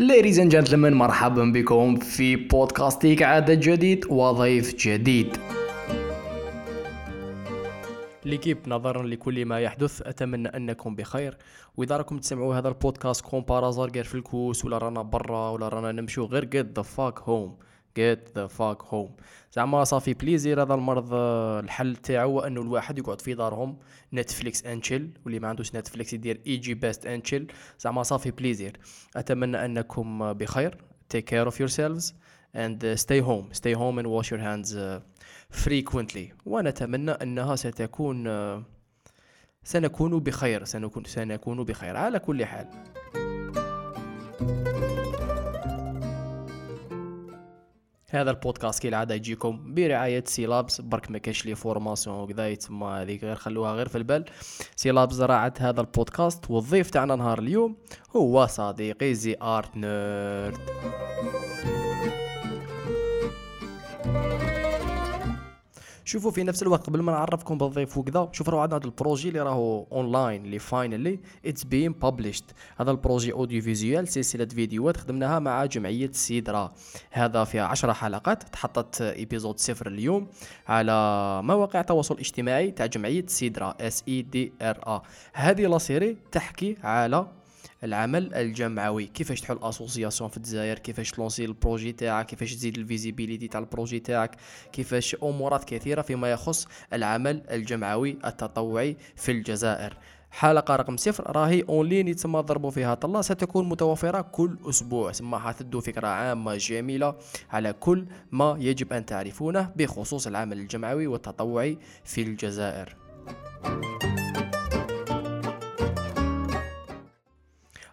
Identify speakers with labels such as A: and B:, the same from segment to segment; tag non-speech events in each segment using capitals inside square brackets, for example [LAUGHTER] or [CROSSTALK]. A: Ladies and gentlemen مرحبا بكم في بودكاستي كعادة جديد وضيف جديد ليكيب نظرا لكل ما يحدث اتمنى انكم بخير واذا راكم تسمعوا هذا البودكاست كومبارازار غير في الكوس ولا رانا برا ولا رانا نمشيو غير get the fuck home get the fuck home زعما صافي بليزير هذا المرض آه، الحل تاعو هو انه الواحد يقعد في دارهم نتفليكس انشيل واللي ما عندوش نتفليكس يدير E اي جي بيست انشيل زعما صافي بليزير اتمنى انكم بخير take care of yourselves and uh, stay home stay home and wash your hands uh, frequently ونتمنى انها ستكون uh, سنكون بخير سنكون سنكون بخير على كل حال هذا البودكاست كالعاده يجيكم برعايه سيلابس برك ما كاش لي فورماسيون وكذا يتسمى هذيك غير خلوها غير في البال سيلابس راعت هذا البودكاست والضيف تاعنا نهار اليوم هو صديقي زي ارت نيرد شوفوا في نفس الوقت قبل ما نعرفكم بالضيف وكذا شوفوا راه عندنا هذا البروجي اللي راهو اونلاين اللي فاينلي اتس بين بابليشد هذا البروجي اوديو فيزيوال سلسله فيديوهات خدمناها مع جمعيه سيدرا هذا فيها 10 حلقات تحطت ايبيزود صفر اليوم على مواقع التواصل الاجتماعي تاع جمعيه سيدرا E اس اي دي ار ا هذه لا سيري تحكي على العمل الجمعوي كيفاش تحل اسوسياسيون في الجزائر كيفاش تلونسي البروجي تاعك كيفاش تزيد الفيزيبيليتي تاع البروجي تاعك كيفاش امورات كثيره فيما يخص العمل الجمعوي التطوعي في الجزائر حلقة رقم صفر راهي اونلاين يتسمى ضربوا فيها طلا ستكون متوفرة كل أسبوع ثم حتدو فكرة عامة جميلة على كل ما يجب أن تعرفونه بخصوص العمل الجمعوي والتطوعي في الجزائر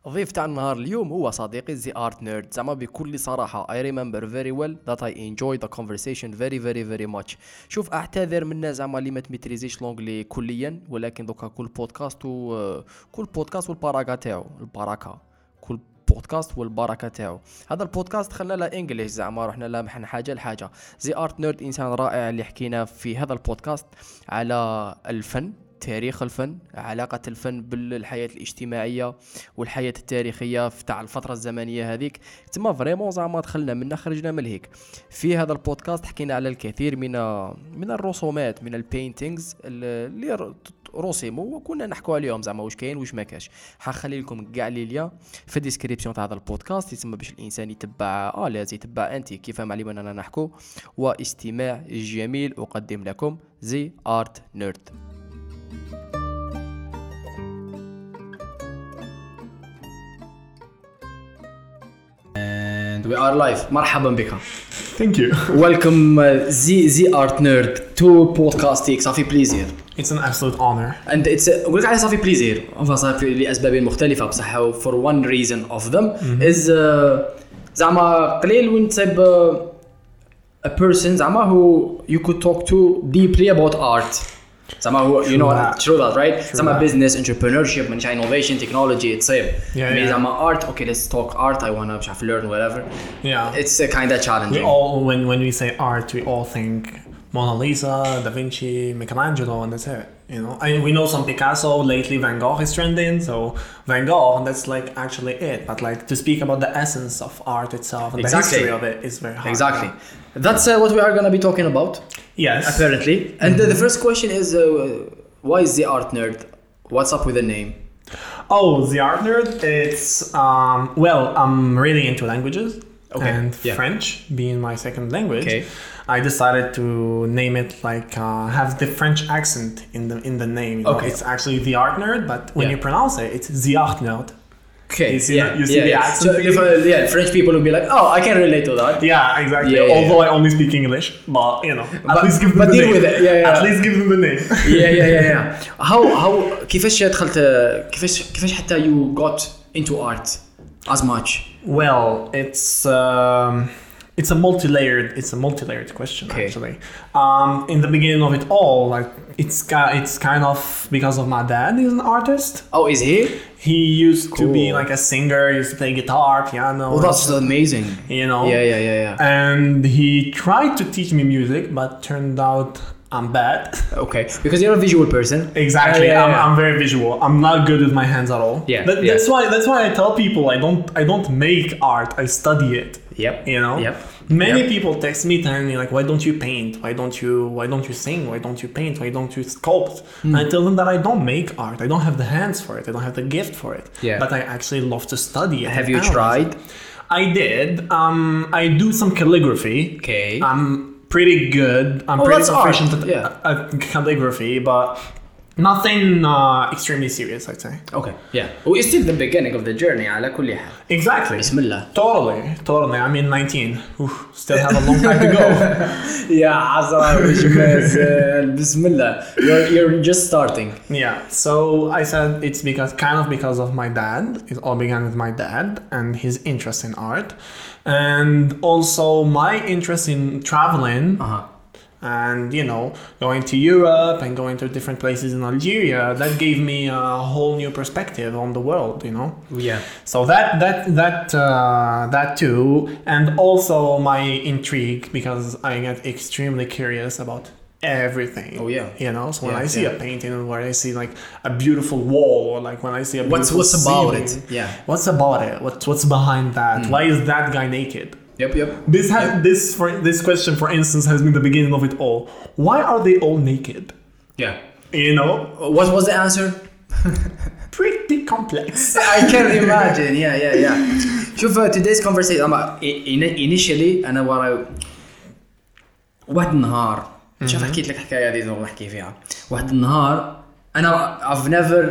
A: الضيف تاع النهار اليوم هو صديقي زي ارت نيرد زعما بكل صراحه I remember very well that I enjoyed the conversation very very very much شوف اعتذر من الناس زعما اللي ما تميتريزيش لونجلي كليا ولكن دوكا كل بودكاست و كل بودكاست والباراكا تاعو البركه كل بودكاست والبركه تاعو هذا البودكاست خلنا لا انجليش زعما رحنا لا من حاجه لحاجه زي ارت نيرد انسان رائع اللي حكينا في هذا البودكاست على الفن تاريخ الفن علاقة الفن بالحياة الاجتماعية والحياة التاريخية في تاع الفترة الزمنية هذيك تما فريمون زعما دخلنا منها خرجنا من هيك في هذا البودكاست حكينا على الكثير من من الرسومات من البينتينغز اللي ر- رسموا وكنا نحكوا عليهم زعما واش كاين واش ما كاش حنخلي لكم كاع لي ليا في الديسكريبسيون تاع هذا البودكاست يتسمى باش الانسان يتبع اه لازم يتبع انت كيف ما علينا اننا نحكو واستماع جميل اقدم لكم زي ارت نيرد And we are live. مرحبا بك.
B: Thank you.
A: Welcome uh, زي زي ارت نيرد تو بودكاستيك صافي بليزير.
B: It's an absolute honor.
A: And it's a- نقول لك على صافي بليزير. هو صافي لاسباب مختلفه بصح و- for one reason of them is uh, زعما قليل وين تصيب uh, a person زعما who you could talk to deeply about art. زعما هو you know
B: that.
A: true that right زعما
B: that.
A: business entrepreneurship مانيش innovation technology تصيب.
B: Yeah,
A: مي
B: yeah.
A: زعما art okay let's talk art I wanna مش عارف learn whatever.
B: Yeah.
A: It's a kind of
B: we
A: challenging.
B: all when when we say art, we all think Mona Lisa, Da Vinci, Michelangelo, and that's it. You know, I we know some Picasso lately. Van Gogh is trending, so Van Gogh. That's like actually it. But like to speak about the essence of art itself and
A: Exactly.
B: the history of it is very hard.
A: Exactly. That's uh, what we are going to be talking about,
B: Yes.
A: apparently. And uh, the first question is uh, why is the art nerd? What's up with the name?
B: Oh, the art nerd. It's um, well, I'm really into languages.
A: Okay,
B: And
A: yeah.
B: French being my second language,
A: Okay.
B: I decided to name it like uh, have the French accent in the in the name. you know.
A: Okay.
B: it's actually the art nerd, but when
A: Yeah.
B: you pronounce it, it's the art nerd.
A: Okay.
B: You see the- you see the accent
A: So if, uh, yeah, French people will be like, oh, I can relate to that.
B: Yeah, exactly.
A: Yeah, yeah,
B: Although I only speak English, but you know, at
A: But-
B: least give them
A: but
B: the
A: deal
B: name.
A: with it. Yeah, yeah.
B: At least give them the name.
A: [LAUGHS] [LAUGHS] yeah, yeah, yeah, yeah. How how كيفاش دخلت uh, كيفاش كيفاش حتى you got into art as much?
B: Well, it's um, it's a multi-layered it's a multi-layered question
A: Okay.
B: actually. Um, in the beginning of it all, like it's ki- it's kind of because of my dad. He's an artist.
A: Oh, is he?
B: He used to be
A: Cool.
B: like a singer. He used to play guitar, piano.
A: Oh, that's amazing.
B: you know.
A: Yeah, yeah, yeah, yeah.
B: And he tried to teach me music, but turned out I'm bad. [LAUGHS]
A: Okay, because you're a visual person.
B: Exactly.
A: Yeah, yeah, yeah.
B: I'm, I'm very visual. I'm not good with my hands at all.
A: Yeah,
B: That,
A: yeah.
B: That's why. That's why I tell people I don't. I don't make art. I study it.
A: Yep.
B: You know.
A: Yep.
B: Many
A: Yep.
B: people text me telling me like, why don't you paint? Why don't you? Why don't you sing? Why don't you paint? Why don't you sculpt? And
A: Hmm.
B: I tell them that I don't make art. I don't have the hands for it. I don't have the gift for it.
A: Yeah.
B: But I actually love to study. it
A: Have
B: and
A: you
B: analyze
A: tried?
B: it. I did. Um, I do some calligraphy.
A: Okay.
B: I'm pretty good. I'm
A: Oh,
B: pretty
A: that's art.
B: proficient at, uh,
A: Yeah.
B: at calligraphy, but nothing uh, extremely serious, I'd say.
A: okay. Yeah. Well, it's still the beginning of the journey. على كل حال.
B: Exactly.
A: بسم الله.
B: Totally, totally. I'm in 19. Oof, still have a long time to
A: [LAUGHS]
B: go.
A: يا عذراء وجمازل بسم الله. You're you're just starting.
B: yeah. So I said it's because kind of because of my dad. It all began with my dad and his interest in art, and also my interest in traveling.
A: Uh-huh.
B: and you know going to europe and going to different places in algeria that gave me a whole new perspective on the world you know
A: Yeah.
B: so that that that uh, that too and also my intrigue because i get extremely curious about everything
A: Oh, yeah.
B: you know so when
A: Yeah,
B: i see
A: yeah.
B: a painting or when i see like a beautiful wall or like when i see a
A: What's
B: beautiful
A: what's about
B: ceiling,
A: it? Yeah.
B: what's about it what's what's behind that why is that guy naked
A: Yep. Yep.
B: Hmm. this ha- this for this question, for instance, has been the beginning of it all. Why are they all naked?
A: Yeah.
B: You know,
A: What was the answer?
B: pretty complex.
A: I can imagine. Yeah, yeah, yeah. شوف uh, today's conversation أما i- in- initially أنا ورا واحد النهار شوف حكيت لك الحكاية هذه نروح نحكي فيها واحد النهار أنا I've never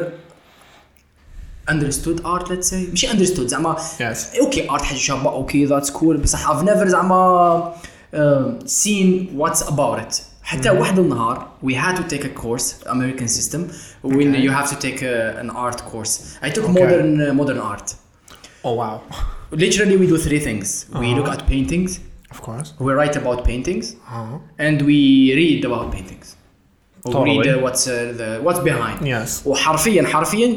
A: understood art let's say مش understood زعما
B: Yes.
A: اوكي art حاجة شابة اوكي that's cool بصح I've never زعما um, seen what's about it حتى واحد النهار we had to take a course American system when you have to take a, an art course I took modern uh, modern art
B: Oh wow! [LAUGHS]
A: literally we do three things we
B: Uh-huh.
A: look at paintings
B: Of course.
A: we write about paintings
B: Uh-huh.
A: and we read about paintings we
B: Totally.
A: read uh, what's uh, the what's behind
B: Yes.
A: وحرفيا حرفيا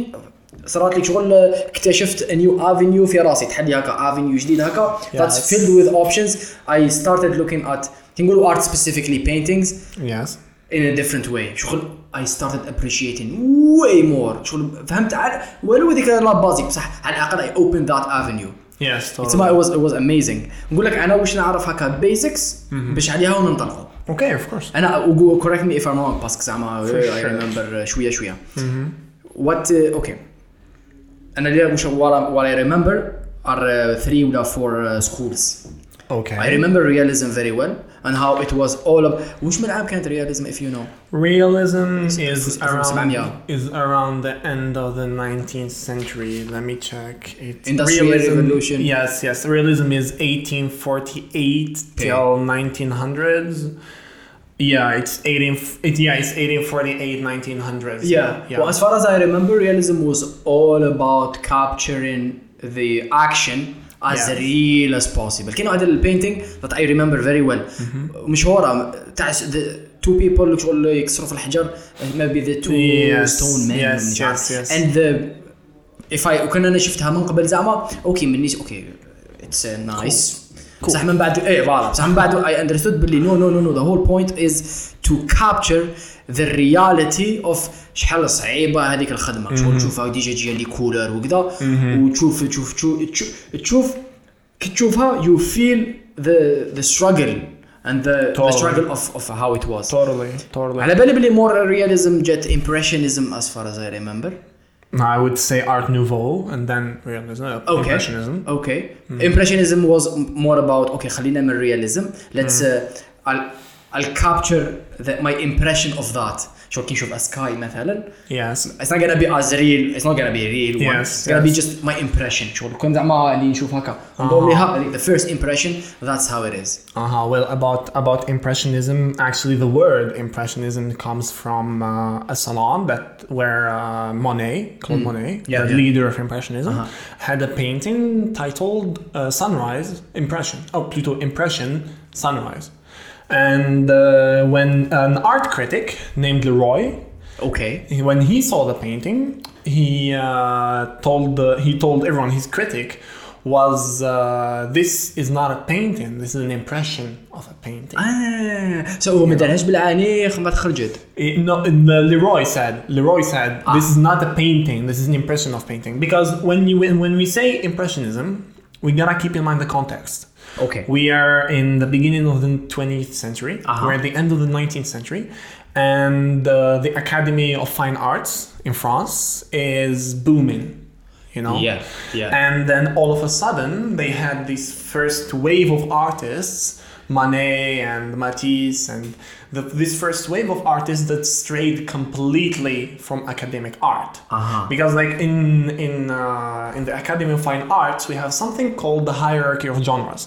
A: صارت لي شغل اكتشفت a new avenue في راسي تحل لي هكا avenue جديد هكا that's
B: Yes.
A: filled with options I started looking at كي نقولوا art specifically paintings
B: Yes.
A: in a different way شغل I started appreciating way more شغل فهمت على ولو هذيك لا بازيك بصح على الاقل I opened that avenue
B: Yes. Totally.
A: تسمع it was it was amazing نقول لك انا واش نعرف هكا basics باش عليها وننطلقوا
B: okay, of course.
A: انا وقو- correct me if I'm wrong باسكو زعما I
B: sure.
A: remember شويه شويه what uh, okay انا اللي واش what I- what I remember are uh, three ولا four uh, schools
B: Okay.
A: I remember realism very well and how it was all of وش من عام كانت realism if you know
B: Realism is
A: from Samania.
B: around is around the end of the 19th century. Let me check. It's
A: Industrial Revolution.
B: Yes, yes. Realism is 1848 till 1900s. Yeah, it's 18. f- It, yeah, it's 1848 1900s. yeah.
A: Well, as far as I remember, realism was all about capturing the action as
B: Yeah.
A: real as possible. كاين واحد البينتينغ that I remember very well
B: Mm-hmm.
A: مشهورة تاع س- the two people اللي شغل يكسروا في الحجر maybe the two
B: Yes,
A: stone men
B: yes,
A: مش عارف.
B: yes, yes.
A: and the if I وكان انا شفتها من قبل زعما اوكي منيش اوكي اتس نايس بصح uh, من بعد ايه فوالا بصح من بعد I understood باللي no no no no the whole point is to capture the reality of شحال صعيبه هذيك الخدمه شغل تشوفها ديجا جايه لي كولر وكذا وتشوف تشوف تشوف تشوف- تشوف كي تشوفها you feel the the struggle and the, the
B: Totally.
A: struggle of, of how it was
B: totally, totally.
A: على بالي بلي more realism جات impressionism as far as I remember
B: No, I would say Art Nouveau and then Realism, uh,
A: Okay.
B: Impressionism. Mm-hmm.
A: Okay. Impressionism was m- more about okay, خلينا من realism. Let's
B: Mm.
A: uh, I'll I'll capture the, my impression of that. شو كي نشوف a sky مثلا
B: Yes.
A: it's not gonna be as real it's not gonna be a real one
B: Yes,
A: it's gonna be
B: yes. Ah.
A: just my impression شغل كون زعما اللي نشوف هكا نقول لها like the first impression that's how it is
B: Uh-huh. Well, about about impressionism, actually, the word impressionism comes from uh, a salon that where uh, Monet, Claude Monet,
A: Hmm. Yeah, Uh-huh.
B: the
A: yeah.
B: leader of impressionism, had a painting titled uh, "Sunrise Impression." Oh, Pluto Impression Sunrise. And uh, when an art critic named Leroy
A: okay
B: when he saw the painting, he uh, told the, he told everyone his critic, was uh, this is not a painting, this is an impression of a painting.
A: اه سو ما دارهاش بالعانيخ ما تخرجت
B: Eh, No, and, uh, Leroy said. Leroy said this is not a painting. This is an impression of painting because when you when, when we say impressionism, we gotta keep in mind the context.
A: اوكي
B: We are in the beginning of the 20th century.
A: Uh-huh.
B: We're at the end of the 19th century, and uh, the Academy of Fine Arts in France is booming. You know.
A: Yeah, yeah.
B: And then all of a sudden, they had this first wave of artists, Manet and Matisse, and the, this first wave of artists that strayed completely from academic art.
A: Uh-huh.
B: Because, like in in uh, in the Academy of Fine Arts, we have something called the hierarchy of genres.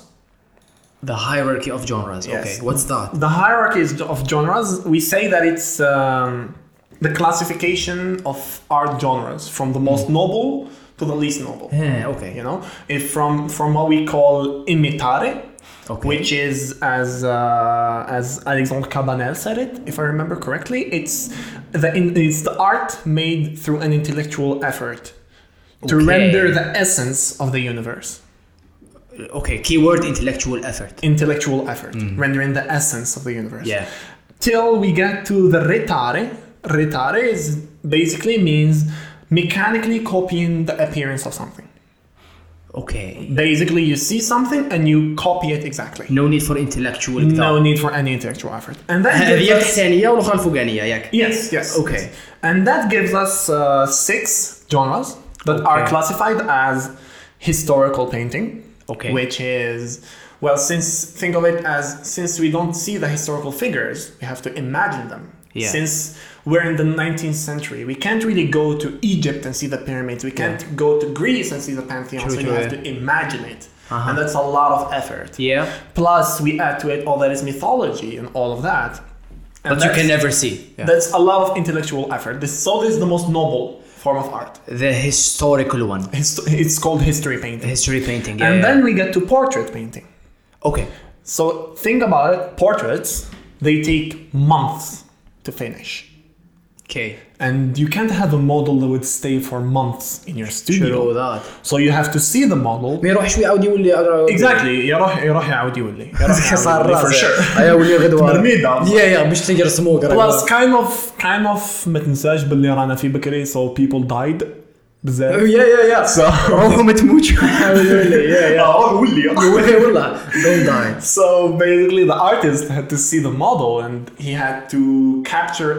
A: ذا هايراركي اوف جونرز
B: Yes.
A: اوكي واتس ذات
B: The hierarchy is- of genres, we say that it's um, the classification of art genres from the most
A: Hmm.
B: noble to the least noble. you
A: اوكي
B: know it from from what we call imitare
A: Okay.
B: which is as uh, as alexandre cabanel said it if i remember correctly it's the in, it's the art made through an intellectual effort to
A: Okay.
B: render the essence of the universe
A: اوكي كي وورد انتلكتشوال افورت
B: intellectual effort rendering the essence of the universe
A: Hmm. Yeah.
B: till we get to the retare retare is basically means mechanically copying the appearance of something
A: اوكي
B: basically you see something and you copy it exactly
A: نو نيد فور انتلكتشوال
B: [LAUGHS] no need for any intellectual effort. And that gives
A: هذه
B: us,
A: الثانيه والاخرى الفوقانيه ياك
B: yes, yes,
A: Okay.
B: yes. And that gives us uh, six genres that are
A: Okay.
B: classified as historical painting.
A: Okay.
B: Which is well, since think of it as since we don't see the historical figures, we have to imagine them.
A: Yeah.
B: Since we're in the 19th century, we can't really go to Egypt and see the pyramids. We can't go to Greece and see the Pantheon.
A: True,
B: so you
A: true,
B: have
A: yeah.
B: to imagine it,
A: Uh-huh.
B: and that's a lot of effort.
A: Yeah.
B: Plus, we add to it all that is mythology and all of that. And
A: But you can
B: that's-
A: never see. Yeah.
B: That's a lot of intellectual effort. This, so this is the most noble form of art.
A: The historical one.
B: Hist- it's called history
A: The
B: painting.
A: history painting. Yeah.
B: And
A: yeah.
B: then we get to portrait painting.
A: okay.
B: So think about it. Portraits they take months to finish,
A: Okay.
B: and you can't have a model that would stay for months in your
A: True
B: studio.
A: that.
B: So you have to see the model.
A: ما يروح شوي عاود يولي
B: Exactly. يروح يروح يعاود يولي. يروح
A: صار
B: يعاود يولي [LAUGHS] for
A: [LAUGHS]
B: sure.
A: اي
B: [LAUGHS]
A: ولي غدوه
B: تمرميدة.
A: يا يا مش تلقى رسموك
B: [LAUGHS] بلس كاين اوف كاين اوف ما تنساش باللي رانا في بكري سو بيبل دايد [LAUGHS] بزاف
A: يا يا يا [LAUGHS] روحوا ما [LAUGHS]
B: [LAUGHS]
A: تموتوا
B: اه ولي
A: والله دون داي
B: [LAUGHS] So basically, the artist had to see the model and he had to capture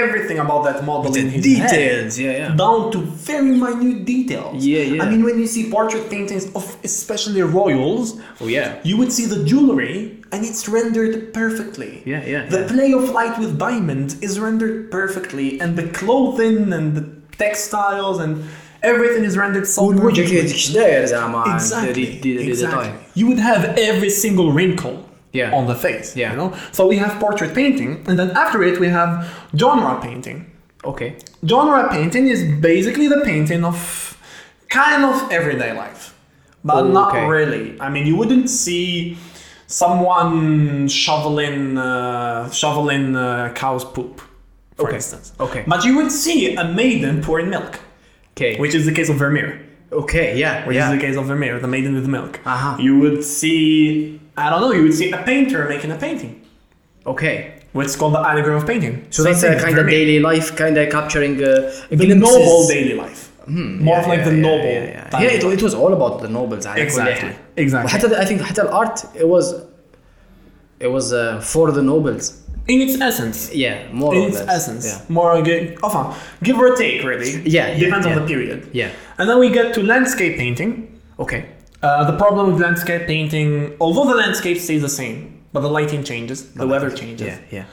B: everything about that model in his head,
A: Details, yeah, yeah.
B: down to very minute details.
A: Yeah, yeah.
B: I mean, when you see portrait paintings of especially royals,
A: Oh, yeah.
B: you would see the jewelry and it's rendered perfectly.
A: Yeah, yeah,
B: The
A: yeah.
B: play of light with diamonds is rendered perfectly, and the clothing and the textiles and everything is rendered so
A: والوجه كي
B: perfectly.
A: هذيك داير زعما
B: Exactly.
A: ديتاي
B: exactly. You would have every single wrinkle
A: Yeah.
B: on the face.
A: Yeah.
B: You know? So we have portrait painting, and then after it we have genre painting.
A: اوكي
B: Genre painting is basically the painting of kind of everyday life. But
A: Oh, Okay.
B: not really. I mean you wouldn't see someone shoveling uh, shoveling uh, cow's poop, for
A: Okay.
B: instance.
A: Okay.
B: But you would see a maiden pouring milk,
A: اوكي
B: which is the case of Vermeer
A: اوكي يا
B: which is the
A: يا
B: case of Vermeer, the Maiden with Milk.
A: Uh-huh.
B: You would see, I don't know, you would see a painter making a painting.
A: اوكي
B: What's called the allegory of painting.
A: So that's a kind of daily life, kind of capturing uh,
B: the noble daily life. More of like the
A: yeah,
B: noble.
A: yeah, yeah.
B: type
A: yeah
B: of
A: it, it was all about the nobles على كل
B: Exactly.
A: حال.
B: Exactly.
A: وحتى I think حتى الارت it was it was uh, for the nobles
B: In its essence.
A: yeah more
B: In
A: or
B: its
A: less
B: essence.
A: yeah
B: More again, enfin, give or take, really.
A: Yeah, yeah,
B: Depends
A: yeah.
B: on the period.
A: Yeah.
B: And then we get to landscape painting.
A: okay
B: Uh, the problem with landscape painting, although the landscape stays the same, but the lighting changes, the weather changes.
A: yeah yeah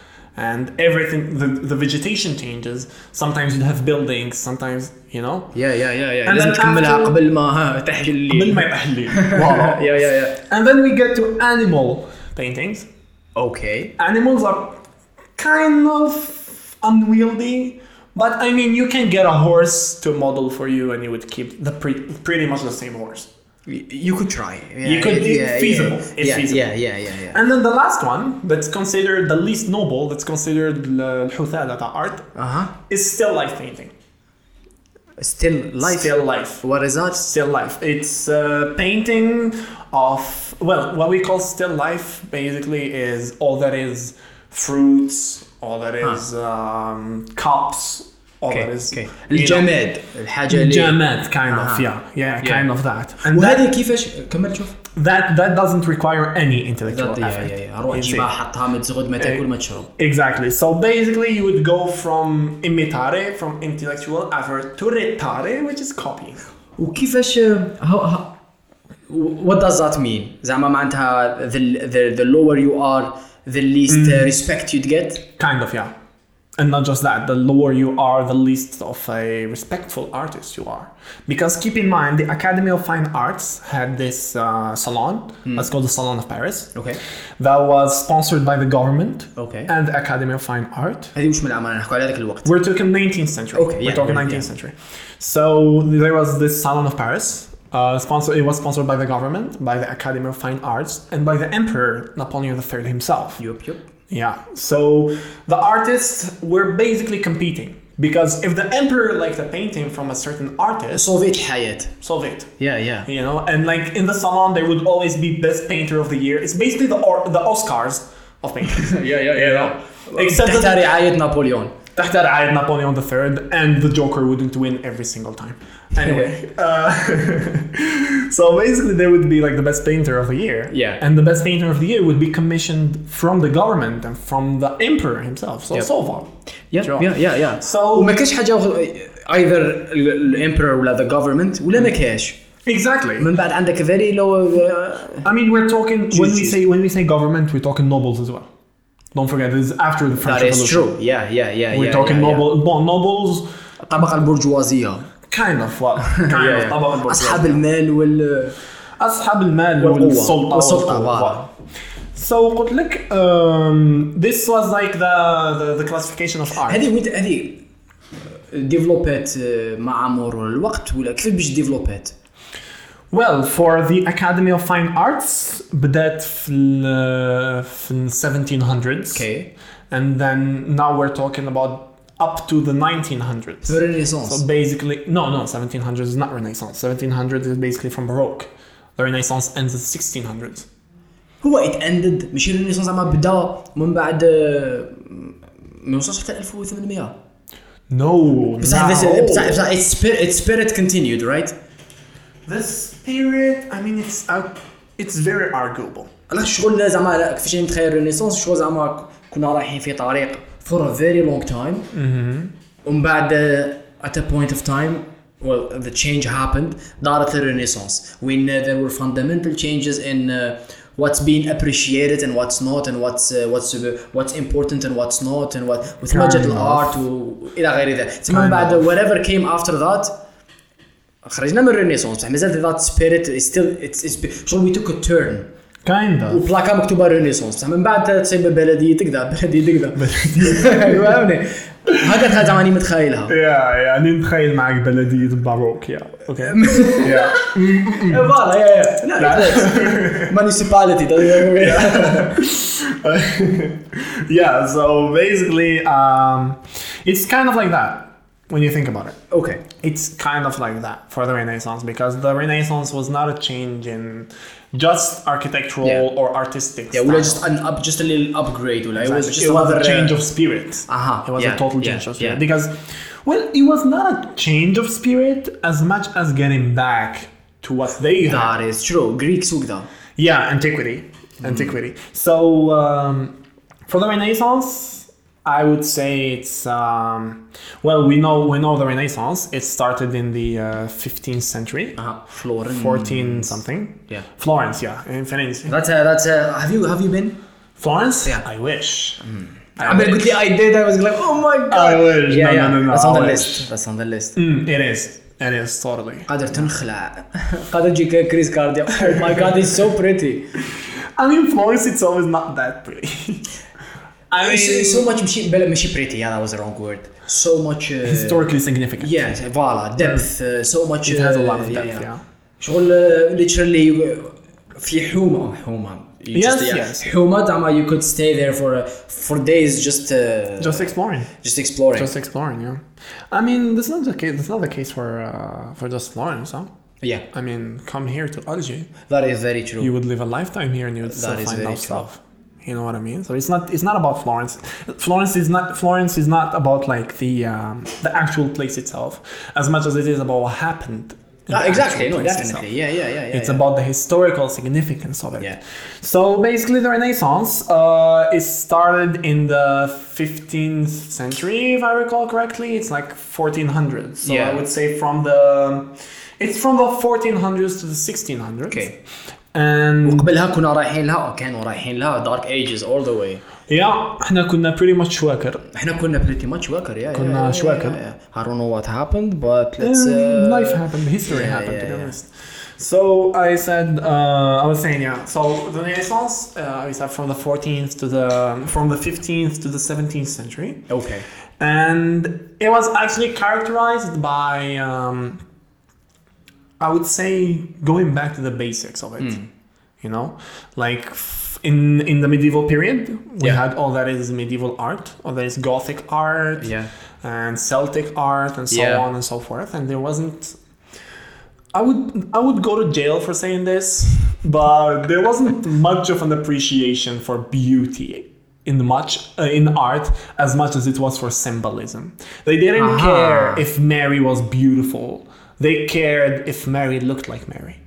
B: and everything the, the vegetation changes sometimes you have buildings sometimes you know [LAUGHS]
A: يا يا يا يا
B: And
A: لازم
B: then
A: تكملها
B: after-
A: قبل ما ها تحكي اللي
B: قبل ما يطيح لي.
A: [LAUGHS]
B: Voila.
A: يا يا يا
B: and then we get to animal paintings
A: اوكي
B: animals are kind of unwieldy but i mean you can get a horse to model for you and you would keep the pre- pretty much the same horse
A: you could try yeah,
B: You could- it's feasible. It's
A: yeah,
B: feasible.
A: yeah yeah yeah yeah
B: and then the last one that's considered the least noble that's considered الحثالة art
A: اها
B: is still life painting
A: Uh-huh. still life
B: Still life.
A: what is that
B: Still life. It's a painting of well, what we call still life basically is all that is fruits, all that is um, cups, all that is
A: okay
B: you know,
A: الجماد الحاجه اللي
B: Jamet, kind of,
A: Uh-huh.
B: yeah, yeah,
A: Yeah.
B: kind of that. And that,
A: وهذه كيفاش كمل شوف
B: that that doesn't require any intellectual
A: ذات يا
B: effort.
A: يا يا اروح
B: You see.
A: جيبها حطها ما تزغد ما
B: إيه.
A: تاكل ما تشرب
B: Exactly. So basically, you would go from imitare, from intellectual effort, to retare, which is copy.
A: وكيفاش هاو هاو what does that mean زعما معناتها the the the lower you are the least
B: Mm.
A: uh, respect you'd get
B: Kind of, yeah. And not just that, the lower you are, the least of a respectful artist you are. Because keep in mind, the Academy of Fine Arts had this uh, salon, that's called the Salon of Paris,
A: Okay.
B: that was sponsored by the government
A: Okay.
B: and the Academy of Fine Art.
A: هذه وش من الأمانة نحكوا على ذاك الوقت
B: We're talking 19th century.
A: Okay,
B: we're
A: yeah,
B: talking
A: yeah,
B: 19th
A: yeah.
B: century. So there was this Salon of Paris. Uh, sponsor, it was sponsored by the government, by the Academy of Fine Arts, and by the Emperor Napoleon III himself.
A: يوب يوب
B: Yeah. So the artists were basically competing because if the emperor liked a painting from a certain artist,
A: سوفيت الحياة
B: solve it.
A: يا يا
B: You know, and like in the salon, there would always be best painter of the year. It's basically the or- the Oscars of paintings.
A: يا يا [LAUGHS] يا
B: Except
A: تحت
B: that
A: رعاية نابليون
B: تحت رعاية Napoleon III and the Joker wouldn't win every single time.
A: [LAUGHS]
B: Anyway, uh, [LAUGHS] so basically there would be like the best painter of the year.
A: Yeah.
B: And the best painter of the year would be commissioned from the government and from the emperor himself. So
A: Yep.
B: so far.
A: يا
B: Sure.
A: يا يا يا
B: So-
A: وما كاش حاجة ايذر الامبرور ولا ذا government ولا ما كاش
B: Exactly.
A: من بعد عندك uh, فيري لو
B: I mean, we're talking when we
A: Jeez.
B: say when we say government, we're talking nobles as well. Don't forget, this is after the French
A: That
B: Revolution.
A: is true. Yeah, yeah, yeah.
B: We're
A: yeah,
B: talking
A: yeah, yeah.
B: noble, well, nobles,
A: الطبقة البرجوازية
B: kind of
A: [LAUGHS]
B: well, kind
A: Yeah,
B: of
A: yeah.
B: طبعاً bourgeois.
A: أصحاب المال وال
B: أصحاب المال
A: والقوة.
B: والسلطة
A: والسلطة،
B: والقوة.
A: واو.
B: So قلت لك um, this was like the, the the classification of art.
A: هذه وين هذه ديفلوبات مع مرور الوقت ولا كيف باش ديفلوبات؟
B: Well, for the Academy of Fine Arts بدأت في ال في ال 1700s.
A: اوكي
B: And then now we're talking about up to the 1900s.
A: في الرينيسانس
B: So basically, no, no, 1700s is not Renaissance. 1700s is basically from Baroque. The Renaissance ends at 1600s.
A: هو اتاندد ماشي الرينيسانس زعما بدا من بعد آه، ما يوصلش حتى 1800
B: No,
A: بصح
B: no.
A: بصح بصح اتس سبيريت كونتينيود رايت
B: The spirit, I mean, it's out. It's very arguable.
A: انا الشغل زعما لا، كيفاش نتخيل الرينيسانس شغل زعما كنا رايحين في طريق فور فيري لونج تايم
B: Mm-hmm.
A: ومن بعد ات ا بوينت اوف تايم well the change happened دارت الرينيسانس when uh, there were fundamental changes in uh, what's being appreciated and what's not and what's uh, what's uh, what's important and what's not and what وثم
B: Kind
A: جات
B: of.
A: الارت والى غير ذلك تسمى من
B: Kind
A: بعد
B: of.
A: whatever came after that خرجنا من الرينيسانس بصح مازال ذات سبيريت still it's, it's شغل we took a turn
B: Kind of.
A: وبلاكا مكتوبه رينيسونس بصح من بعد تصيب بلديه تكذا بلديه تكذا
B: [LAUGHS]
A: ايوا فهمني هذا الحاجه راني متخيلها
B: Yeah, yeah. أنا نتخيل معك بلدية باروك yeah. Okay. [LAUGHS] yeah. [LAUGHS] Eh,
A: فوالا يا يا [LAUGHS] لا مانيسيباليتي [LAUGHS]
B: yeah. So basically, um, it's kind of like that when you think about it.
A: اوكي
B: It's kind of like that for the Renaissance because the Renaissance was not a change in just architectural
A: Yeah.
B: or artistic.
A: يا ولا
B: style.
A: جست ان اب جست ابجريد ولا it was just
B: it was a
A: another- uh,
B: change of spirit.
A: Aha,
B: It was
A: yeah,
B: a total
A: yeah,
B: change of spirit.
A: yeah.
B: Because, well, it was not a change of spirit as much as getting back to what they had.
A: That is true. Greeks وكذا.
B: Yeah, antiquity.
A: Mm-hmm.
B: Antiquity. So, um, for the Renaissance, I would say it's um, well, we know we know the Renaissance. It started in the uh, 15th century,
A: اها فلورن
B: 14
A: Mm.
B: something.
A: Yeah.
B: Florence, yeah, in Florence.
A: That's a, that's a, have you have you been?
B: Florence.
A: Yeah. Mm.
B: I wish. I
A: I mean,
B: wish.
A: قلت لي I did I was like oh my god.
B: wish.
A: Yeah,
B: No, no,
A: yeah.
B: no, no,
A: That's on
B: I
A: the
B: wish.
A: list. That's on the list.
B: Mm, it is. It is totally.
A: قادر [LAUGHS] تنخلع قادر تجيك كريس كارديا oh my god he's so pretty
B: I mean, Florence itself is not that pretty. [LAUGHS] I mean,
A: so, so much ماشي بلا ماشي pretty yeah that was the wrong word so much
B: [LAUGHS]
A: uh,
B: [LAUGHS] historically significant.
A: yeah
B: Mm.
A: فوالا depth uh, so much
B: it has a lot of depth. Yeah.
A: شغل uh, literally uh, في حومه حومه
C: You
B: Yes,
C: just, yeah.
B: yes.
A: Huma Tama, you could stay there for uh, for days just uh, just,
B: Just exploring.
A: exploring.
B: Just exploring, yeah. I mean, that's not the case. That's not the case for uh, for just Florence, huh?
A: yeah,
B: I mean, come here to Alger,
A: that is very true.
B: you would live a lifetime here, and you would still
D: is
B: find
D: very
B: out stuff. You know what I mean? So it's not it's not about Florence. Florence is not Florence is not about like the um, the actual place itself, as much as it is about what happened. in
A: Ah,
B: the
A: exactly.
B: actual
A: No,
B: place
A: definitely.
B: itself.
A: Yeah, yeah, yeah, yeah.
B: it's
A: yeah.
B: about the historical significance of it.
A: Yeah.
B: So basically, the Renaissance uh, is started in the 15th century, if I recall correctly. It's like 1400. So
A: Yeah.
B: I would say from the it's from the 1400s to the 1600s.
A: Okay.
B: And
A: قبلها كنا رايحين لها أو كانوا رايحين لها دارك ايجز all the way
B: yeah, احنا كنا pretty much شواكر.
A: احنا كنا pretty much worker yeah
B: كنا
A: yeah, yeah,
B: شواكر.
A: yeah, yeah. I don't know what happened but let's
B: Um,
A: uh,
B: life happened, history
A: yeah,
B: happened,
A: yeah,
B: to be
A: yeah.
B: honest. So I said, uh, I was saying, yeah. So the Renaissance uh, is uh, from the 14th to the from the 15th to the 17th century.
A: okay
B: and it was actually characterized by um, i would say going back to the basics of it
A: Hmm.
B: you know like f- in in the medieval period we
A: Yeah.
B: had all that is medieval art all that is gothic art
A: yeah
B: and celtic art and so
A: Yeah.
B: on and so forth and there wasn't i would i would go to jail for saying this but there wasn't much of an appreciation for beauty in much uh, in art as much as it was for symbolism they didn't
A: Aha.
B: care if mary was beautiful they cared if mary looked like mary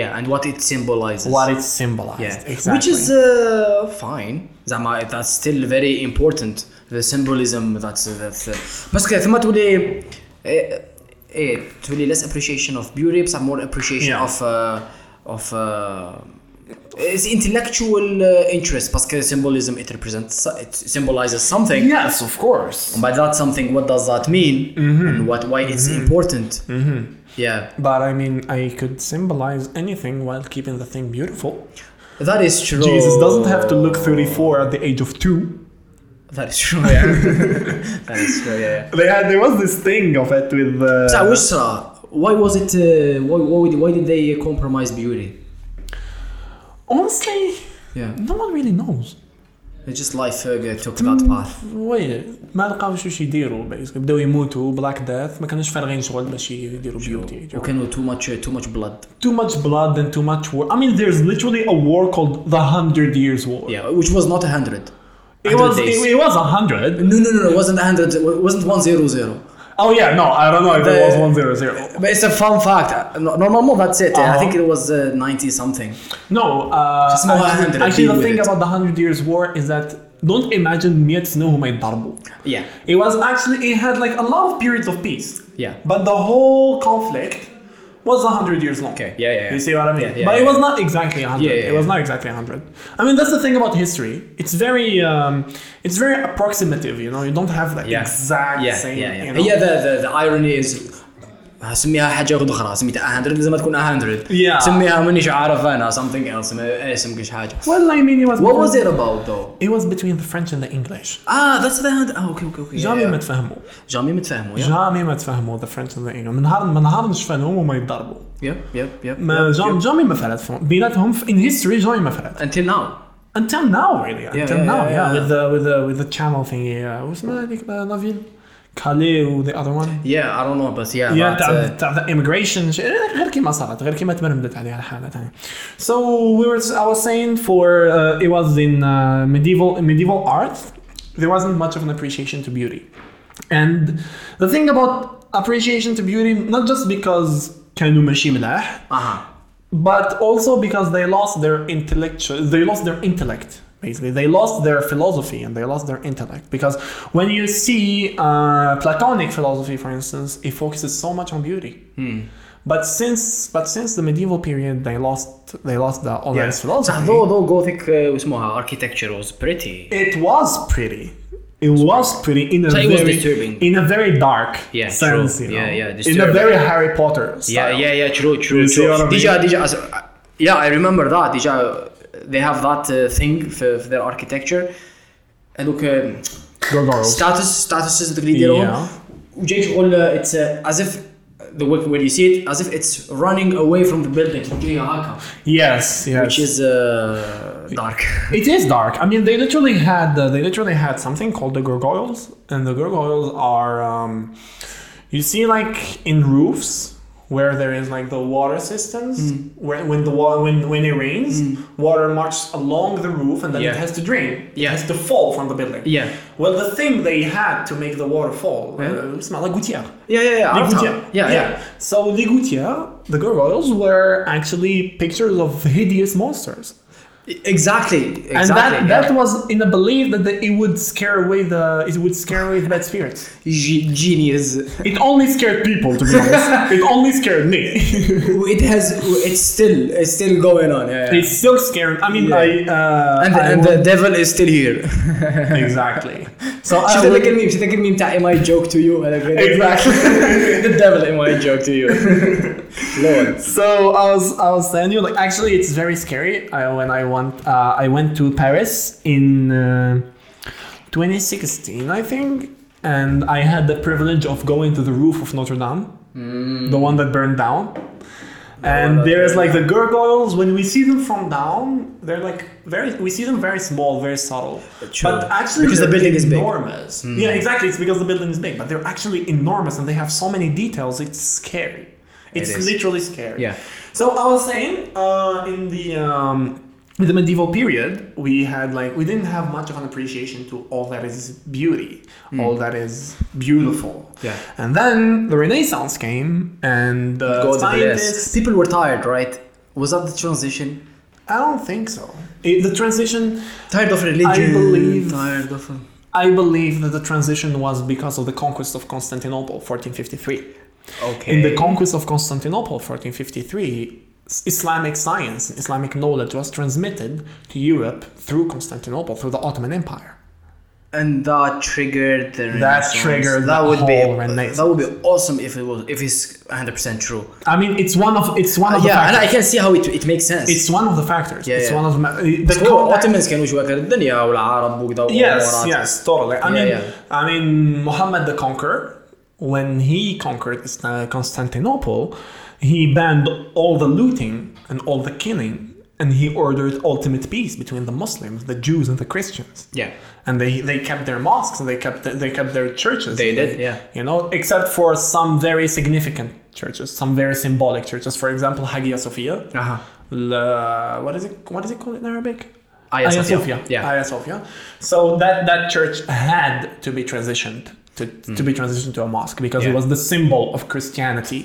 A: yeah and what it symbolizes
B: what it symbolized
A: yeah
B: exactly
A: which is uh, fine زعما that's still very important the symbolism that's that's uh, بس كده ثم تولي ايه ايه تولي less appreciation of beauty بس more appreciation
B: Yeah.
A: of uh, of uh, it's intellectual uh, interest بس كده symbolism it represents it symbolizes something
B: yes of course Mm-hmm.
A: By that something, what does that mean, and what why it's important? Yeah,
B: but i mean i could symbolize anything while keeping the thing beautiful
A: that is true.
B: Jesus doesn't have to look 34 at the age of two.
A: That is true. Yeah, [LAUGHS] that is true. Yeah. yeah.
B: They had, there was this thing of it with. Uh,
A: So, which, uh, why was it? Uh, why, why did- why did they uh, compromise beauty?
B: honestly,
A: Yeah,
B: no one really knows.
A: it's just life uh, took that path.
B: وين ما لقاوش واش يديروا basically. بداو يموتوا بلاك داث ما كانوش فارغين شغل باش يديروا بيوتي.
A: Okay, no, too much, uh, too much blood.
B: Too much blood and too much war. I mean, there's literally a war called the Hundred Years War.
A: Yeah, which was not a hundred.
B: it was it, it was a hundred.
A: no, no, no, no, it wasn't a hundred. It wasn't one zero zero.
B: Oh yeah, no, I don't know if it
A: The-
B: was one zero zero.
A: But it's a fun fact. No, no, no, that's it. I
B: Uh-huh.
A: think it was uh, ninety something.
B: No, uh,
A: Just more
B: actually,
A: 100,
B: actually
A: deal
B: the
A: with
B: thing
A: it.
B: about the Hundred Years War is that don't imagine 100 سنة هما يتضربوا.
A: Yeah.
B: It was actually it had like a lot of periods of peace.
A: Yeah.
B: But the whole conflict was hundred years long.
A: Okay, yeah, yeah, yeah.
B: You see what I mean?
A: Yeah, yeah,
B: but it
A: yeah.
B: was not exactly hundred.
A: Yeah, yeah,
B: It was
A: yeah.
B: not exactly hundred. I mean, that's the thing about history. It's very, um, it's very approximative. You know, you don't have that
A: Yeah.
B: exact
A: yeah,
B: same.
A: yeah, yeah.
B: You know?
A: هي ذا ذا ذا ايروني از سميها حاجه اخرى سميتها 100 لازم تكون 100
B: Yeah.
A: سميها مانيش عارف انا something else ايه سمكش حاجه
B: Well, I mean, it was.
A: What
B: between-
A: was it about though?
B: It was between the French and the English.
A: Ah, that's the hand. Ah, okay, okay, okay. Yeah,
B: جامي ما
A: yeah.
B: تفهموا
A: جامي متفهموا. Yeah,
B: جامي ما تفهموا the French and the English من نهار من نهار نشفنهم وما يتضربوا
A: yeah, yeah, yeah.
B: ما
A: yeah,
B: جام
A: yeah.
B: جامي ما فرقت فيهم. بيناتهم in history جامي ما فرقت
A: Until now.
B: until now really until
A: yeah,
B: now
A: yeah,
B: yeah,
A: yeah.
B: with the with the with the channel thingy uh, what's my name uh, Navin Calais or the other one
A: Yeah, I don't know, but yeah.
B: yeah
A: but,
B: تاع
A: uh,
B: تاع the immigration eh, شي- غير كيما صارت غير كيما تمرمدت عليها الحاله تاني so we were I was saying for uh, it was in uh, medieval in medieval art there wasn't much of an appreciation to beauty and the thing about appreciation to beauty not just because كانوا ماشي ملاح
A: اها.
B: but also because they lost their intellectual they lost their intellect basically they lost their philosophy and they lost their intellect because when you see uh, platonic philosophy for instance it focuses so much on beauty
A: Hmm.
B: but since but since the medieval period they lost they lost the all that is
A: صح
B: philosophy
A: ذو ذو جوثيك واسمها uh, architecture was pretty.
B: it was pretty it was pretty in a
A: So it was
B: very
A: disturbing.
B: in a very dark
A: Yeah,
B: sense
A: true.
B: you
A: Yeah,
B: know?
A: yeah,
B: in a
A: disturbing.
B: very Harry Potter
A: Yeah,
B: style.
A: yeah, yeah, true, true,
B: You see what I
A: true.
B: mean?
A: Deja, Deja, as- yeah, I remember that. Deja, they have that uh, thing for, for their architecture. And look, uh,
B: Gargoyles.
A: status, statuses اللي يديرهم.
B: Yeah.
A: وجاي شغل uh, it's uh, as if the way when you see it as if it's running away from the building جاية هكا
B: Yes, yes.
A: which is uh, dark
B: It is dark. I mean, they literally had uh, they literally had something called the gargoyles, and the gargoyles are um, you see like in roofs where there is like the water systems
A: Mm.
B: where when the water when when it rains, water marches along the roof and then it
A: Yeah.
B: has to drain.
A: Yeah.
B: It has to fall from the building.
A: Yeah.
B: Well, the thing they had to make the water fall,
A: Yeah.
B: uh, it's not like Gouttière.
A: yeah yeah yeah
B: Les
A: عرفتها.
B: Gouttières.
A: yeah yeah
B: So Les Gouttières, the gargoyles were actually pictures of hideous monsters.
A: exactly exactly
B: And that,
A: yeah.
B: that was in a belief that the, it would scare away the it would scare away the bad spirits.
A: Ge- genius
B: It only scared people, to be [LAUGHS] honest. it only scared me.
A: [LAUGHS] it has it's still it's still going on yeah, yeah.
B: it's still scared. I mean, I uh,
A: and the,
B: I
A: and the
B: would-
A: devil is still here
B: exactly.
A: [LAUGHS]
B: So uh, I
A: شفت هذاك
B: would,
A: الميم شفت هذاك الميم تاع am I joke to you هذاك
B: Exactly.
A: [LAUGHS] the devil am I joke
B: [LAUGHS]
A: to you lord
B: so I was I was telling you like actually it's very scary. I, when I went uh, I went to Paris in uh, 2016 I think, and I had the privilege of going to the roof of Notre Dame. the one that burned down. And
A: Hmm. that
B: there's like
A: burned
B: the gargoyles. When we see them from down, they're like very. We see them very small, very subtle.
A: Sure.
B: But actually,
A: Because the
B: they're
A: building is big. Hmm.
B: enormous. Yeah, exactly. It's because the building is big, but they're actually enormous, and they have so many details. It's scary. It's
A: is.
B: literally scary.
A: Yeah.
B: So I was saying, uh, in the um, in the medieval period, we had like we didn't have much of an appreciation to all that is beauty, all that is beautiful.
A: Hmm. Yeah.
B: And then the Renaissance came, and uh,
A: God bless.
B: scientists.
A: People were tired, right? Was that the transition?
B: I don't think so. It- the transition.
A: Tired of religion.
B: believe-
A: Tired of. uh,
B: I believe that the transition was because of the conquest of Constantinople, 1453.
A: Okay.
B: In the conquest of Constantinople, 1453, s- Islamic science, Islamic knowledge was transmitted to Europe through Constantinople, through the Ottoman Empire.
A: and that triggered the. Renaissance.
B: triggered
A: That
B: the
A: would be.
B: whole Renaissance.
A: That would be awesome if it was if it's 100 percent true.
B: I mean, it's one of it's one of the
A: yeah, and I
B: factors.
A: can see how it it makes sense.
B: It's one of the factors.
A: Yeah,
B: it's
A: yeah.
B: one of the, uh, the
A: Because
B: contact-
A: Ottomans كانوا شواكر الدنيا والعرب وكذا
B: Yes,
A: وحوارات.
B: yes, totally. I
A: Oh, Yeah,
B: mean,
A: yeah.
B: I mean, Muhammad the Conqueror, when he conquered Ist- uh, Constantinople, he banned all the looting and all the killing, and he ordered ultimate peace between the Muslims, the Jews, and the Christians.
A: Yeah.
B: And they, they kept their mosques and they kept they kept their churches.
A: They did, yeah.
B: You know, except for some very significant churches, some very symbolic churches. For example, Hagia Sophia.
A: Uh-huh.
B: La- what is it? What is it called in Arabic?
A: Hagia Sophia.
B: Yeah.
A: Yeah.
B: Hagia Sophia. So that that church had to be transitioned to, to be transitioned to a mosque because it
A: Hmm. Yeah.
B: was the symbol of Christianity,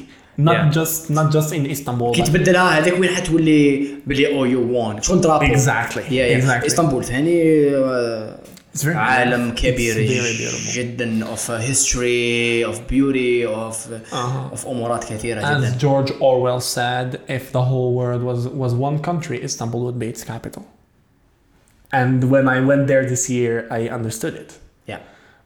B: not
A: Yeah.
B: just not just in Istanbul.
A: كي
B: but-
A: تبدلها هذاك وين حتولي بلي oh او يو وان شكون ترابو
B: Exactly.
A: يا يا
B: Exactly.
A: اسطنبول ثاني آه،
B: It's very
A: عالم
B: It's
A: كبير
B: very beautiful.
A: جدا of history of beauty of
B: أها.
A: of امورات كثيره
B: As
A: جدا
B: George Orwell said, if the whole world was was one country, Istanbul would be its capital. And when I went there this year, I understood it
A: yeah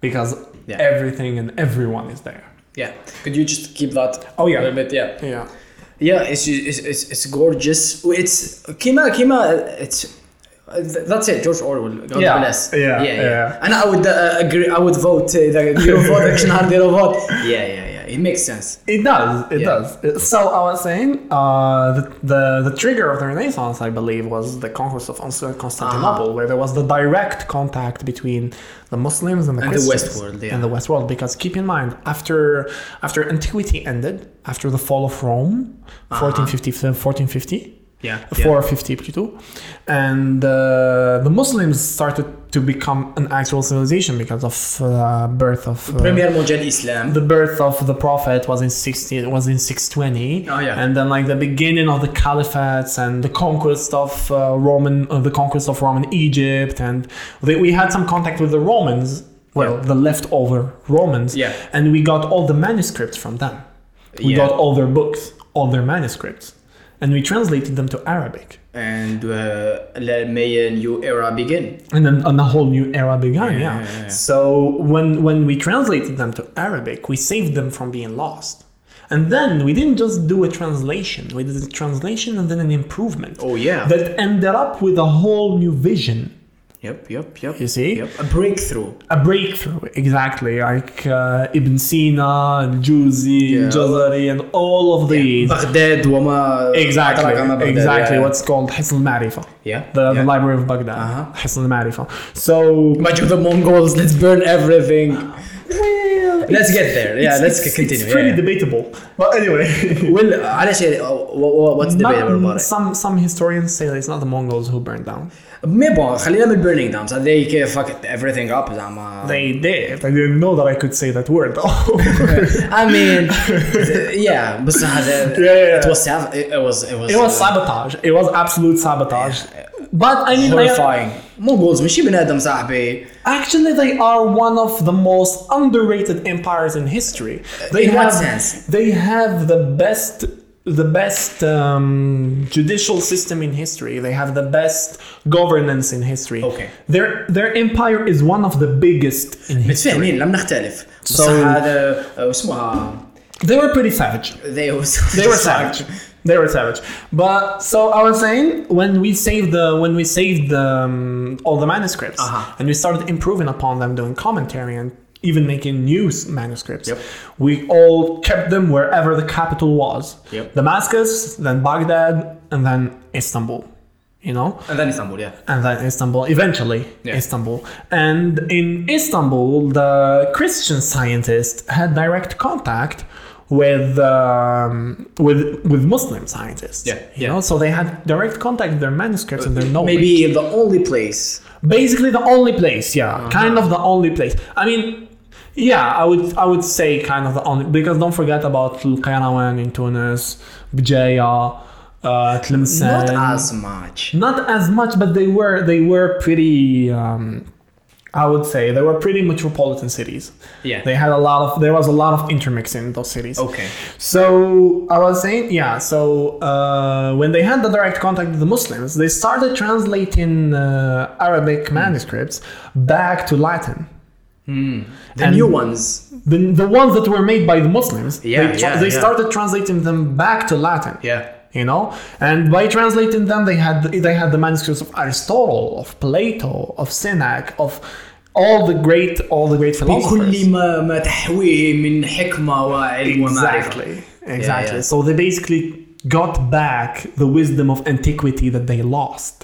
B: because
A: Yeah.
B: everything and everyone is there.
A: yeah could you just keep that
B: Oh, yeah.
A: a little bit yeah
B: Yeah.
A: yeah it's it's it's, it's gorgeous it's كيما كيما it's That's it, George Orwell. God
B: Yeah.
A: bless. yeah,
B: Yeah, yeah.
A: And I would uh, agree. I would vote. Uh,
B: [LAUGHS]
A: the Euro vote, action hard Euro vote. Yeah, yeah, yeah. It makes sense.
B: It does. It
A: Yeah.
B: does. So I was saying, uh, the, the the trigger of the Renaissance, I believe, was the conquest of Const- Constantinople,
A: Ah.
B: where there was the direct contact between the Muslims and the
A: And the
B: Christians
A: West World, yeah.
B: and the West world. Because keep in mind, after after antiquity ended, after the fall of Rome, uh, 1450, 1450.
A: Uh-huh. Yeah,
B: 450 Pluto, and uh, the Muslims started to become an actual civilization because of uh, birth of uh,
A: Premier Mondial Islam.
B: the birth of the prophet was in 16 was in 620
A: Oh, yeah.
B: and then like the beginning of the caliphates and the conquest of uh, roman uh, the conquest of roman egypt and they, we had some contact with the romans well
A: Yeah.
B: the leftover romans
A: Yeah.
B: and we got all the manuscripts from them we
A: Yeah.
B: got all their books all their manuscripts and we translated them to arabic
A: and uh, let- may a new era begin.
B: and then and a whole new era began. Yeah.
A: yeah, yeah.
B: So when when we translated them to Arabic, we saved them from being lost. And then we didn't just do a translation. We did a translation and then an improvement.
A: Oh, yeah.
B: That ended up with a whole new vision
A: Yep, yep, yep.
B: You see?
A: Yep. A breakthrough.
B: a breakthrough exactly like uh, ibn sina and juzi and jazari and all of these
A: بغداد وما
B: exactly
A: أدراك ما بغداد.
B: exactly
A: Yeah.
B: what's called حصن المعرفه
A: Yeah,
B: the, the
A: yeah.
B: library of baghdad
A: Uh-huh.
B: حصن المعرفه so
A: much of the Mongols. Let's burn everything.
B: well,
A: Let's get there. Yeah,
B: it's-
A: let's
B: it's-
A: continue.
B: it's pretty
A: Yeah.
B: debatable but anyway
A: Well, معلش يعني uh, wha- wha- what's debatable
B: Not-
A: about it?
B: some some historians say that it's not the mongols who burned down
A: ميبون خلينا من burning down. So they can fuck it, everything up زعما.
B: they did i didn't know that i could say that word
A: [LAUGHS]
B: though
A: I mean, [LAUGHS] yeah, بس هذا
B: yeah, yeah.
A: it was sav- it was it was
B: it was
A: uh,
B: sabotage it was absolute sabotage but i mean I-
A: horrifying. Mongols ماشي بنادم صاحبي.
B: Actually, they are one of the most underrated empires in history. They
A: in what
B: have,
A: sense?
B: They have the best, the best um, judicial system in history. They have the best governance in history.
A: Okay.
B: Their their empire is one of the biggest in history.
A: متفاهمين لم نختلف. بس
B: So-
A: هذا uh, اسمها
B: They were pretty savage.
A: [LAUGHS] they was
B: They were savage. They were savage. But so I was saying when we saved the when we saved the, um, all the manuscripts
A: Uh-huh.
B: and we started improving upon them, doing commentary and even making new s- manuscripts.
A: Yep.
B: We all kept them wherever the capital was.
A: Yep.
B: Damascus, then Baghdad, and then Istanbul. You know,
A: And then Istanbul, yeah.
B: and then Istanbul, eventually
A: Yeah.
B: Istanbul. And in Istanbul, the Christian scientist had direct contact with um, with with Muslim scientists.
A: Yeah, yeah.
B: you
A: Uh,
B: know, so they had direct contact with their manuscripts and their knowledge.
A: Maybe the only place.
B: basically the only place. Yeah,
A: Uh-huh.
B: kind of the only place. I mean. Yeah, I would I would say kind of the only because don't forget about Al Qayrawan in Tunis, Bijaya, uh, Tlemcen.
A: Not as much.
B: Not as much, but they were they were pretty. Um, I would say they were pretty metropolitan cities.
A: Yeah.
B: They had a lot of there was a lot of intermixing in those cities.
A: Okay.
B: So I was saying, yeah. So uh, when they had the direct contact with the Muslims, they started translating uh, Arabic
A: Hmm.
B: manuscripts back to Latin.
A: Hmm. The
B: And-
A: new ones.
B: The, the ones that were made by the Muslims,
A: Yeah,
B: they,
A: yeah,
B: they
A: yeah.
B: started translating them back to Latin
A: Yeah.
B: you know and by translating them they had they had the manuscripts of aristotle of plato of Seneca, of all the great all the great
A: بكل
B: philosophers
A: ما ما تحويه من حكمة وعلم ومعرفة.
B: exactly exactly
A: yeah.
B: so they basically got back the wisdom of antiquity that they lost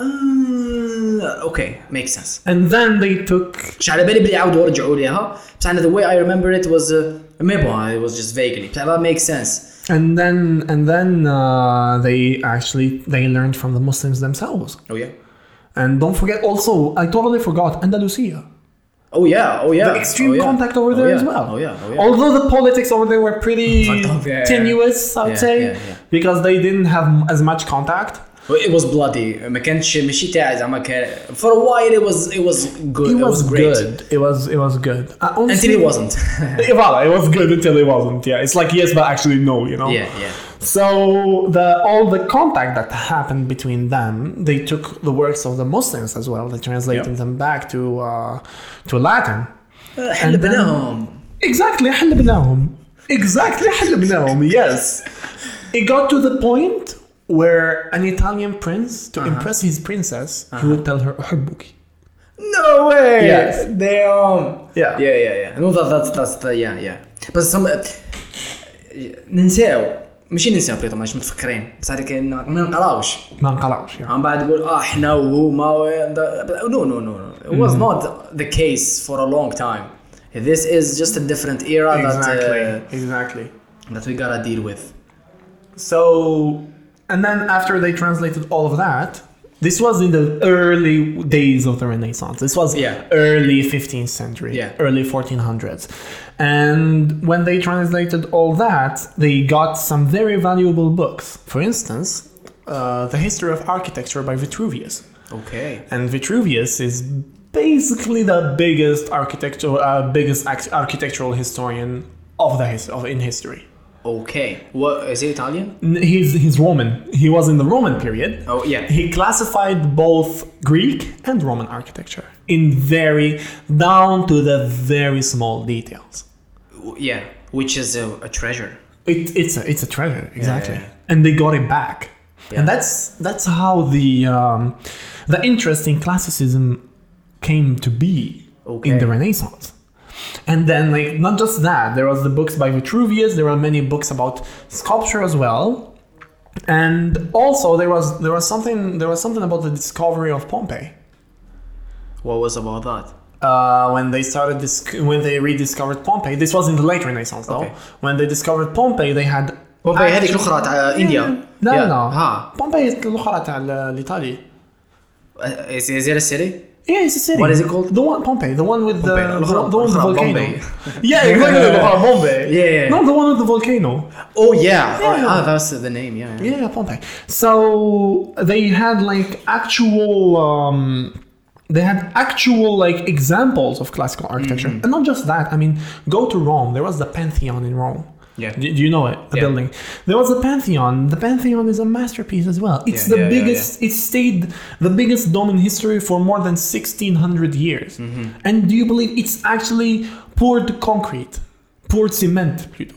A: Uh, okay, makes sense.
B: and then they took
A: مش على بالي بلي يعاودوا يرجعوا ليها بس انا the way I remember it was uh, maybe it was just vaguely بس that makes sense.
B: and then and then uh, they actually they learned from the muslims themselves
A: Oh yeah.
B: and don't forget also i totally forgot andalusia
A: Oh yeah, oh yeah.
B: the extreme
A: oh, yeah.
B: contact over
A: Oh,
B: there
A: yeah.
B: as well.
A: Oh yeah, oh yeah.
B: Although the politics over there were pretty
A: Fucked up, [LAUGHS] yeah, yeah.
B: tenuous, I'd
A: Yeah,
B: say,
A: yeah, yeah.
B: because they didn't have m- as much contact.
A: Oh, It was bloody ما كانش ماشي تاعي زعما كان for a while it was it was good
B: It was,
A: great
B: good. It was it was good. I honestly-
A: until it wasn't.
B: [LAUGHS]
A: [LAUGHS]
B: Yeah, Voilà, it was good until it wasn't. Yeah, it's like yes, but actually no. You know.
A: yeah, yeah.
B: So the all the contact that happened between them, they took the works of the Muslims as well. They translated
A: Yeah.
B: them back to uh, to Latin.
A: احنا
B: And then-
A: بناهم
B: Exactly, حلبناهم. Exactly, حلبناهم. Yes. It got to the point where an Italian prince, to impress his princess, he would tell her أحبك.
A: No way!
B: Yes.
A: Damn!
B: Yeah.
A: Yeah, yeah, yeah. No, that, that's, that's the, yeah, yeah. بس some... uh, ننساو ماشي ننساو بليطو ماناش متفكرين بس هذيك ما ما نقراوش
B: ما انقلعش يعني.
A: عم بعد يقول اه احنا وهو ما نو نو نو it was
B: Mm-hmm.
A: not the case for a long time this is just a different era that
B: Exactly. Exactly.
A: uh, that we gotta deal with
B: So, and then after they translated all of that, this was in the early days of the Renaissance. This was
A: Yeah.
B: early 15th century,
A: Yeah.
B: early 1400s. And when they translated all that, they got some very valuable books. For instance, uh, The History of Architecture by Vitruvius.
A: okay
B: And Vitruvius is basically the biggest architectural, uh, biggest ac- architectural historian of the his- of in history.
A: okay what is it Italian
B: N- He's he's Roman. He was in the Roman period.
A: Oh, yeah.
B: He classified both Greek and Roman architecture in very down to the very small details.
A: yeah which is a, a treasure
B: It, it's a it's a treasure exactly,
A: yeah.
B: and they got it back.
D: Yeah.
B: And that's that's how the um, the interest in classicism came to be
D: Okay.
B: in the Renaissance. And then, like, not just that, there was the books by Vitruvius. There are many books about sculpture as well, and also there was there was something there was something about the discovery of Pompeii
D: What was about that?
B: uh, when they started this, when they rediscovered Pompeii. This was in the late Renaissance, though.
D: Okay.
B: When they discovered Pompeii, they had
A: بومباي هذيك الاخرى تاع انديا
B: إيه. لا
D: Yeah.
B: لا
A: ها.
B: ها بومباي الاخرى تاع ال- الايطالي
A: زير إيه، السيري
B: Yeah, it's a city.
A: What is it called?
B: The one Pompeii, the one with the,
A: Pompeii,
B: the,
A: الأخرى-
B: the one with the
A: الأخرى
B: volcano.
A: Bombay.
B: yeah, exactly. the one- Bombay.
A: [LAUGHS] Yeah.
B: No, the one with the volcano.
A: Oh yeah.
B: Yeah.
A: Ah, that's the name. Yeah.
B: Yeah, yeah, Pompeii. So they had like actual, um, they had actual like examples of classical architecture,
A: Mm-hmm.
B: and not just that. I mean, go to Rome. There was the Pantheon in Rome.
A: Yeah.
B: Do, do you know it? The
A: Yeah.
B: building. There was the Pantheon. The Pantheon is a masterpiece as well. It's
A: Yeah,
B: the
A: yeah, yeah,
B: biggest. It stayed the biggest dome in history for more than sixteen hundred years.
A: Mm-hmm.
B: And do you believe it's actually poured concrete, poured cement, Pluto?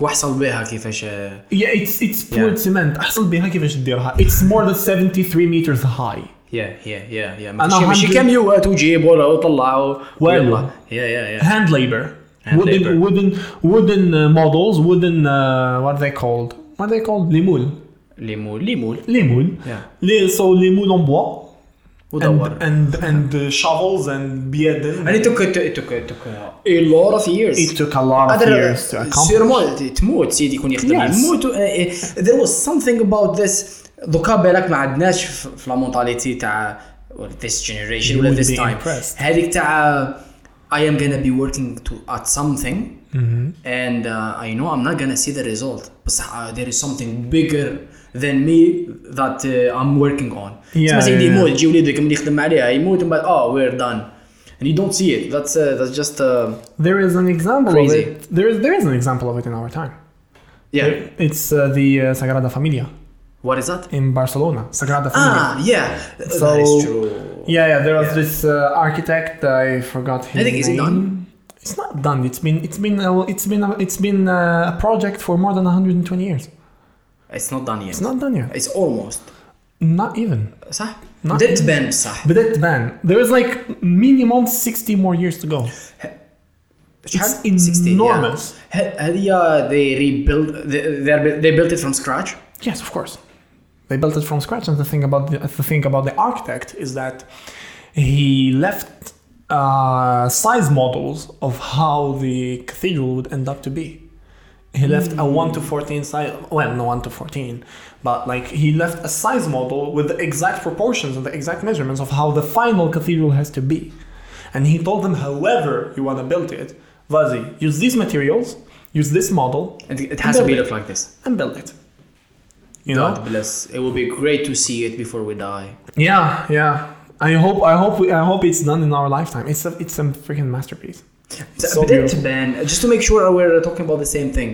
A: واحصل بها كيفاش آه،
B: Yeah, it's it's poured
A: Yeah.
B: cement. احصل بها كيفاش ديرها. It's more than 73 meters high.
A: يا يا يا يا
B: أنا
A: ماشي ماشي
B: عندي-
A: كاميوات وجيب ولا وطلع و- ويلا
B: والله.
A: يا يا يا
B: Hand labor.
A: Hand
B: wooden,
A: labor.
B: wooden wooden uh, models, wooden uh, what are they called? What are they called? Les moules.
A: ليمول ليمول
B: Les moules.
A: Yeah.
B: Les, so les moules en bois and
A: ودور
B: and, and uh, shovels and
A: يعني
B: بيد.
A: توك توك توك توك a lot of years
B: It took a lot of
A: قدر
B: years to accomplish.
A: سيرمون تموت سيدي يكون يخدم
B: Yes.
A: يموت آه، آه، eh, there was something about this دوكا بالك ما عندناش ف- في لا مونتاليتي تاع well, this generation
B: You
A: ولا
B: would
A: this
B: be
A: time
B: impressed.
A: هذيك تاع I am gonna be working to at something
B: Mm-hmm.
A: and uh, I know I'm not gonna see the result بصح uh, there is something bigger than me that uh, I'm working on
B: Yeah,
A: تسمى سيدي
B: yeah, yeah.
A: يموت يجي وليدك ملي يخدم عليها يموت ومن بعد اه "Oh, we're done and you don't see it that's uh, that's just uh,
B: There is an example
A: Crazy.
B: of it. There is there is an example of it in our time.
A: yeah
B: It's uh, the uh, Sagrada Familia
A: what is that
B: in Barcelona. Sagrada Familia.
A: Ah, yeah.
B: So-
A: that is true.
B: Yeah, yeah. There was
A: Yeah.
B: this uh, architect. I forgot his
A: I think
B: name.
A: it's done.
B: It's not done. It's been it's been uh, it's been uh, it's been uh, a project for more than 120 years.
A: It's not done yet.
B: It's not done yet.
A: It's almost.
B: Not even.
A: صح؟
B: Not-
A: بدات تبان بصح.
B: But that man, there is like minimum 60 more years to go.
A: شحال؟
B: It's
A: 60, yeah.
B: enormous.
A: ه- هذه they rebuilt they, they're- they built it from scratch.
B: Yes, of course. They built it from scratch, and the thing about the, the thing about the architect is that he left uh, size models of how the cathedral would end up to be. He left a one to fourteen size. Well, no one to fourteen, but like he left a size model with the exact proportions and the exact measurements of how the final cathedral has to be. And he told them, however you want to build it, Vazi, use these materials, use this model,
A: It, it has to be
B: Built it.
A: look like this.
B: and build it. You know.
A: God bless. It will be great to see it before we die.
B: Yeah, yeah. I hope, I hope, we, I hope it's done in our lifetime. It's a, it's a freaking masterpiece. So
A: بدات
B: beautiful.
A: تبان just to make sure we're talking about the same thing.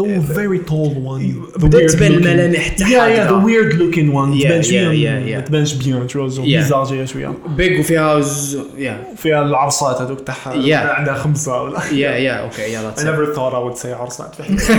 B: The very tall one. The
A: بدأت
B: weird
A: تبان
B: looking-
A: الملامح تاعها
B: Yeah, yeah. The
A: تبع.
B: weird looking one.
A: Yeah,
B: تبانش
A: yeah,
B: بيهم-
A: yeah, yeah.
B: تبانش بيهم تروزو
A: Yeah.
B: بيزاجي شوية.
A: Big وفيها ز... yeah
B: فيها العرصات هذوك تاعها
A: Yeah.
B: عندها خمسة ولا.
A: yeah yeah okay yeah that's
B: I
A: it.
B: never thought I would say
A: [LAUGHS]
B: عرصات في حياتي.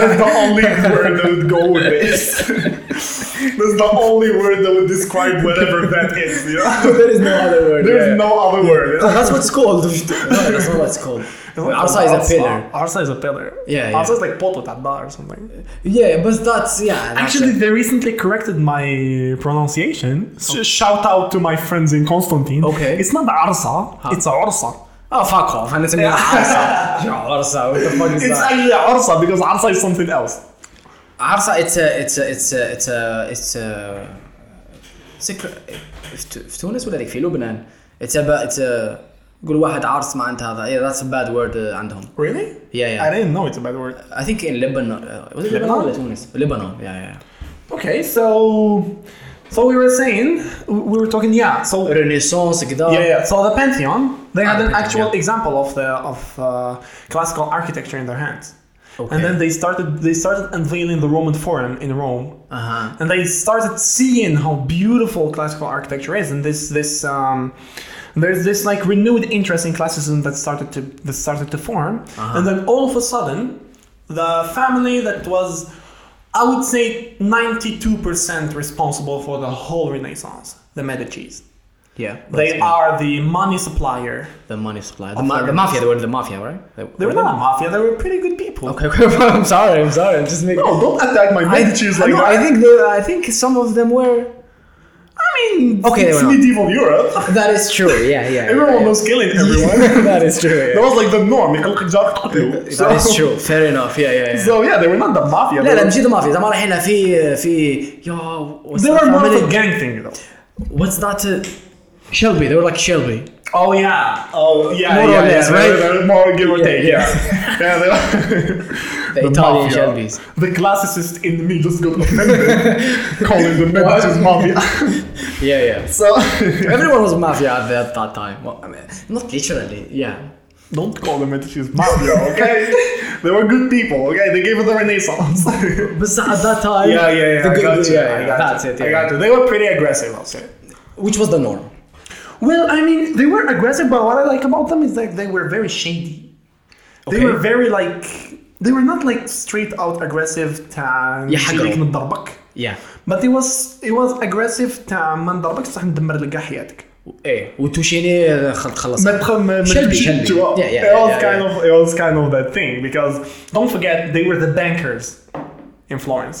B: That's the only word that would go with
A: [LAUGHS]
B: this. That's the only word that would describe whatever that is. You [LAUGHS] know?
A: There is no other word.
B: There's
A: yeah.
B: no other word. you know?
A: That's what it's called. [LAUGHS] no, that's not what it's
B: [LAUGHS]
A: called. Arsa is a pillar.
B: Arsa is a pillar.
A: Yeah, yeah.
B: Arsa is like Porto Tadda or something.
A: Yeah, but that's yeah. that's
B: Actually,
A: it.
B: they recently corrected my pronunciation. So Shout out to my friends in Constantine.
A: Okay.
B: It's not Arsa, it's Arsa.
A: oh fuck off! And it's me. Arsa, [LAUGHS] Yeah, Arsa. What the fuck is
B: It's
A: that?
B: actually Arsa because Arsa is something else.
A: Arsa. It's a. It's a. It's a. It's a. It's a. It's a. في تونس ولا ديك في لبنان. It's a. ba- It's a. قول واحد عرس معناتها هذا. Yeah, that's a bad word uh, عندهم.
B: Really?
A: Yeah, yeah.
B: I didn't know it's a bad word.
A: I think in Lebanon. Uh, was it Lebanon
B: Lebanon?
A: ولا تونس؟ Lebanon. Yeah, yeah.
B: Okay, so. So we were saying, we were talking, yeah. So
A: Renaissance كذا.
B: Yeah, yeah. So the Pantheon, they
A: Ah,
B: had
A: the
B: an
A: Pantheon,
B: actual
A: yeah.
B: example of the of uh, classical architecture in their hands,
A: Okay.
B: and then they started they started unveiling the Roman Forum in Rome,
A: Uh-huh.
B: and they started seeing how beautiful classical architecture is, and this this um, there's this like renewed interest in classicism that started to that
A: Uh-huh.
B: started to form, and then all of a sudden, the family that was I would say 92% responsible for the whole Renaissance, the Medici's.
A: Yeah.
B: They are the money supplier.
A: The money supply. The, ma- the mafia. They were the mafia, right? They,
B: They were not a mafia, they were pretty good people.
A: [LAUGHS] Okay, okay. I'm sorry. I'm sorry. I'm just making.
B: No, Oh, don't attack my Medici's
A: I,
B: like
A: know,
B: that.
A: I think they, I think some of them were.
B: I mean,
A: Okay,
B: it's
A: they were not.
B: medieval [LAUGHS] Europe.
A: That is true. Yeah, yeah.
B: [LAUGHS] Everyone was killing everyone.
A: [LAUGHS] that is true.
B: [LAUGHS] That was like the norm. You could just [LAUGHS] kill.
A: That is true. Fair enough. Yeah, yeah. yeah.
B: So yeah, they were not the mafia.
A: لا
B: they
A: لا
B: were-
A: مش ذا مافيا زعما الحين في في يا what's
B: They
A: that
B: were more of a
A: family-
B: gang thing though.
A: what's that uh, Shelby they were like Shelby
B: Oh yeah. Oh yeah.
A: More or
B: yeah,
A: less,
B: yeah.
A: right?
B: They're, they're more give or
A: Yeah,
B: take.
A: yeah.
B: [LAUGHS] Yeah. yeah. they-
A: The Italian Shelbies.
B: The classicist in me just got [LAUGHS] offended, calling the Medici's mafia.
A: yeah yeah
B: [LAUGHS] so [LAUGHS]
A: everyone was mafia at that, that time well, I mean, not literally yeah
B: don't call the Medici's mafia, [LAUGHS] okay? they were good people, okay? They gave us the Renaissance. [LAUGHS] yeah,
A: but at
B: [LAUGHS]
A: that time
B: yeah, yeah.
A: the
B: I
A: good-
B: got you.
A: yeah,
B: I
A: yeah,
B: got
A: that's
B: you.
A: it
B: I
A: yeah.
B: got you. They were pretty aggressive, I'll say.
A: which was the norm
B: Well, I mean, they were aggressive, but what I like about them is that they were very shady. They
A: Okay.
B: were very like they were not like straight out aggressive تاع
A: يحقروا.
B: نشيلك من ضربك.
A: yeah
B: But it was it was aggressive تاع ما نضربك بصح ندمر لك كاع حياتك.
A: ايه وتوشيني آه، خل- تخلص
B: ما تخ- ما- ما
A: شلبي،
B: تمشيش
A: شلبي.
B: جوا.
A: Yeah, yeah,
B: It was
A: yeah,
B: kind
A: yeah.
B: of it was kind of that thing because don't forget they were the bankers in Florence.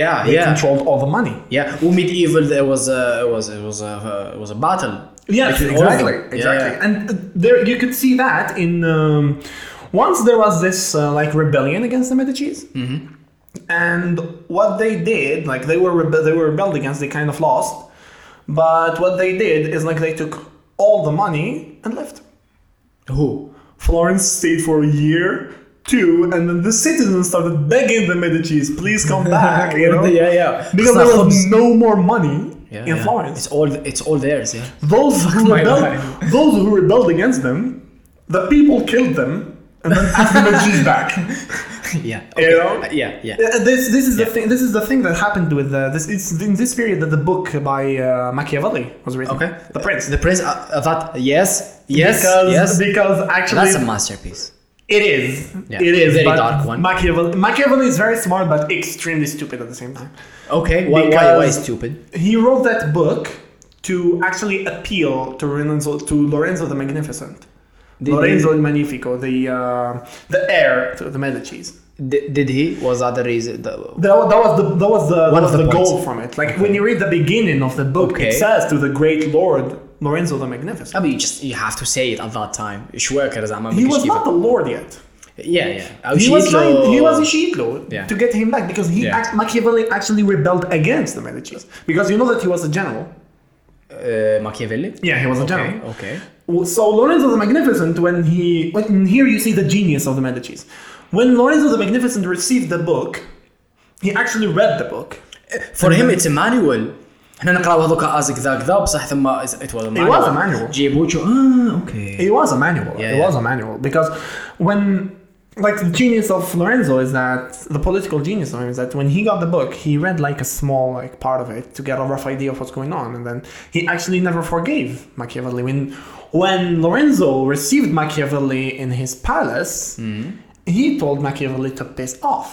A: yeah
B: They
A: yeah
B: controlled all the money.
A: Yeah, well, medieval there was a it was it was a uh, it was a battle.
B: Yes,
A: between all of them.
B: exactly,
A: Yeah,
B: exactly. And uh, there you could see that in um, once there was this uh, like rebellion against the Medici's,
A: Mm-hmm.
B: and what they did, like they were rebe- they were rebelled against, they kind of lost, but what they did is like they took all the money and left.
A: yeah. Who?
B: Florence stayed for a year. Two, and then the citizens started begging the Medici's, please [LAUGHS] come back. You know?
A: Yeah, yeah.
B: Because
A: It's
B: there
A: not
B: was
A: Hobbes.
B: no more money
A: Yeah,
B: in
A: yeah.
B: Florence
A: It's all it's all theirs.
B: [LAUGHS]
A: Yeah.
B: those who
A: my
B: rebelled,
A: God.
B: [LAUGHS] those who rebelled against them, the people killed them and then asked the [LAUGHS] Medici's back.
A: yeah.
B: You know?
A: Yeah, yeah.
B: Uh, This, this is the thing. This is the thing that happened with uh, this. It's in this period that the book by uh, Machiavelli was written.
A: Okay.
B: the Prince.
A: The prince. Uh, uh, that yes, yes,
B: because,
A: yes.
B: because actually
A: That's a masterpiece.
B: it is.
A: Yeah,
B: It is
A: very
B: but
A: dark one.
B: Machiavelli. Machiavelli is very smart but extremely stupid at the same time.
A: Okay. Why? Why?
B: Because-
A: Why stupid?
B: He wrote that book to actually appeal to Lorenzo, to Lorenzo the Magnificent.
A: Did
B: Lorenzo il Magnifico, the uh, the heir to the Medici's.
A: he, did, did he? Was that the reason? The,
B: That, wa- that was the that was the, that
A: One
B: was
A: of
B: the,
A: the points.
B: goal from it. Like when you read the beginning of the book, it
A: Okay.
B: says to the great lord Lorenzo the
A: I
B: Magnificent.
A: mean, you just you have to say it at that time. Schwerker, I'm
B: He was not the lord yet.
A: Yeah, Oh, uh, yeah.
B: He was trying, he was Ishitlo
A: Yeah.
B: to get him back because he
A: Yeah.
B: act, Machiavelli actually rebelled against the Medici's because you know that he was a general.
A: uh, Machiavelli.
B: Yeah, he was a general.
A: Okay. Okay.
B: Well, So Lorenzo the Magnificent, when he when and here you see the genius of the Medici's. When Lorenzo the Magnificent received the book, he actually read the book.
A: فور هيم اتس مانوال احنا نقراو هذوك ازك ذاك ذا بصح ثم ات واز
B: was a manual.
A: جيبوا شو اه اوكي
B: It was a manual.
A: Yeah,
B: it
A: yeah.
B: was a manual because when like the genius of Lorenzo is that the political genius of him is that when he got the book, he read like a small like part of it to get a rough idea of what's going on, and then he actually never forgave Machiavelli. When when Lorenzo received Machiavelli in his palace,
A: Mm-hmm.
B: he told Machiavelli to piss off.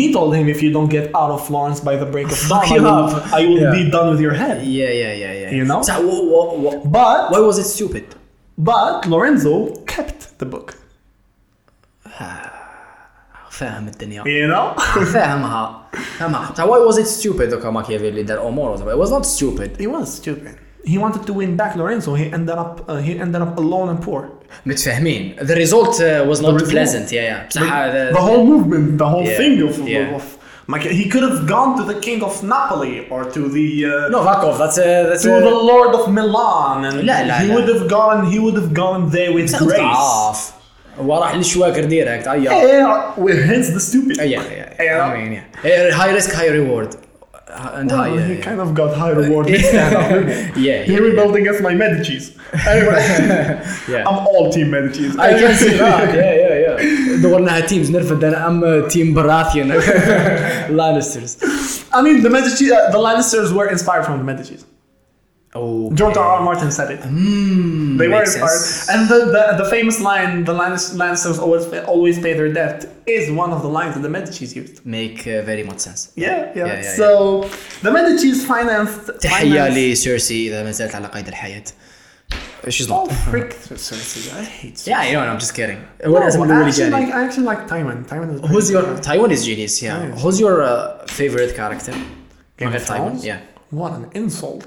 B: He told him, "If you don't get out of Florence by the break
A: [LAUGHS]
B: of dawn,
A: Fuck
B: I
A: you
B: will,
A: up."
B: I will
A: Yeah.
B: be done with your head."
A: يا يا يا يا
B: You know?
A: بصح واي
B: But
A: واز ات ستوبيد
B: but Lorenzo kept the book.
A: فاهم الدنيا
B: You know?
A: فاهمها فاهمها بصح واي واز ات ستوبيد دوكا ماكيافيلي دار امور it was not stupid
B: he was stupid. He wanted to win back Lorenzo. He ended up uh, he ended up alone and poor.
A: متفاهمين the result uh, was not
B: result.
A: pleasant yeah yeah بصح
B: the
A: هذا-
B: whole movement, the whole
A: Yeah,
B: thing of,
A: yeah.
B: of, Mike- he could have gone to the king of Napoli or to the uh,
A: no fuck off that's a that's
B: to
A: a
B: the lord of Milan, and
A: لا- لا-
B: he
A: لا.
B: would have gone. He would have gone there with
A: بصح
B: grace.
A: ضعاف وراح للشواكر ديريكت عيار
B: Yeah, uh, well, hence the stupid.
A: Oh,
B: Eh, uh,
A: Yeah, yeah, yeah. I mean, yeah. High risk, high reward. Uh, And high.
B: Well,
A: yeah,
B: Oh, he
A: yeah.
B: kind of got high reward
A: [LAUGHS]
B: this stand up, didn't he?
A: Yeah,
B: He
A: yeah,
B: rebelled against my
A: [LAUGHS]
B: Medici's. Anyway,
A: Yeah.
B: I'm all team Medici's.
A: I can see
B: [LAUGHS]
A: that. Yeah, yeah, yeah. دورناها تيمز نرفد انا ام تيم [LAUGHS] براثيون لانسترز
B: I mean, the Medici, uh, the Lannisters were inspired from the Medici's.
A: Oh.
B: George R. R. Martin said it.
A: Mm,
B: They were
A: makes
B: inspired.
A: sense.
B: And the, the, the famous line, the Lannis- Lannisters always always pay their debt, is one of the lines that the Medici's used.
A: Make uh, very much sense.
B: Yeah, yeah.
A: yeah, yeah.
B: so the Medici's
A: [LAUGHS]
B: financed.
A: تحية
B: financed-
A: لسيرسي إذا ما زالت على قيد الحياة. She's
B: Oh,
A: not.
B: frick, Cersei. I hate Cersei.
A: Yeah, you know, I'm just kidding.
B: No,
A: ولا لازم
B: I
A: الأول
B: Oh, actually
A: يجاني.
B: like, I actually like Tywin. Tywin is
A: Who's
B: pretty
A: your
B: good.
A: Taiwan is genius, yeah.
B: Nice.
A: Who's your uh, favorite character?
B: Game
A: Margaret
B: of
A: Tywin,
B: Thrones?
A: yeah.
B: What an insult.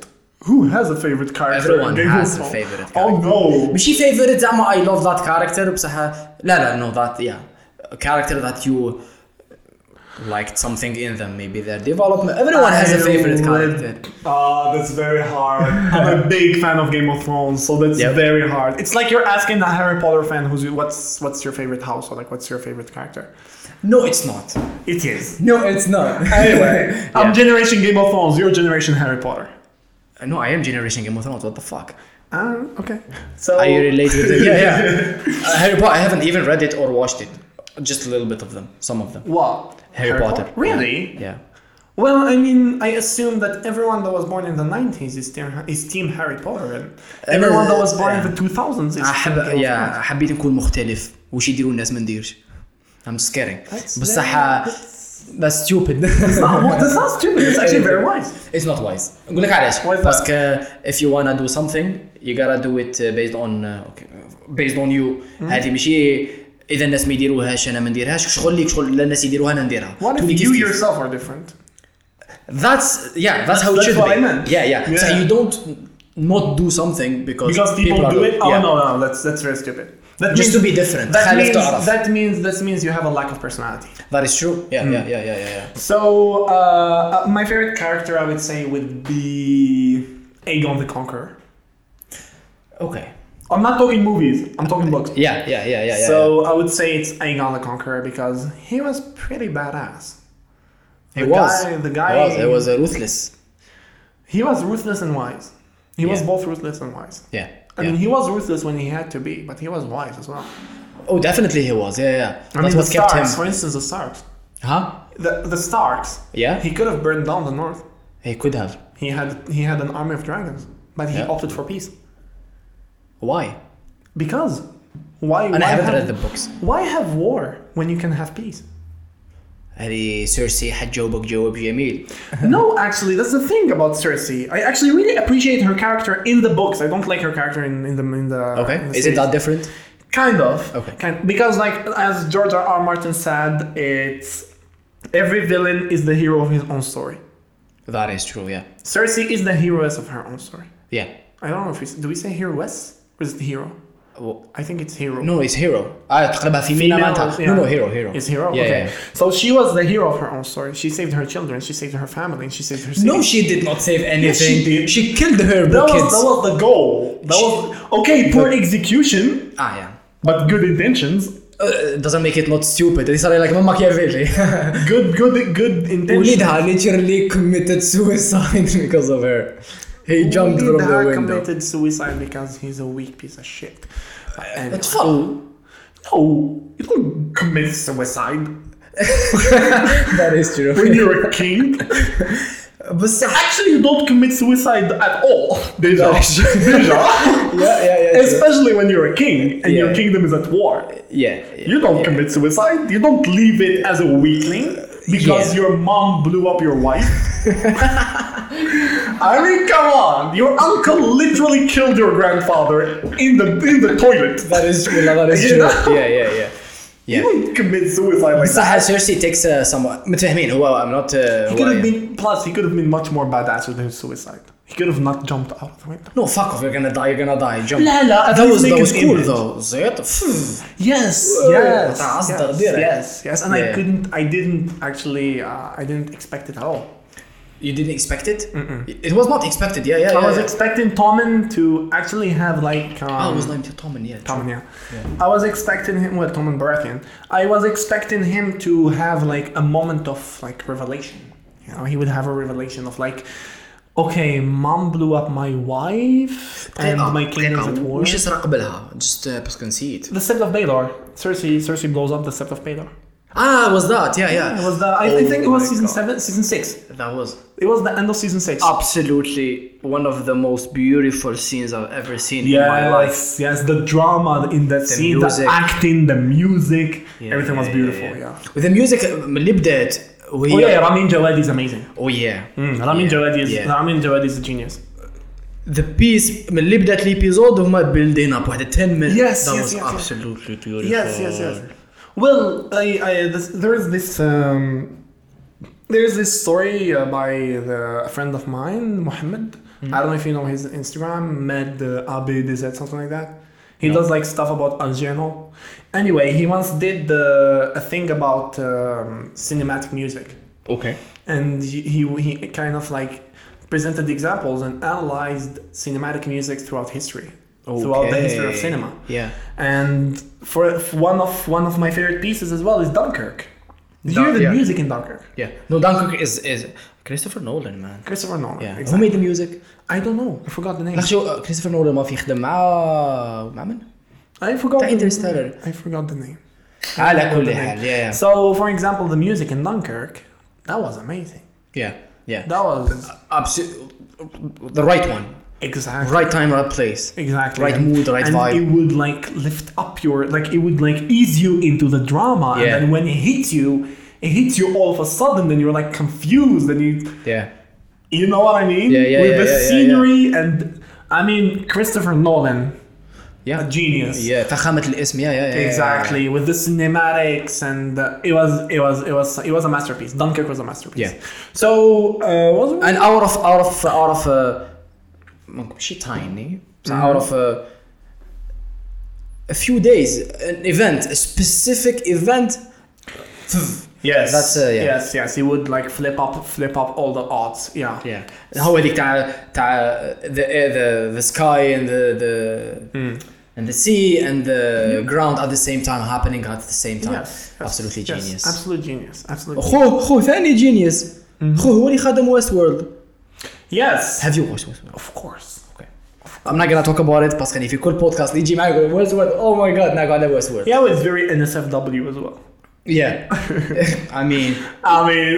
B: Who has a favorite character? in
A: Everyone
B: Game of
A: has a
B: Thrones?
A: favorite
B: Oh no.
A: ماشي favorite زعما I love that character بصح لا لا no that yeah a character that you liked something in them maybe their development everyone has a
B: I
A: favorite
B: read-
A: character
B: Ah, that's very hard. I'm a big fan of Game of Thrones, so that's
A: Yep.
B: very hard. It's like you're asking a Harry Potter fan who's what's what's your favorite house or like what's your favorite character.
A: no it's not
B: It is.
A: no it's [LAUGHS] not
B: Anyway, I'm
A: Yeah.
B: generation Game of Thrones. You're generation Harry Potter.
A: Uh, no I am generation Game of Thrones what the fuck
B: Ah, okay. So
A: are you related
B: [LAUGHS]
A: with them yeah yeah [LAUGHS] uh, Harry Potter I haven't even read it or watched it just a little bit of them some of them
B: What?
A: Harry, Potter
B: Really?
A: yeah, yeah.
B: Well, I mean, I assume that everyone that was born in the 90s is Team, is team Harry Potter, and everyone that was born in the 2000s is Team Game
A: احب
B: of
A: يا
B: Thrones.
A: حبيت نكون مختلف وش يديروا الناس ما نديرش I'm scaring
B: That's
A: بصح
B: very-
A: that's
B: [LAUGHS]
A: stupid
B: Ah, well, that's not stupid, it's actually very wise.
A: it's not wise نقول لك علاش
B: Why is that?
A: باسكو if you wanna do something you gotta do it uh, based on uh, okay, uh, based on you
B: Hmm?
A: هذه ماشي اذا الناس ما يديروهاش انا ما نديرهاش شغل ليك شغل لا الناس يديروها انا نديرها
B: What
A: تولي
B: if
A: كيف
B: you
A: كيف.
B: yourself are different?
A: that's yeah that's how it
B: That's
A: should
B: what
A: be
B: I meant.
A: yeah yeah
B: Yeah.
A: so you don't not do something because,
B: Because people,
A: are-
B: do it? Oh,
A: yeah.
B: no, no, that's, that's very stupid. That
A: Just to be different.
B: That
A: خالف
B: means,
A: تعرف.
B: that means that means you have a lack of personality.
A: that is true yeah
B: Hmm.
A: yeah yeah yeah yeah, yeah.
B: So, uh, uh, my favorite character, I would say, would be Aegon the Conqueror.
A: Okay.
B: I'm not talking movies, I'm talking books.
A: Yeah, yeah, yeah, yeah, yeah.
B: so I would say it's Aegon the Conqueror because he was pretty badass.
A: yeah.
B: the
A: it was.
B: guy- the
A: It
B: guy-
A: was. It was a ruthless.
B: He was ruthless and wise. He was
A: Yeah.
B: both ruthless and wise.
A: Yeah.
B: I
A: yeah.
B: mean, he was ruthless when he had to be, but he was wise as well.
A: oh, definitely he was. Yeah, yeah.
B: I
A: That's
B: mean,
A: what
B: the
A: kept
B: Starks,
A: him.
B: for instance, the Starks.
A: Huh?
B: The the Starks.
A: Yeah.
B: He could have burned down the North.
A: He could have.
B: He had he had an army of dragons, but he
A: Yeah.
B: opted for peace
A: Why?
B: because why?
A: And
B: why
A: I haven't
B: have,
A: read the books.
B: Why have war when you can have
A: [LAUGHS]
B: peace?
A: هذه سيرسي حتجاوبك جواب
B: [LAUGHS]
A: جميل.
B: no, actually, that's the thing about Cersei. I actually really appreciate her character in the books. I don't like her character in, in the in the.
A: Okay.
B: in
A: Is
B: the
A: it
B: series.
A: that different?
B: Kind of.
A: Okay.
B: Kind, because like as George R. R. Martin said, it's every villain is the hero of his own story.
A: That is true. Yeah.
B: Cersei is the heroess of her own story.
A: Yeah.
B: I don't know if we s- do we say heroess or is it hero?
A: Well,
B: I think it's hero.
A: no, it's hero. Ah, آه تقلبها في مينا معناتها.
B: yeah.
A: No, no, hero, hero.
B: It's hero.
A: Yeah,
B: okay.
A: yeah.
B: So she was the hero of her own story. She saved her children. She saved her family. She saved her. City.
A: No, she did not save anything.
B: did.
A: She killed her
B: that was,
A: kids.
B: that was the goal. That was okay. Poor execution,
A: Ah, yeah.
B: but good intentions.
A: Uh, doesn't make it not stupid. It's like
B: [LAUGHS]
A: Machiavelli.
B: Good, good, good intentions.
A: وليدها literally committed suicide [LAUGHS] because of her. He jumped from the
B: Leonard
A: window.
B: committed suicide because he's a weak piece of shit. But anyway.
A: fun.
B: No, you don't commit suicide
A: [LAUGHS] That is true.
B: when you're a [LAUGHS] king.
A: بصح
B: Actually, you don't commit suicide at all. [LAUGHS] Deja.
A: Gosh.
B: Deja.
A: yeah, yeah, yeah. true.
B: Especially when you're a king and your
A: Yeah.
B: kingdom is at war.
A: [LAUGHS] yeah, yeah.
B: You don't commit suicide. You don't leave it as a weakling because
A: Yeah.
B: your mom blew up your wife. [LAUGHS] I mean, come on! Your uncle literally killed your grandfather in the in the toilet.
A: That is true. That [LAUGHS] is
B: You
A: true.
B: know?
A: Yeah, yeah, [LAUGHS] yeah.
B: You
A: Yeah.
B: don't commit suicide like that.
A: بصح سيرسي takes uh, some متفاهمين هو I'm not uh,
B: He
A: هو-
B: could have been plus. He could have been much more badass with his suicide. He could have not jumped out of the window.
A: No, fuck off, you're gonna die, you're gonna die, jump.
B: لا، لا, at
A: that
B: least
A: was,
B: make
A: that
B: an
A: was cool
B: image.
A: though. زيت فف.
B: Yes,
A: Whoa,
B: yes,
A: that was the
B: yes,
A: direct.
B: yes, yes, and I
A: Yeah.
B: couldn't, I didn't actually, uh, I didn't expect it at all.
A: You didn't expect it? It was not expected, yeah, yeah,
B: I was
A: yeah. yeah.
B: expecting Tommen to actually have like. Um,
A: Ah, it was named Tommen, yeah.
B: Tommen, yeah. I was expecting him. Well, Tommen Baratheon. I was expecting him to have like a moment of like revelation. You know, he would have a revelation of like, okay, mom blew up my wife, and
A: دقيقة،
B: my kingdom's at
A: دقيقة،
B: war.
A: وش صرا قبلها؟ Just uh, باسكو نسيت.
B: The Sept of Baelor. Cersei, Cersei blows up the Sept of Baelor.
A: Ah, it was that. Yeah, yeah.
B: It was the, I, I
A: Oh
B: think it was
A: my
B: season
A: God.
B: seven, season six.
A: That was
B: It was the end of season six.
A: absolutely one of the most beautiful scenes I've ever seen in my life.
B: Yes, yes, the drama in that scene,
A: music.
B: the acting, the music, everything was
A: yeah,
B: beautiful.
A: yeah,
B: Yeah.
A: With the music من اللي بدات
B: Oh
A: وهي
B: yeah, Ramin Djawadi is amazing.
A: Oh yeah.
B: Mm, Ramin
A: Yeah,
B: Djawadi is
A: yeah.
B: Ramin Djawadi is a genius.
A: The piece من اللي بدات الابيزود هما building up واحد 10 minutes.
B: Yes,
A: that
B: yes,
A: was
B: yes, yes.
A: absolutely beautiful.
B: Yes, yes, yes. Well, I, I this, there is this um, there's this story uh, by the, a friend of mine, Mohammed. I don't know if you know his Instagram, Med uh, ABDZ, something like that. He does like stuff about Algerno. Anyway, he once did uh, a thing about um, cinematic music.
A: Okay.
B: and he, he he kind of like presented examples and analyzed cinematic music throughout history throughout the history of
A: Okay.
B: cinema
A: Yeah.
B: and for for one of one of my favorite pieces as well is dunkirk did you
A: Dun-
B: hear the
A: yeah.
B: music in dunkirk
A: Yeah. No, Dunkirk is is Christopher Nolan man.
B: christopher nolan
A: Yeah. uh, Who
B: exactly.
A: made the music?
B: i don't know i forgot the name
A: لاخ شو كريستوفر نولان ما في خدم مع مع من؟
B: i forgot
A: تاع
B: the-
A: Interstellar.
B: i forgot the name
A: على
B: I forgot
A: كل
B: the
A: حال
B: name.
A: يا
B: so for example the music in dunkirk that was amazing
A: يا يا
B: that was
A: the right one
B: exactly
A: right time right place
B: Exactly.
A: Right
B: and-
A: mood, right
B: and
A: vibe.
B: It would like lift up your like it would like ease you into the drama
A: Yeah.
B: and then when it hits you, it hits you all of a sudden then you're like confused and you
A: yeah
B: you know what I mean?
A: Yeah, yeah,
B: With
A: yeah,
B: the
A: yeah, yeah,
B: scenery and I mean Christopher Nolan, a
A: yeah
B: genius.
A: yeah فخامة الاسم يا يا يا
B: Exactly, with the cinematics and uh, it was it was it was it was a masterpiece. Dunkirk was a masterpiece.
A: Yeah.
B: So uh, what was it?
A: and out of out of out of uh, ما نقولش tiny بصح out of uh, a few days an event a specific event
B: yes,
A: that's, uh, yeah.
B: yes, yes. It would like flip up, flip up all the odds. Yeah.
A: yeah هو هذيك تاع تاع the air the the sky and the the and the sea and the ground at the same time happening at the same time
B: Yes, yes,
A: absolutely
B: yes,
A: genius Oh.
B: absolute genius. Absolute.
A: خو خو ثاني genius خو هو اللي خدم ويست وورلد
B: Yes.
A: have you watched Westworld?
B: Of course.
A: Okay. I'm not gonna talk about it باسكو في كل بودكاست اللي يجي معي يقول Westworld oh my god now gonna Westworld
B: Yeah, it's very NSFW as well.
A: [LAUGHS] yeah I mean [LAUGHS]
B: I mean,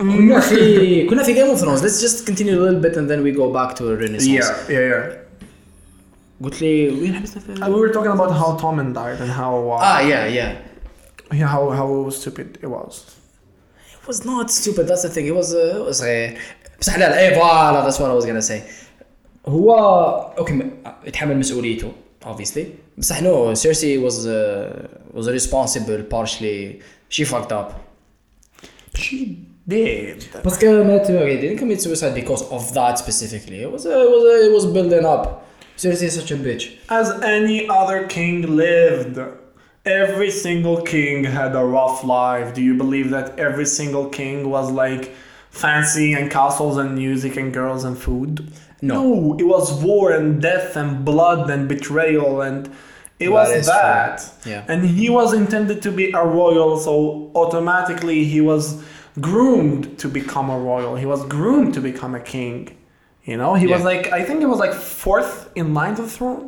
A: كنا في كنا في Game of Thrones let's just continue a little bit and then we go back to Renaissance
B: [LAUGHS] yeah, yeah, yeah.
A: قلت لي وين حبسنا في
B: And we were talking about how Tommen died and how uh,
A: ah yeah yeah
B: yeah, how how stupid it was.
A: It was not stupid, that's the thing, it was uh, it was صغير بصح لا لا اي فوالا that's what I was gonna say هو اوكي م- يتحمل مسؤوليته obviously بصح نو سيرسي was uh, was responsible partially she fucked up
B: She did.
A: باسكو مات okay, didn't commit suicide because of that specifically it was uh, it was uh, it was building up Cersei is such a bitch
B: As any other king lived. Every single king had a rough life. Do you believe that every single king was like fancy and castles and music and girls and food?
A: No.
B: it was war and death and blood and betrayal and it
A: is
B: was
A: true.
B: that.
A: Yeah.
B: And he was intended to be a royal, so automatically he was groomed to become a royal. He was groomed to become a king. You know, he was
A: Yeah.
B: like I think he was like fourth in line to the throne.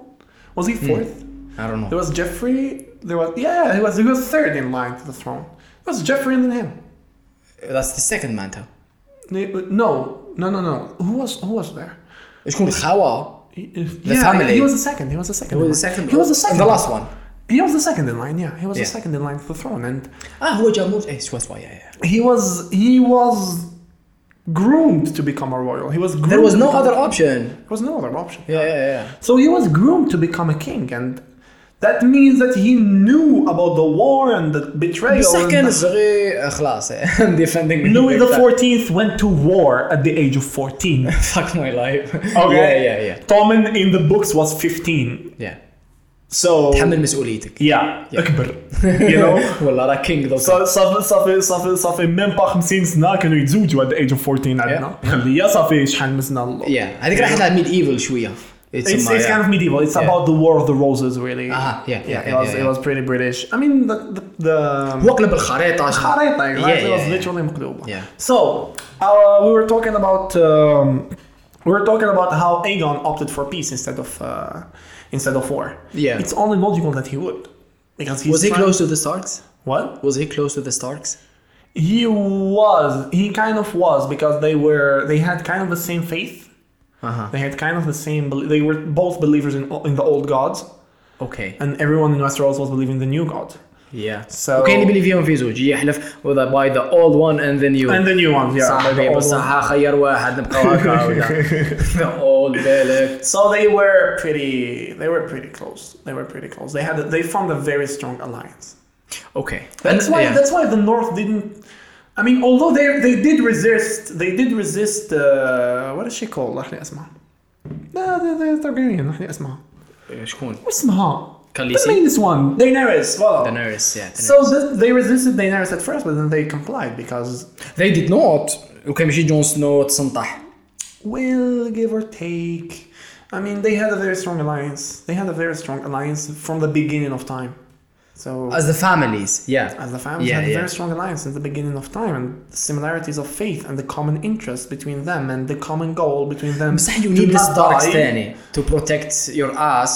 B: Was
A: Hmm.
B: he fourth?
A: I don't know
B: There was Jeffrey. There was yeah. He was he was third in line to the throne. It was Jeffrey and then him. uh,
A: that's the second manta
B: No, no, no, no. Who was who was there?
A: شكون الخاوة
B: He- uh, yeah,
A: family.
B: He was the second. He was the second.
A: He
B: in
A: was the
B: line.
A: second-
B: He was the second.
A: the last one.
B: He was the second in line. Yeah, he was the
A: Yeah.
B: second in line to the throne, and
A: اه هو جا موت ايه شوي شوي yeah, yeah.
B: he was he was groomed to become a royal. He was. Groomed
A: there was
B: to
A: no
B: become-
A: other option
B: There was no other option.
A: yeah yeah yeah
B: So he was groomed to become a king, and that means that he knew about the war and the betrayal.
A: بصح
B: and
A: كان
B: the-
A: صغير uh, خلاص [LAUGHS] ديفندينج
B: Louis the Fourteenth went to war at the age of fourteen.
A: [LAUGHS] fuck my life yeah yeah yeah
B: Tommen in the books was fifteen.
A: yeah
B: So
A: تحمل مسؤوليتك
B: yeah, أكبر. You
A: [LAUGHS]
B: know.
A: والله راك كينج
B: صافي صافي صافي صافي صافي ميم با 50 سنه كانوا يتزوجوا ات ايج اوف 14 عندنا خليها صافي شحال من سنه للور.
A: يا هذيك راحت على ميد ايفل شويه
B: It's, it's kind of medieval. It's
A: Yeah.
B: about the War of the Roses, really.
A: Ah, yeah, yeah,
B: it
A: yeah,
B: was
A: yeah,
B: it
A: yeah.
B: was pretty British. I mean, the the, the
A: وقلب الخريطه
B: خريطة, right?
A: Yeah,
B: it was
A: yeah, yeah.
B: literally مقلوبة.
A: Yeah.
B: So uh, we were talking about um, we were talking about how Aegon opted for peace instead of uh, instead of war.
A: Yeah.
B: It's only logical that he would because he's
A: was he
B: trying-
A: close to the Starks
B: What?
A: Was he close to the Starks?
B: He was. He kind of was because they were. They had kind of the same faith.
A: Uh-huh.
B: They had kind of the same. bel- They were both believers in in the old gods,
A: Okay.
B: and everyone in Westeros was believing the new god.
A: Yeah.
B: So-
A: وكاين اللي بيلي فيهم في زوج يحلف with the- by the old one and the new.
B: And the new ones, yeah. the
A: صاحبي
B: old
A: بصح
B: ones.
A: ها خير
B: [LAUGHS]
A: واحد نبقى هكا ولا. اول بالك.
B: So they were pretty. They were pretty close. They were pretty close. They had. A, they formed a very strong alliance.
A: Okay.
B: That's
A: And-
B: why.
A: yeah.
B: That's why the North didn't. I mean, although they they did resist. They did resist. Uh, what is she called? لحظة اسمها. لا لا لا Targaryen لحظة اسمها.
A: شكون؟
B: اسمها.
A: Khaleesi?
B: The mainest one. Daenerys. Voilà.
A: Daenerys, yeah. Daenerys.
B: So th- they resisted Daenerys at first, but then they complied because
A: they did not. وكان ماشي جون سنو تسنطح.
B: Well, give or take. I mean, they had a very strong alliance. They had a very strong alliance from the beginning of time. So, as,
A: As the families, yeah.
B: the families
A: yeah,
B: had a
A: yeah.
B: very strong alliance since the beginning of time, and the similarities of faith and the common interest between them and the common goal between them.
A: بصح you
B: to
A: need the
B: not
A: Starks
B: die.
A: ثاني to protect your ass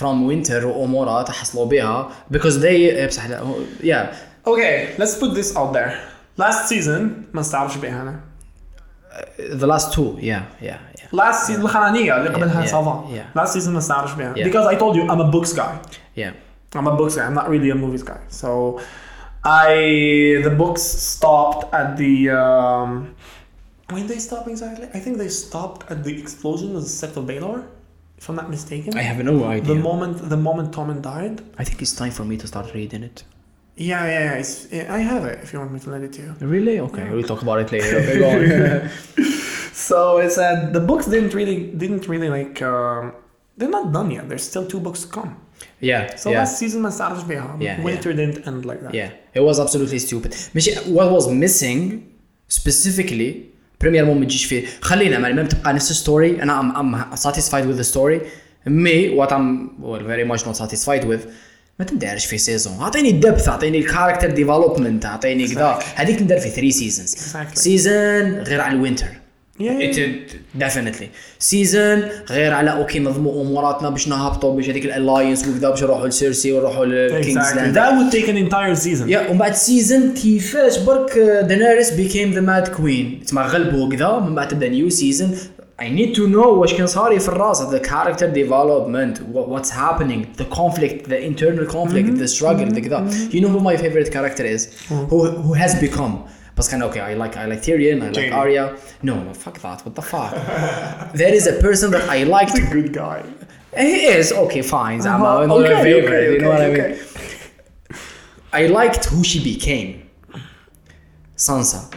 A: from winter وامورها تحصلوا بها because they بصح لا هو- yeah
B: Okay, let's put this out there. Last season, ما نستعرفش بها أنا.
A: the last two yeah yeah yeah
B: Last season الأخرانية اللي قبلها
A: yeah,
B: صافا.
A: yeah.
B: Last season ما نستعرفش بها.
A: Yeah.
B: Because I told you I'm a books guy.
A: yeah
B: I'm a books guy. I'm not really a movies guy. So I the books stopped at the um, when they stop exactly. I think they stopped at the explosion of the sect of Baelor, if I'm not mistaken.
A: I have no
B: the
A: idea
B: moment the moment Tommen died.
A: I think it's time for me to start reading it
B: Yeah, yeah, yeah, it's, yeah. I have it. If you want me to lend it to you.
A: really okay we'll talk about it later okay go on [LAUGHS]
B: So it's uh, the books didn't really didn't really like. Um, they're not done yet. There's still two books to come.
A: yeah
B: So
A: yeah
B: last season, Masarush Beha,
A: Yeah,
B: winter didn't end like that.
A: Yeah, it was absolutely stupid. ماشي what was missing specifically بريميرمون ما تجيش فيه خلينا ما ما تبقى نفس الستوري انا I'm, I'm satisfied with the story me what I'm well very much not satisfied with ما تندارش في سيزون اعطيني الدبث اعطيني الكاركتر ديفلوبمنت اعطيني كذا هذيك تندار في 3 سيزونز
B: Exactly.
A: سيزون غير على الوينتر
B: Yeah, yeah,
A: ديفينتلي سيزون غير على اوكي نظموا اموراتنا باش نهبطوا باش هذيك الالاينس وكذا باش نروحوا لسيرسي ونروحوا لكينجز
B: Exactly.
A: لاند
B: That would take an entire season.
A: يا ومن بعد سيزون كيفاش برك دينيريس بيكيم ذا ماد كوين تسمع غلبوا كذا من بعد تبدا نيو سيزون I need to know واش كان صاري في الراس the character development wha- what's happening the conflict the internal conflict the struggle the كذا
B: Mm-hmm.
A: you know who my favorite character is who who has become بس كان okay I like I like Tyrion I like
B: Jamie.
A: Arya no no fuck that what the fuck there is a person that
B: [LAUGHS]
A: I liked
B: He's a good guy.
A: he is okay fine زعما
B: Uh-huh.
A: not a
B: Okay,
A: favorite,
B: okay,
A: you know what I mean
B: okay, okay.
A: I liked who she became. Sansa.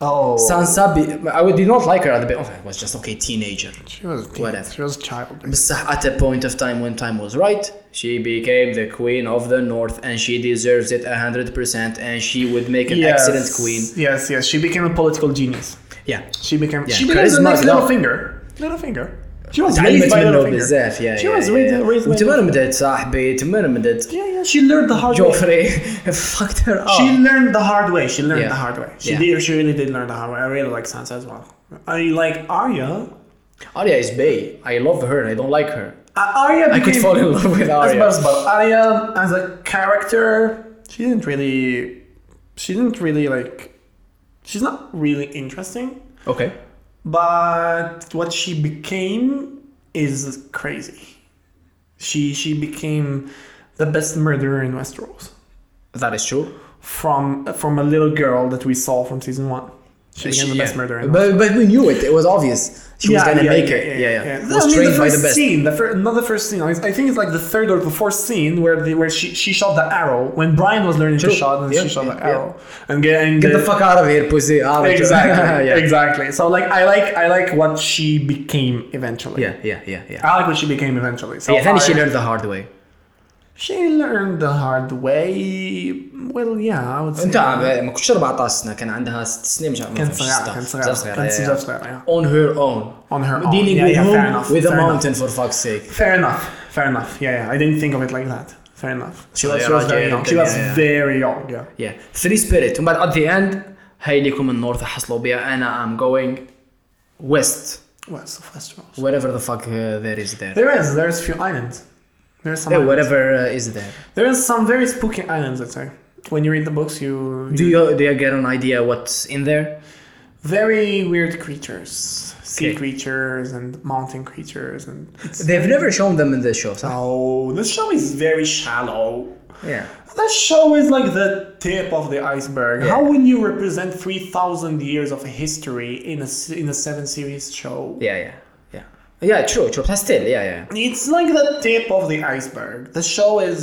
B: Oh,
A: Sansa, be- I would- did not like her at the beginning. Oh, I was just okay teenager.
B: she was a teen,
A: Whatever.
B: She was a child.
A: But at a point of time when time was right, she became the queen of the north, and she deserves it hundred percent. And she would make an excellent queen.
B: Yes, yes. She became a political genius.
A: Yeah.
B: She became.
A: Yeah,
B: She became the
A: charisma
B: next
A: is not-
B: Littlefinger. Littlefinger. She was raised
A: تعلمت
B: by
A: منه
B: Littlefinger.
A: بزاف يا
B: She was raised, raised by Littlefinger.
A: وتمرمدت صاحبي تمرمدت
B: Yeah, yeah. She learned the hard way.
A: جوفري [LAUGHS] fucked her up
B: She learned the hard way. She learned
A: oh. Yeah.
B: the hard way. She
A: Yeah.
B: did. She really did learn the hard way. I really like Sansa as well. I like Arya.
A: Arya is bae I love her I don't like her
B: Uh, Arya
A: I
B: became,
A: could fall in love with
B: As
A: Arya
B: well, as well. Arya um, as a character, she didn't really, she didn't really like, she's not really interesting.
A: okay
B: But what she became is crazy. She she became the best murderer in Westeros
A: that is true
B: from from a little girl that we saw from season one. She became the best murderer. In Westeros.
A: But, but we knew it. It was obvious. She was gonna make it. Yeah, yeah. Was
B: I mean,
A: trained
B: the
A: by
B: first
A: the best.
B: Scene, the fir- not the first scene. I I think it's like the third or the fourth scene where the, where she, she shot the arrow when Brian was learning
A: True.
B: to shot and
A: Yeah,
B: she shot
A: yeah,
B: the
A: yeah.
B: arrow and get and
A: Get the fuck out of here, pussy. Ah, but-
B: exactly
A: [LAUGHS] yeah.
B: exactly. So like I like I like what she became eventually.
A: yeah, yeah, yeah, yeah.
B: I like what she became eventually. So
A: yeah, then she
B: I-
A: learned the hard way.
B: She learned the hard way. Well, yeah, I would say.
A: انت ما كنتش 14 سنه كان عندها 6 سنين مش عارف ما
B: كانت
A: فهمتش
B: صغيرة،
A: ستة.
B: كانت صغيرة.
A: زوج صغيرة،
B: كانت
A: yeah, yeah.
B: زوج صغيرة,
A: On her own.
B: On her own.
A: Dealing
B: Yeah,
A: with
B: yeah,
A: whom?
B: fair enough,
A: With a
B: fair enough.
A: mountain for fuck's sake.
B: Fair enough. Fair enough. Yeah, yeah. I didn't think of it like that. Fair enough. She
A: Oh,
B: was, she was very young. She was
A: Yeah, yeah.
B: very young. Yeah.
A: Yeah. Three spirit. ومن بعد at the end هاي ليكم النورث حصلوا بها انا uh, I'm going west.
B: West of Westeros.
A: Wherever the fuck uh, there is there.
B: There is. There's few islands. There's some.
A: Yeah,
B: islands.
A: whatever uh, is there.
B: There is some very spooky islands. I'd say. when you read the books, you,
A: Do you do you get an idea what's in there?
B: very weird creatures, sea
A: Okay.
B: creatures and mountain creatures, and [LAUGHS] it's,
A: They've never shown them in this show. So.
B: oh, this show is very shallow.
A: Yeah.
B: That show is like the tip of the iceberg. How will you represent three thousand years of history in a s- in a seven series show?
A: Yeah, yeah, yeah. Yeah, true, true. But still, yeah, yeah.
B: It's like the tip of the iceberg. The show is.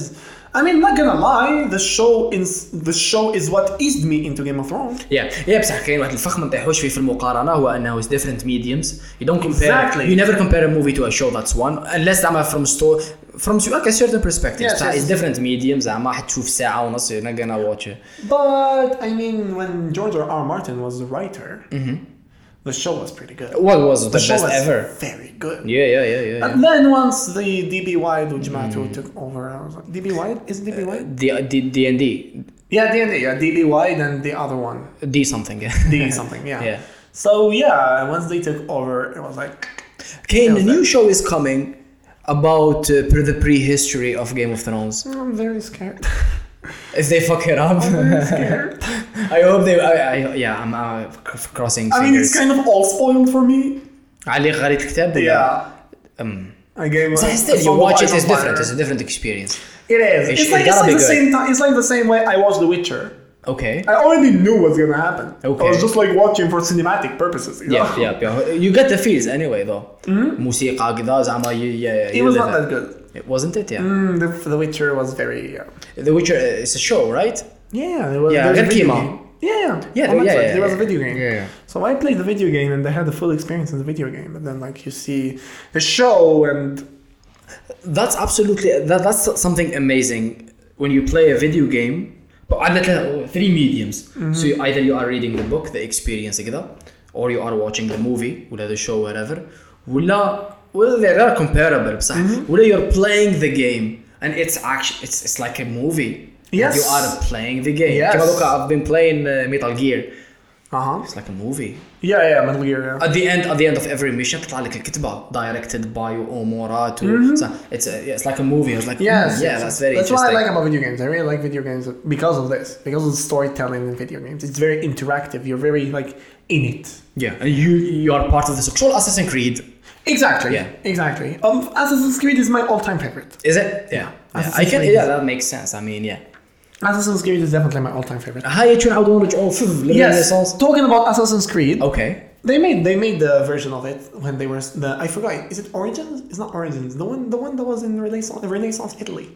B: I mean, not gonna lie. The show is the show is what eased me into Game of Thrones.
A: Yeah, yeah بصح كاين واحد الفخ ما نطيحوش فيه في المقارنه هو انه is different mediums. You don't compare
B: Exactly.
A: you never compare a movie to a show that's one unless زعما from sto from like a certain perspective.
B: Yes,
A: بصح
B: yes.
A: it's different mediums زعما حتشوف ساعه ونص you're not gonna watch it.
B: But I mean, when George R. R. Martin was the writer, the show was pretty good.
A: What Mm-hmm. was the,
B: the show
A: best
B: was
A: ever?
B: very good.
A: Yeah, yeah, yeah, yeah. yeah. Mm.
B: And then once the DB White Ujimatu took over, I was like, DB White is
A: Uh,
B: it DB White?
A: The the D and D
B: Yeah, D and D. Yeah, DB White and the other one,
A: D something. yeah. [LAUGHS]
B: D something. Yeah.
A: Yeah.
B: So yeah, once they took over, it was like,
A: Kane, a new show is coming about uh, pre- the prehistory of Game of Thrones.
B: I'm very scared. [LAUGHS]
A: If they fuck it up, [LAUGHS]
B: very scared.
A: I hope they. I, I, yeah, I'm uh, c- crossing
B: I mean, it's
A: fingers.
B: kind of all spoiled for me.
A: علي قريت الكتاب ولا؟
B: Yeah.
A: Um,
B: I gave.
A: so
B: a-
A: still,
B: a
A: you
B: Song of
A: watch it.
B: Ice and
A: It's different.
B: Fire.
A: It's a different experience.
B: It is.
A: It
B: It's
A: should-
B: like,
A: it
B: it's
A: gotta
B: like
A: be
B: the
A: good.
B: same time. It's like the same way I watched The Witcher.
A: Okay.
B: I already knew what's gonna happen. I
A: Okay.
B: was just like watching for cinematic purposes. You
A: Yeah,
B: know?
A: yeah, yeah. You get the feels anyway, though. موسيقى كذا زعما you- yeah, yeah.
B: [LAUGHS] Mm-hmm. It
A: you
B: was
A: live
B: not that good.
A: It wasn't it, yeah.
B: Mm, the, the Witcher was very. Uh,
A: The Witcher uh, is a show, right?
B: yeah, it was.
A: Yeah,
B: there was a
A: Red
B: video
A: Kima.
B: game. Yeah,
A: Yeah,
B: on
A: yeah,
B: Xbox,
A: yeah,
B: There was a
A: yeah.
B: video game.
A: Yeah, yeah.
B: So I played the video game and I had the full experience in the video game, and then like you see the show and
A: That's absolutely that, that's something amazing when you play a video game. But I like three mediums. So
B: Mm-hmm.
A: you, either you are reading the book, the experience كذا, or you are watching the movie ولا the show whatever. ولا well they are comparable بصح
B: Mm-hmm.
A: ولا you're playing the game and it's actually it's it's like a movie. And
B: Yes.
A: You are playing the game.
B: Yes.
A: كما دوكا I've been playing uh, Metal Gear.
B: uh huh.
A: It's like a movie.
B: Yeah, yeah, Metal Gear. Yeah.
A: At the end, at the end of every mission, تطلع لك الكتبة directed by Omura to so it's a, yeah, it's like a movie. It's like
B: Mm-hmm. Yes,
A: mm, yeah, that's very
B: That's what I
A: interesting.
B: like about video games. I really like video games because of this, because of the storytelling in video games. It's very interactive. You're very like in it.
A: Yeah, and you you are part of the sexual Assassin's Creed.
B: Exactly.
A: Yeah.
B: Exactly. Um, Assassin's Creed is my all-time favorite.
A: Is it? Yeah. yeah. I
B: Assassin's
A: can
B: Creed.
A: yeah that makes sense. I mean yeah.
B: Assassin's Creed is definitely my all-time favorite.
A: هاي تنعاودوا نرجعوا في
B: Yes.
A: الرينيسانس.
B: Talking about Assassin's Creed,
A: Okay.
B: they made they made the version of it when they were the I forgot. Is it Origins? It's not Origins. The one the one that was in Renaissance Renaissance Italy.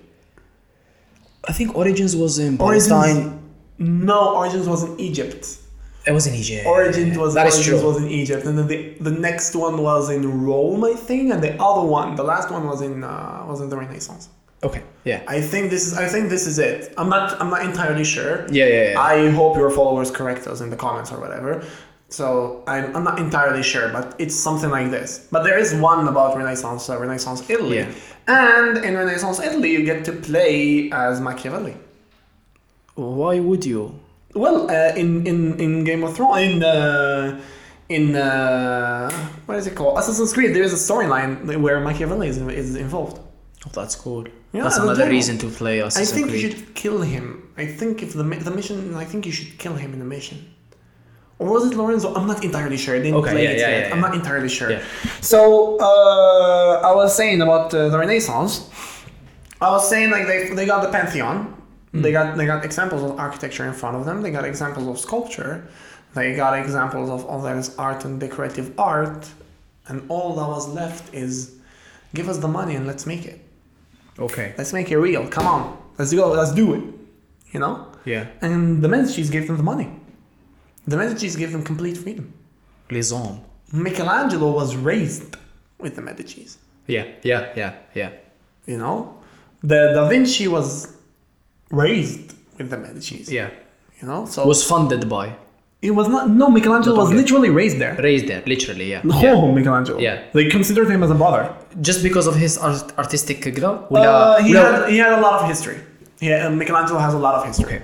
A: I think Origins was in
B: Origins-
A: Palestine.
B: No, Origins was in Egypt.
A: It was in Egypt.
B: Origin was
A: that is
B: Origins
A: true.
B: was in Egypt, and then the, the next one was in Rome, I think, and the other one, the last one was in uh, was in the Renaissance.
A: Okay. Yeah.
B: I think this is I think this is it. I'm not I'm not entirely sure.
A: Yeah, yeah, yeah.
B: I hope your followers correct us in the comments or whatever. So I'm, I'm not entirely sure, but it's something like this. But there is one about Renaissance uh, Renaissance Italy,
A: Yeah.
B: and in Renaissance Italy you get to play as Machiavelli.
A: Why would you?
B: Well, uh, in, in in Game of Thrones, in uh, in uh, what is it called? Assassin's Creed. There is a storyline where Machiavelli is, is involved.
A: Oh, that's cool.
B: Yeah,
A: that's
B: the
A: another
B: general.
A: reason to play
B: I
A: Assassin's
B: think
A: Creed.
B: you should kill him. I think if the mi- the mission, I think you should kill him in the mission. Or was it Lorenzo? I'm not entirely sure. I didn't
A: Okay,
B: play
A: yeah,
B: it
A: yeah,
B: yet.
A: yeah,
B: I'm
A: yeah.
B: not entirely sure.
A: Yeah.
B: So uh, I was saying about uh, the Renaissance. I was saying like they they got the Pantheon.
A: Hmm.
B: They got they got examples of architecture in front of them. They got examples of sculpture. They got examples of all that is art and decorative art, and all that was left is, give us the money and let's make it.
A: Okay.
B: Let's make it real. Come on, let's go. Let's do it. You know.
A: Yeah.
B: And the Medici gave them the money. The Medici gave them complete freedom.
A: Les hommes.
B: Michelangelo was raised with the Medici.
A: Yeah. Yeah. Yeah. Yeah.
B: You know, the Da Vinci was raised with the Medici.
A: Yeah.
B: You know, so
A: Was funded by.
B: it was not. No, Michelangelo was
A: Okay.
B: literally raised there.
A: Raised there, literally, yeah.
B: No, Michelangelo.
A: Yeah.
B: they considered him as a brother.
A: Just because of his art- artistic كذا ولا
B: Uh, he,
A: ولا
B: had, he had a lot of history. Yeah, and Michelangelo has a lot of history.
A: Okay.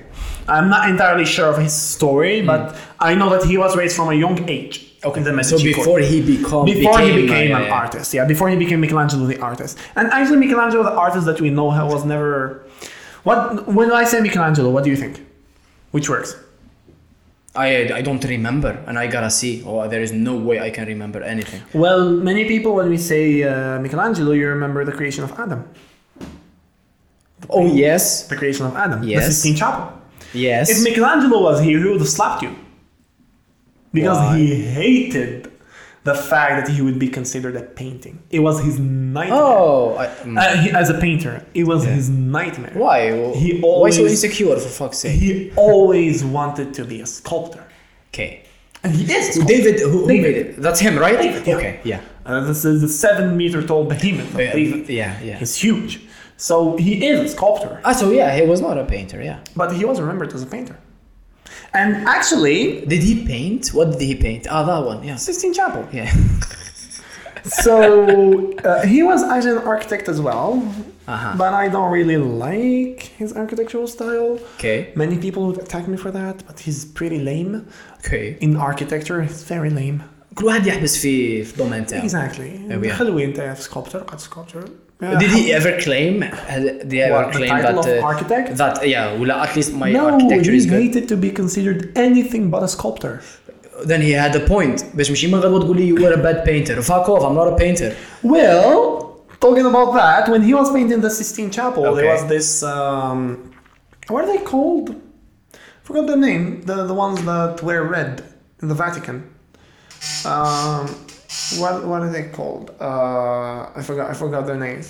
B: I'm not entirely sure of his story, but I know that he was raised from a young age.
A: Okay.
B: in the
A: so
B: Medici court.
A: before he become
B: before
A: became,
B: he became
A: yeah,
B: an
A: yeah.
B: artist. Yeah, before he became Michelangelo the artist. And actually, Michelangelo the artist that we know was never. What when I say Michelangelo, what do you think? which works.
A: I I don't remember, and I gotta see. Oh, there is no way I can remember anything.
B: Well, many people, when we say uh, Michelangelo, you remember the creation of Adam.
A: Oh yes,
B: The creation of Adam.
A: Yes.
B: The Sistine Chapel.
A: yes.
B: If Michelangelo was here, he would have slapped you. Because
A: Why?
B: he hated the fact that he would be considered a painting. It was his nightmare.
A: oh, I, mm.
B: Uh, he- as a painter, it was his nightmare.
A: why?
B: He
A: why so
B: always-
A: insecure? For fuck's sake.
B: He always wanted to be a sculptor.
A: Okay.
B: And he is. a
A: David, who, who
B: David.
A: made it? That's him, right?
B: David, yeah.
A: Okay. Yeah.
B: sculptor. Uh, this is a seven meter tall behemoth. of
A: Yeah,
B: David.
A: yeah, yeah.
B: He's huge. So he is a sculptor.
A: Ah, so yeah, he was not a painter. Yeah.
B: But he was remembered as a painter. And actually,
A: Did he paint? What did he paint? Ah, that one. Yeah.
B: Sistine Chapel.
A: Yeah. [LAUGHS]
B: So uh, he was actually an architect as well.
A: Uh-huh.
B: But I don't really like his architectural style.
A: Okay.
B: Many people would attack me for that, but he's pretty lame.
A: Okay.
B: In architecture, he's very lame.
A: كل واحد يحبس في في دومين تاعه.
B: Exactly.
A: Oh, yeah.
B: خلوي انت في sculptor قد sculptor.
A: Did he ever claim? uh, Did he ever
B: What, the
A: claim
B: title
A: that
B: of
A: uh,
B: architect?
A: that yeah? Well, at least my
B: no,
A: architecture
B: he
A: is good.
B: hated to be considered anything but a sculptor.
A: then he had a point باش ماشي من غير ما تقول لي you were a bad painter fuck off I'm not a painter
B: Well, talking about that, when he was painting the Sistine Chapel, there
A: Okay.
B: was this. Um, what are they called? Forgot the name. The the ones that were red in the Vatican. Um, what what are they called? Uh, I forgot. I forgot their names.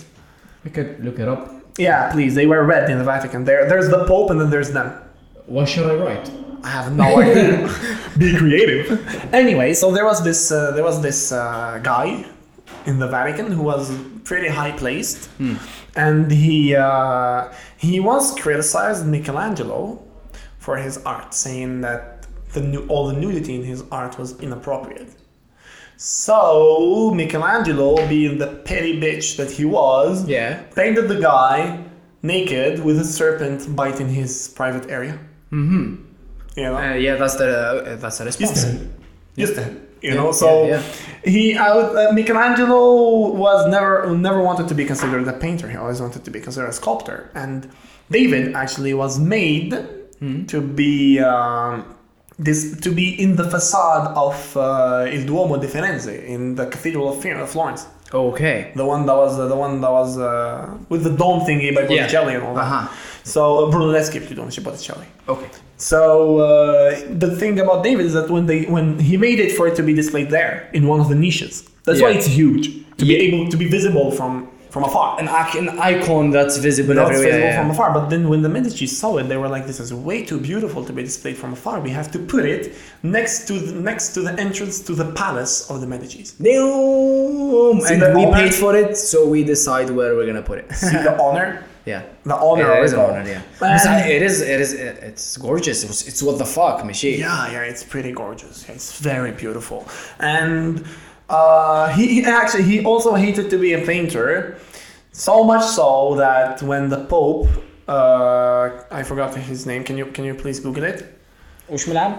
A: we could look it up
B: Yeah, please. They were red in the Vatican. There, there's the Pope, and then there's them.
A: what should I write
B: I have [LAUGHS] no idea. Be creative. Anyway, so there was this uh, there was this uh, guy in the Vatican who was pretty high placed, and he uh, he once criticized Michelangelo for his art, saying that the nu- all the nudity in his art was inappropriate. So Michelangelo, being the petty bitch that he was,
A: Yeah.
B: painted the guy naked with a serpent biting his private area. Mm-hmm. You know?
A: uh, yeah that's the uh, that's the response
B: Just him. You know,
A: yeah,
B: so
A: yeah.
B: he I would- uh, Michelangelo was never never wanted to be considered a painter. He always wanted to be considered a sculptor. And David actually was made
A: Hmm?
B: to be um, this to be in the facade of uh, Il Duomo di Firenze in the Cathedral of Fi- Florence.
A: okay
B: The one that was uh, the one that was uh, with the dome thingy by
A: Yeah.
B: Botticelli and all that.
A: Uh-huh.
B: So uh, Brunelleschi, if you don't see Botticelli.
A: okay
B: So uh, the thing about David is that when they when he made it for it to be displayed there in one of the niches, that's why
A: Yeah.
B: it's huge to
A: Yeah.
B: be able to be visible from from afar.
A: an, ac- an icon that's visible
B: Not
A: everywhere
B: visible
A: yeah.
B: from afar, but then when the Medici saw it, they were like, "This is way too beautiful to be displayed from afar. We have to put it next to the, next to the entrance to the palace of the Medici's."
A: Damn!
B: See
A: and
B: the
A: we
B: honor?
A: paid for it so we decide where we're gonna put it [LAUGHS]
B: See the honor,
A: yeah
B: the honor.
A: Oh, it
B: of
A: is an
B: all.
A: honor yeah
B: Man.
A: Besides, it is it is it's gorgeous it's, it's what the fuck ماشي
B: Yeah, yeah, it's pretty gorgeous. Yeah, it's very beautiful. And uh, he, he actually he also hated to be a painter, so much so that when the Pope, uh, I forgot his name. Can you can you please Google it?
A: وش ملعب؟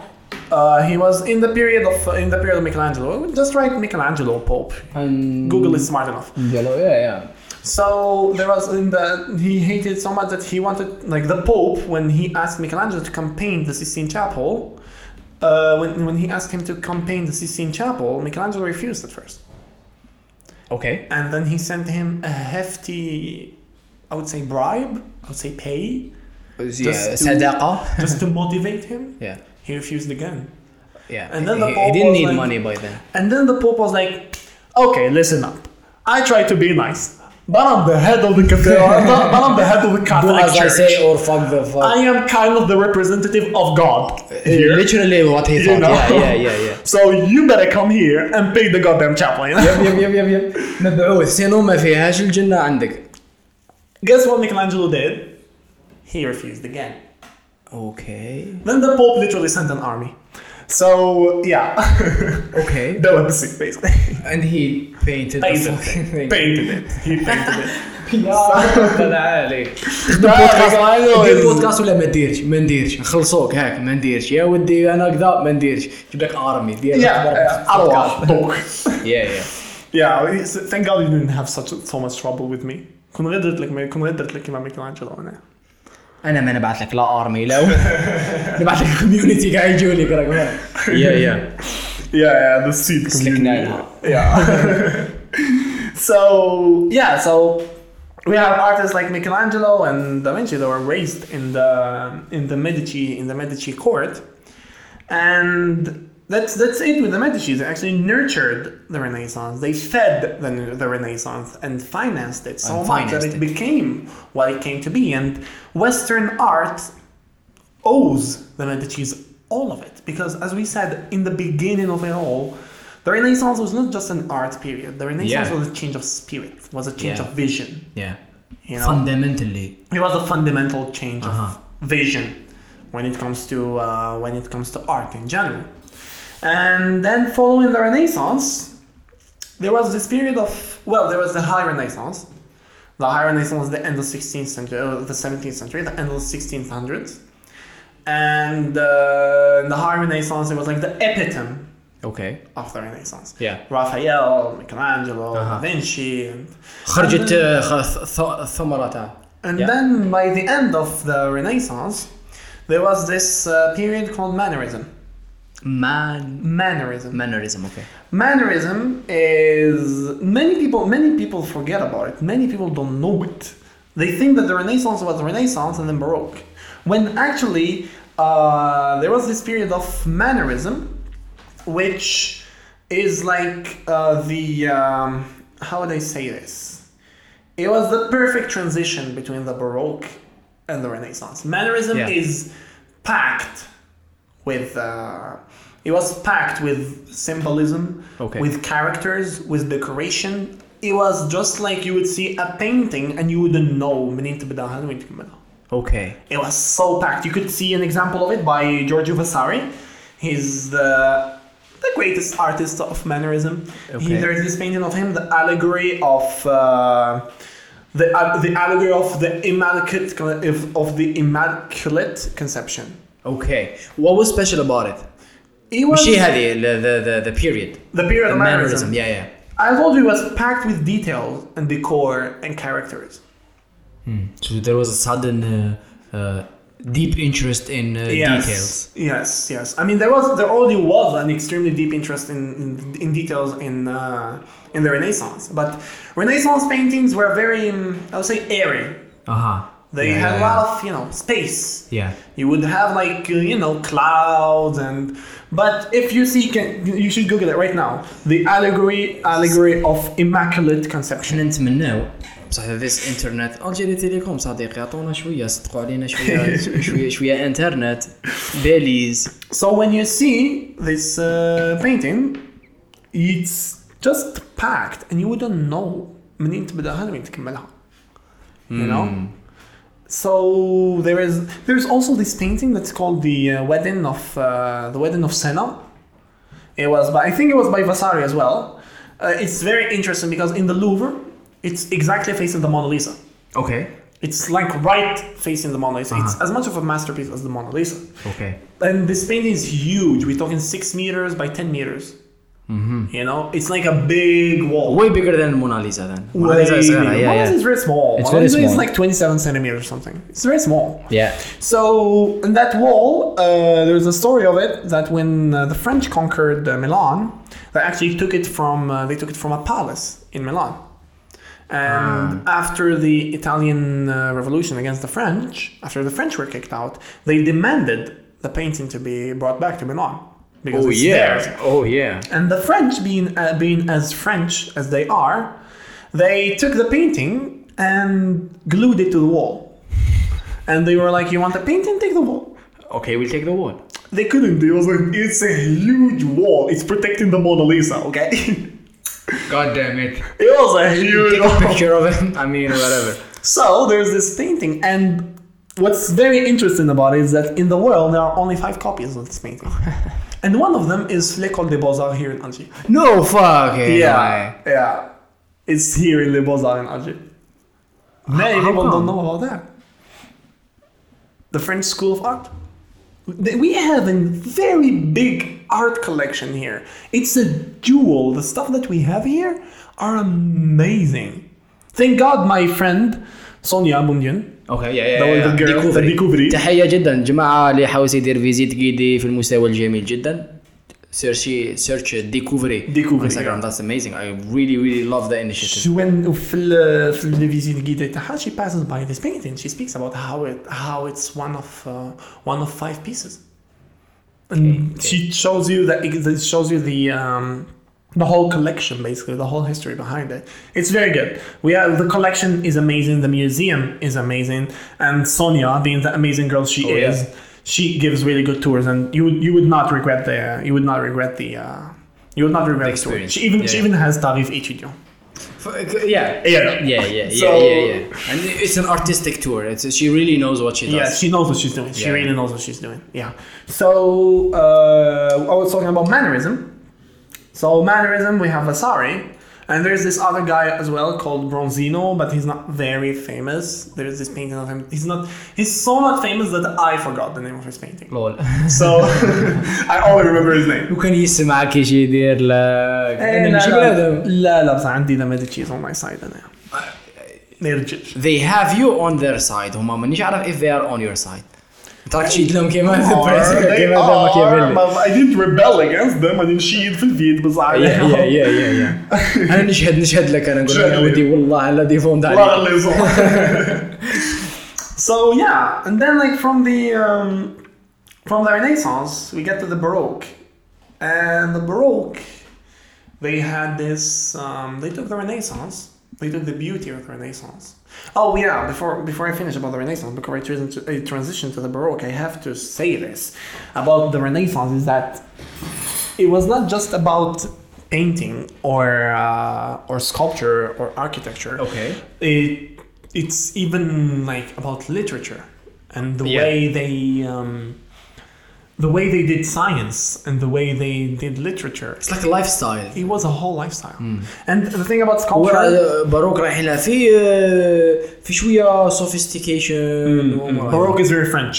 B: Uh, he was in the period of in the period of Michelangelo. Just write Michelangelo Pope. Google is smart enough.
A: yellow yeah yeah
B: So there was in the he hated so much that he wanted like the Pope when he asked Michelangelo to come paint the Sistine Chapel. Uh, when when he asked him to come paint the Sistine Chapel, Michelangelo refused at first,
A: okay
B: and then he sent him a hefty, I would say bribe, I would say
A: [LAUGHS]
B: pay,
A: yeah
B: to-
A: صداقة
B: just to motivate him.
A: yeah
B: He refused again,
A: Yeah.
B: And then the
A: he, he
B: Pope
A: didn't
B: was
A: need
B: like-
A: money by then.
B: and then the Pope was like, "Okay, listen up. I try to be nice, but I'm the head of the
A: [LAUGHS]
B: cathedral. but I'm the head of the
A: Do
B: Catholic
A: as I
B: Church."
A: say or fuck the fuck.
B: I am kind of the representative of God here.
A: Literally what he
B: you
A: thought.
B: know?
A: Yeah, yeah, yeah, yeah.
B: [LAUGHS] So you better come here and pay the goddamn chaplain.
A: يب يب يب يب مبعوث سينو ما فيهاش الجنة عندك.
B: [LAUGHS] Guess what Michelangelo did? He refused again.
A: Okay.
B: Then the Pope literally sent an army. So yeah, [LAUGHS]
A: Okay.
B: that was the sick
A: [LAUGHS]
B: basically.
A: And he painted the
B: Painted
A: fucking
B: it.
A: [LAUGHS] thing.
B: Painted it. He painted
A: [LAUGHS]
B: it. [LAUGHS]
A: تخدم بودكاست دير بودكاست ولا ما تديرش ما نديرش نخلصوك هاك ما نديرش يا ودي انا كذا ما نديرش جيب لك ارمي دير لك
B: Yeah,
A: برا-
B: uh, Allah, dog.
A: Yeah, yeah.
B: [LAUGHS] Yeah, it's- thank God you didn't have such so much trouble with me. كون غدرت لك كون غدرت لك كيما Michelangelo أنا.
A: انا ما نبعث لك لا ارمي لا نبعث لك كوميونتي قاعد يجوا لي يا يا
B: yeah, yeah, the seed
A: Slick
B: community.
A: Nile.
B: Yeah. [LAUGHS] so yeah, so we have artists like Michelangelo and Da Vinci that were raised in the in the Medici in the Medici court, and that's that's it with the Medici. They actually nurtured the Renaissance. They fed the, the Renaissance and financed it so
A: And
B: much that
A: financed
B: it,
A: it.
B: became what it came to be. And Western art owes the Medici's all of it. Because as we said in the beginning of it all, the Renaissance was not just an art period. The Renaissance
A: Yeah.
B: was a change of spirit, was a change
A: Yeah.
B: of vision.
A: يا
B: You know,
A: fundamentally
B: it was a fundamental change
A: Uh-huh.
B: of vision when it comes to uh, when it comes to art in general. And then following the Renaissance, there was this period of well, there was the High Renaissance. The High Renaissance was the end of 16th century, uh, the 17th century, the end of 1600s, and uh, the High Renaissance it was like the epitome
D: اوكي
B: of the Renaissance.
A: Yeah.
B: Raphael, Michelangelo, Da
A: Uh-huh. uh,
B: Vinci, and
A: خرجت آه، خ- ث- الثمره تاع
B: And
A: Yeah.
B: then by the end of the Renaissance, there was this uh, period called Mannerism.
A: مان
B: Mannerism.
A: مانريزم اوكي
B: Mannerism is many people many people forget about it. Many people don't know it. They think that the Renaissance was Renaissance and then Baroque, when actually uh, there was this period of Mannerism, which is like uh, the um, how would I say this? It was the perfect transition between the Baroque and the Renaissance. Mannerism
A: Yeah.
B: is packed with. Uh, it was packed with symbolism,
D: Okay.
B: with characters, with decoration. It was just like you would see a painting and you wouldn't know منين تبدا هذا وين تكملها.
A: اوكي
B: It was so packed. You could see an example of it by Giorgio Vasari. He's the the greatest artist of mannerism. He,
D: Okay.
B: there's this painting of him, the allegory of uh, the the allegory of the immaculate of the immaculate conception.
A: اوكي what was special about it
B: It was
A: ماشي هذه the the the, the period
B: the period
A: the
B: of
A: mannerism
B: mannerism.
A: yeah yeah
B: I told you it was packed with details and decor and characters.
A: so there was a sudden uh, uh, deep interest in uh, details
B: Yes, yes. I mean, there was there already was an extremely deep interest in in, in details in uh, in the Renaissance, but Renaissance paintings were very, um, I would say, airy.
A: اها
B: They had a lot of you know space.
A: yeah
B: You would have like uh, you know clouds and, but if you see, can, you should Google it right now. The allegory allegory of Immaculate Conception.
A: احنا نتمناو بصح ذيس انترنت الجيري تيليكوم صديقي عطونا شويه صدقوا علينا
B: [LAUGHS]
A: شويه شويه شويه انترنت باليز
B: So when you see this uh, painting, it's just packed and you wouldn't know منين تبداها وين تكملها. You know? So there is there's also this painting that's called the uh, wedding of uh, the wedding of Senna. It was by I think it was by Vasari as well. Uh, it's very interesting because in the Louvre, it's exactly facing the Mona Lisa.
A: اوكي
B: It's like right facing the Mona Lisa. It's as much of a masterpiece as the Mona Lisa.
A: اوكي
B: And this painting is huge. We're talking six meters by ten meters.
A: Mm-hmm.
B: You know, it's like a big wall.
A: way bigger than Monalisa then
B: Way
A: Monalisa صغيرة
B: bigger.
A: uh, yeah
B: Mona Lisa is
A: yeah
B: very small.
A: It's
B: Mona
A: very
B: Lisa is
A: small.
B: like 27 centimeters or something. It's very small.
A: yeah
B: So, in that wall, uh, there's a story of it that when uh, the French conquered uh, Milan, they actually took it from uh, they took it from a palace in Milan. And
A: Ah.
B: after the Italian uh, revolution against the French, after the French were kicked out, they demanded the painting to be brought back to Milan because it's theirs.
A: oh yeah
B: And the French, being uh, being as French as they are, they took the painting and glued it to the wall. And they were like, "You want the painting? Take the wall."
A: okay we'll take the wall
B: They couldn't. It was like it's a huge wall. It's protecting the Mona Lisa. Okay. [LAUGHS] it
A: god damn it
B: was a huge
A: take a
B: wall.
A: picture of it [LAUGHS] I mean whatever
B: So there's this painting, and what's very interesting about it is that in the world there are only five copies of this
A: [LAUGHS]
B: painting, and one of them is L'École des Beaux Arts here in Angers.
A: no fucking way.
B: Yeah, yeah. It's here in Le Beaux-Arts in Alger. Many
A: how
B: people
A: come?
B: don't know about that. The French School of Art. Th- We have a very big art collection here. It's a jewel. The stuff that we have here are amazing. Thank God my friend Sonia Mundian
A: اوكي يا
B: That was
A: يا
B: the girl, the Decovery.
A: تحيه جدا جماعه اللي حاوس يدير فيزيت جيدي في المستوى الجميل جدا سيرشي سيرش ديكوفري
B: Decovery.
A: انستغرام ذاتس اميزنج اي ريلي ريلي لاف ذا انيشيتيف
B: She went uh, في ال في الفيزيت جيدة تاعها she passes by this painting she speaks about how it how it's one of uh, one of five pieces and
A: Okay.
B: she shows you the it shows you the um, the whole collection basically the whole history behind it it's very good we are the collection is amazing the museum is amazing and Sonia being the amazing girl she
A: Oh, yeah.
B: is she gives really good tours and you would you would not regret the you would not regret the uh, you would not regret the tour
A: experience.
B: she even
A: Yeah,
B: she
A: yeah.
B: even has Tarif Etudiant
A: uh, Yeah.
B: Yeah.
A: Yeah, yeah,
B: So-
A: yeah, yeah, yeah. And it's an artistic tour. It's, she really knows what she does.
B: Yeah, she knows what she's doing. She
A: Yeah.
B: really knows what she's doing. Yeah. So uh, I was talking about mannerism. So mannerism, we have Asari, and there's this other guy as well called Bronzino, but he's not very famous. There is this painting of him. He's not. He's so not famous that I forgot the name of his painting.
A: [LAUGHS] لول
B: So [LAUGHS] I only remember his name.
A: وكان يسمعك ايش يدير لك انا ماشي بنادم
B: لا لا بس عندي ذا ميديتشيز اون ماي سايد انا
A: Uh,
B: ما يرجعش
A: they have you on their side هما مانيش عارف if they are on your side تراك تشيد لهم كيما في
B: Or
A: البريس
B: they
A: كيما
B: are, Ah,
A: هذا ماكيافيلي
B: but I didn't rebel against them I didn't cheat في البيت بس I-
A: يا يا يا يا [LAUGHS] يا انا نشهد نشهد لك انا نقول لك
B: شهد
A: يا
B: لي.
A: ودي والله لا ديفوند
B: الله
A: عليك
B: الله يرزقك. [LAUGHS] so yeah, and then like from the um, from the Renaissance, we get to the Baroque, and the Baroque, they had this. Um, they took the Renaissance. They took the beauty of the Renaissance. Oh yeah, before before I finish about the Renaissance, before I transition to, I transition to the Baroque, I have to say this about the Renaissance is that it was not just about painting or uh, or sculpture or architecture
A: اوكي
B: it it's even like about literature and the
A: Yeah.
B: way they um, the way they did science and the way they did literature
A: It's like a lifestyle.
B: it was a whole lifestyle
A: Hmm.
B: and the thing about sculpture
A: ورا- باروك رايحين لها في آه، في شويه سوفيستيكيشن
B: baroque is very french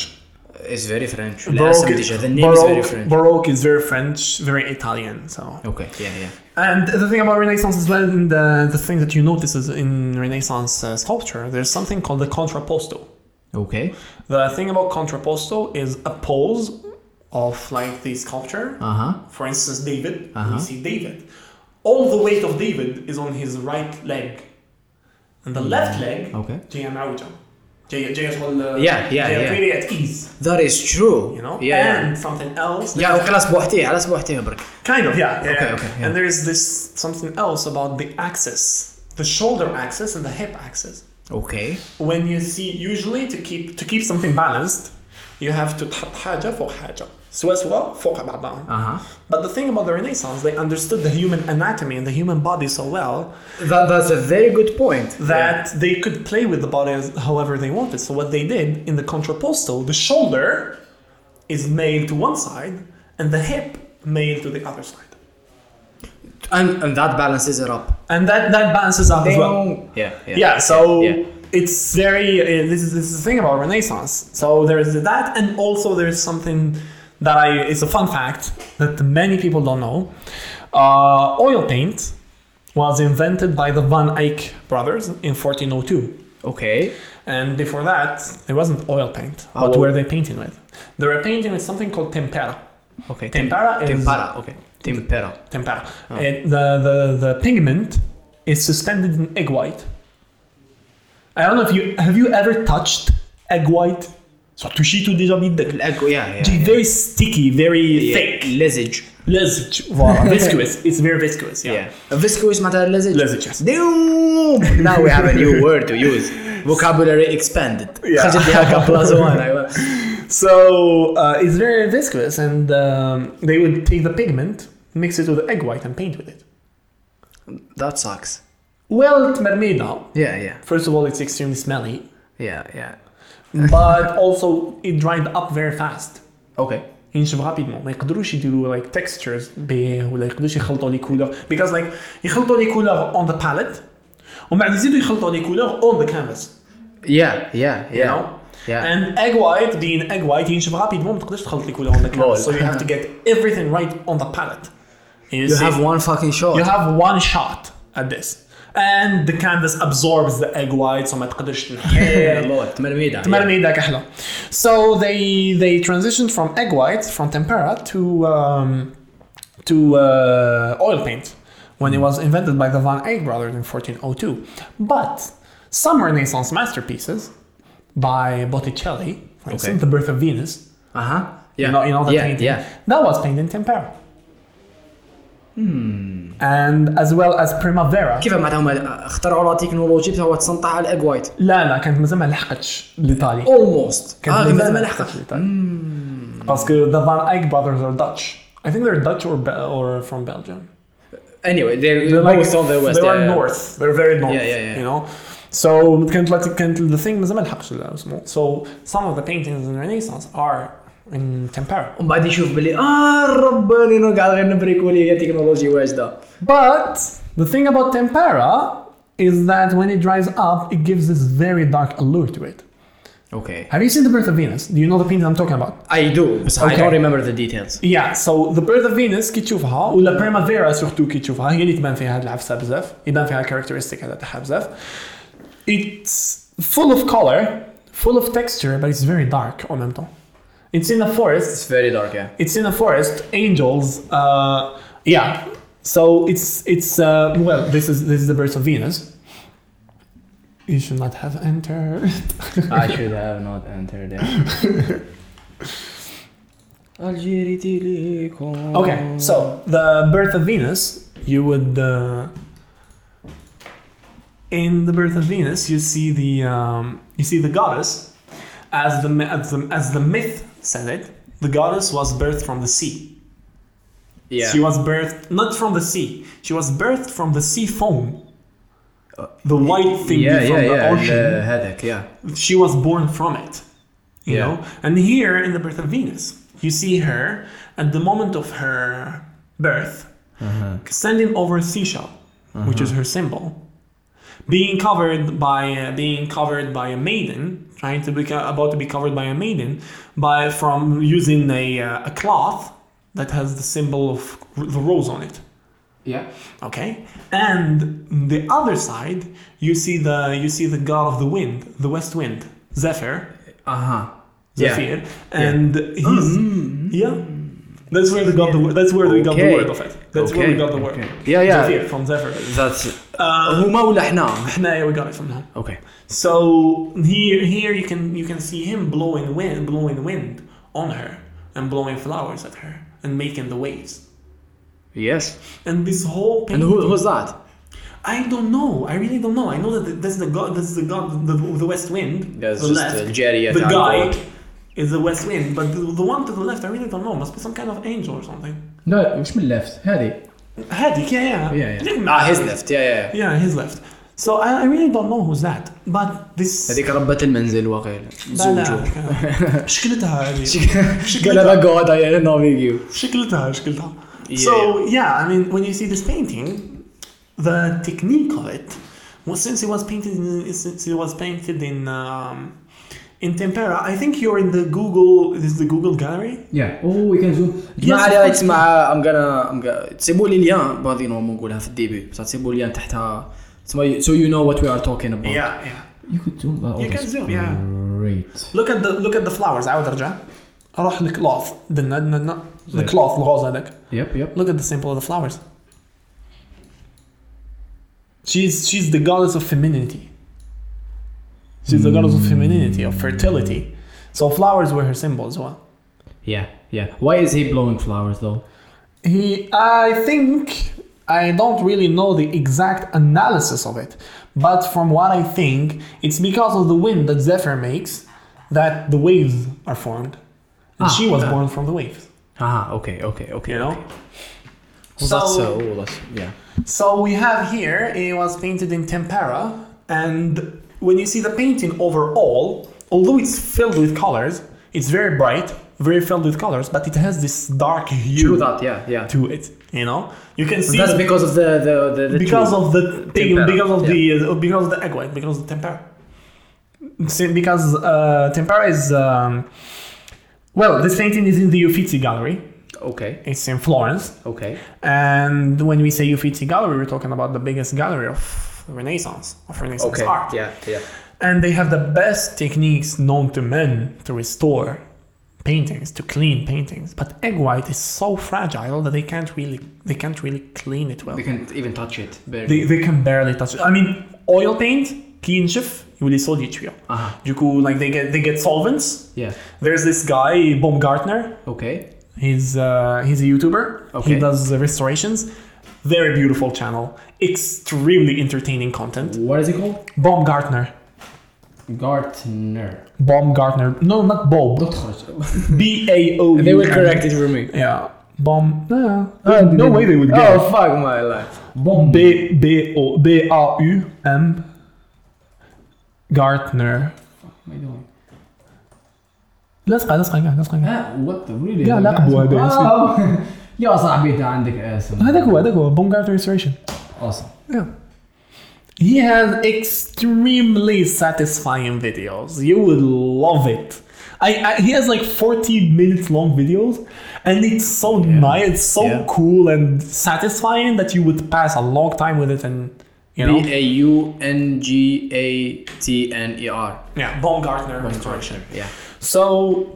A: It's very French.
B: baroque,
A: Baroque, the name is very
B: baroque,
A: French.
B: baroque is very french very italian so
A: okay, yeah, yeah.
B: And the thing about Renaissance as well, and the, the thing that you notice is in Renaissance uh, sculpture, there's something called the contrapposto.
A: Okay.
B: The thing about contrapposto is a pose of like the sculpture.
A: Uh huh.
B: For instance, David.
A: Uh-huh.
B: You see David. All the weight of David is on his right leg, and the left
A: Mm.
B: leg.
A: Okay.
B: جاي معوجة. جاي جاي شغل. uh,
A: Oh. Yeah, yeah,
B: جاي
A: yeah.
B: Really at ease,
A: That is true.
B: you know.
A: Yeah.
B: And something else.
A: yeah. yeah, خلاص بوحتيه خلاص بوحتيه برك.
B: Kind of, yeah. yeah,
A: Okay,
B: yeah.
A: okay, yeah.
B: And there's this something else about the axis, the shoulder axis and the hip axis.
A: Okay.
B: When you see, usually to keep to keep something balanced, you have to تحط حاجة فوق حاجة. سوا سوا فوق بعضها.
A: Uh huh.
B: But the thing about the Renaissance, they understood the human anatomy and the human body so well
A: That, that's a very good point.
B: that they could play with the body as, however they wanted. So what they did in the contrapposto, the shoulder is male to one side and the hip male to the other side.
A: and, and that balances it up.
B: And that, that balances out as well.
A: Yeah, yeah.
B: yeah so
A: Yeah.
B: it's very uh, this is this is the thing about renaissance so there's that and also there's something that i it's a fun fact that many people don't know uh, oil paint was invented by the van eyck brothers in 1402
A: Okay.
B: and before that it wasn't oil paint
A: Oh.
B: what were they painting with they were painting with something called tempera
A: Okay.
B: Tempera is-
A: Tempera. Okay. Tempera.
B: tempera and E, the, the the pigment is suspended in egg white I don't know if you have you ever touched egg white so تشيته ديجا بيدك
A: Echo. Yeah, yeah.
B: It's
A: yeah.
B: very sticky very
A: Yeah,
B: thick
A: Lesage.
B: لزج voilà viscous it's very viscous yeah,
A: Yeah. Viscous matter lesage.
B: Lesage, yes.
A: Damn. Now we have a new word to use. Vocabulary expanded.
B: [LAUGHS] Yeah.
A: خرجت لي هكا plus one. I-
B: so uh, it's very viscous and um, they would take the pigment mix it with egg white and paint with it
A: That sucks.
B: well تمرمي now
A: Yeah, yeah,
B: first of all it's extremely smelly
A: yeah, yeah.
B: but also it dried up very fast
A: Okay.
B: ينشف rapidement ما يقدروش يديروا like textures بيه ولا يقدروش يخلطوا لي كولور because like يخلطوا لي كولور on the palette ومن بعد يزيدوا يخلطوا لي كولور on the canvas
A: Yeah, yeah, yeah.
B: you know
A: Yeah.
B: and egg white being egg white ينشف rapidement ما تقدرش تخلط لي كولور on the canvas so you have to get everything right on the palette And
A: you have one fucking shot.
B: you have one shot at this and the canvas absorbs the egg white so ما
A: [LAUGHS]
B: تقدرش تنحل
A: لود تمرمي ايدك
B: تمرمي ايدك احلى so they they transitioned from egg white from tempera to um, to uh, oil paint when it
A: Hmm.
B: was invented by the Van Eyck brothers in 1402 but some renaissance masterpieces by Botticelli for instance The Birth of Venus
A: اها
B: you know, you know that
A: Uh-huh. yeah,
B: painting.
A: yeah.
B: That was painted in tempera.
A: Hmm.
B: And as well as Primavera.
A: كيف معناتها هما اخترعوا لا تكنولوجي بتاع هو تسنطع على الاج وايت
B: لا لا كانت مازال ما لحقتش لايطاليا.
A: اولموست
B: كانت
A: اه
B: مازال
A: مازال
B: ما
A: ما
B: لحقتش
A: لحقها
B: لايطاليا. باسكو the Van Eyck brothers are Dutch. I think they're Dutch or Be- or from Belgium.
A: anyway they
B: They're
A: both on Oh, the west
B: They were
A: yeah.
B: north. They're very north.
A: Yeah, yeah, yeah.
B: You know. So كانت like كانت the thing مازال ما لحقتش لا اسمه. So some of the paintings in Renaissance are in tempera.
A: ومن بعد يشوف بلي اه رباني انا قاعد غير نبريكو لي تكنولوجي واجده
B: But the thing about tempera is that when it dries up, it gives this very dark allure to it.
A: اوكي
B: Have you seen The Birth of Venus? Do you know the painting I'm talking about?
A: اي دو بس اي
B: Okay.
A: دونت ريمبر ذا ديتيلز
B: Yeah, so The Birth of Venus كي تشوفها ولا Primavera surtout كي تشوفها هي اللي تبان فيها هاد العفسة بزاف يبان فيها characteristic هذا تاعها بزاف It's full of color, full of texture, but it's very dark en même temps. It's in a forest,
A: اتس فيري
B: [LAUGHS]
A: دارك
B: it's in a forest angels uh yeah so it's it's uh well this is this is the birth of venus you should not have entered
A: I should have not entered
B: [LAUGHS]
A: it. Algeri Telecom.
B: okay so the birth of venus you would uh in the birth of venus you see the um you see the goddess as the mi- as the, as the myth said it the goddess was birthed from the sea
A: Yeah.
B: She was birthed not from the sea. She was birthed from the sea foam. The white thing
A: yeah,
B: from
A: yeah,
B: the
A: yeah.
B: ocean.
A: the Headache, yeah.
B: She was born from it. You
A: Yeah.
B: know? And here in the birth of Venus, you see her at the moment of her birth standing over a seashell, which is her symbol, being covered by being covered by a maiden, trying to be co- about to be covered by a maiden, by from using a, uh, a cloth that has the symbol of r- the rose on it.
A: Yeah.
B: Okay, and the other side, you see the you see the god of the wind, the west wind, Zephyr,
A: Uh-huh.
B: Zephyr, and he's
A: Hmm.
B: yeah. That's where they got the that's where we got the
A: Okay.
B: word of it. That's where we
A: Okay,
B: got the word.
A: okay. Yeah, yeah.
B: Zephyr from Zephyr.
A: That's
B: Uh,
A: هما ولا حنا؟
B: no, yeah, we got it from him.
A: Okay.
B: So here, here you can you can see him blowing wind, blowing wind on her, and blowing flowers at her, and making the waves.
A: Yes.
B: And this whole
A: And
B: painting,
A: who, who's that?
B: I don't know. I really don't know. I know that that's the god. That's the god. The, the west wind.
A: That's
B: the
A: just a Jerry at
B: The
A: Angle.
B: guy is the west wind, but the, the one to the left, I really don't know. Must be some kind of angel or something.
A: لا مش من اللفت هذه.
B: Hadik, yeah, yeah, Didn't
A: Ah, his
B: matter.
A: left. Yeah, yeah.
B: Yeah, his left. So I, I really don't know who's that, but this.
A: هذيك ربة المنزل واقيلا.
B: [LAUGHS]
A: زوجو. [LAUGHS]
B: لا، شكلتها هذه
A: قال
B: شكلتها
A: هذا قاعد اي نافيجيو.
B: شكلتها شكلتها
A: Yeah,
B: so yeah I mean when you see this painting the technique of it well, since it was painted in, since it was painted in um, in tempera I think you're in the Google this is the Google gallery
A: Yeah. Oh, we can zoom. جماعة اللي
B: Yes, of
A: راهي
B: course.
D: مع ام غانا ام تسيبوا لي ليان باغي نورمال نقولها في الديبي بصح تسيبوا لي ليان تحتها تسمى so you know what we are talking about
B: yeah yeah
A: You could zoom.
B: you can zoom yeah
A: Great.
B: look at the look at the flowers عاود ارجع اروح للكلوث دنا دنا دنا الكلوث الغوز هذاك
A: Yep, yep.
B: Look at the symbol of the flowers. She's she's the goddess of femininity. She's the goddess of femininity, of fertility. So flowers were her symbol as well.
A: Yeah, yeah. Why is he blowing flowers though?
B: He I think I don't really know the exact analysis of it, but from what I think, it's because of the wind that Zephyr makes that the waves are formed. And
A: Ah,
B: she was
A: yeah.
B: born from the waves.
A: Ah, okay, okay, okay.
B: You know?
A: Well, that's uh, oh, that's yeah.
B: So we have here, it was painted in tempera, and when you see the painting overall, although it's filled with colors, it's very bright, very filled with colors, but it has this dark
D: True
B: hue
D: that, yeah, yeah.
B: to it. You know, you can see
D: That's
B: the-
D: because of the the the, the
B: because
D: tool.
B: of the thing,
D: Tempera,
B: because of the uh, because of the egg white, because of the tempera. See, because uh, tempera is um, well, this painting is in the Uffizi Gallery.
D: okay,
B: It's in Florence.
D: okay.
B: And when we say Uffizi Gallery, we're talking about the biggest gallery of of Renaissance, of Renaissance
A: Okay.
B: art.
A: Yeah, yeah.
B: And they have the best techniques known to men to restore paintings, to clean paintings. But egg white is so fragile that they can't really they can't really clean it well.
A: We can't even touch it. Barely.
B: They, they can barely touch it. I mean, oil paint, كينشف يولي solid شوية.
A: Aha.
B: Du coup, like they get they get solvents.
A: Uh-huh. Yeah.
B: There's this guy Baumgartner.
A: Okay.
B: He's uh, he's a YouTuber.
A: Okay.
B: He does uh, restorations. Very beautiful channel. Extremely entertaining content.
A: What is it called?
B: Baumgartner.
A: Gartner.
B: Baumgartner. No, not Bob.
A: Don't touch it.
B: [LAUGHS] B A O.
A: [LAUGHS] they will correct it for me.
B: Yeah. uh, Bomb. No, no way they would get
A: Oh
B: it.
A: fuck my life.
B: Bomb. B B O B A U M. Gartner.
A: What am I doing?
B: لاصقة لاصقة قاع لاصقة قاع.
A: لا وات ريلي
B: لا، لا، أبو هذا يصير.
A: [LAUGHS] يا صاحبي انت عندك اسم
B: هذاك هو هذاك هو Baumgartner restoration.
A: awesome.
B: Yeah. He has extremely satisfying videos. You would love it. I, I he has like 40 minutes long videos and it's so nice, it's so
D: Yeah.
B: cool and satisfying that you would pass a long time with it and you know.
A: B A U N G A T N E R.
B: yeah, Baumgartner restoration.
A: Yeah.
B: So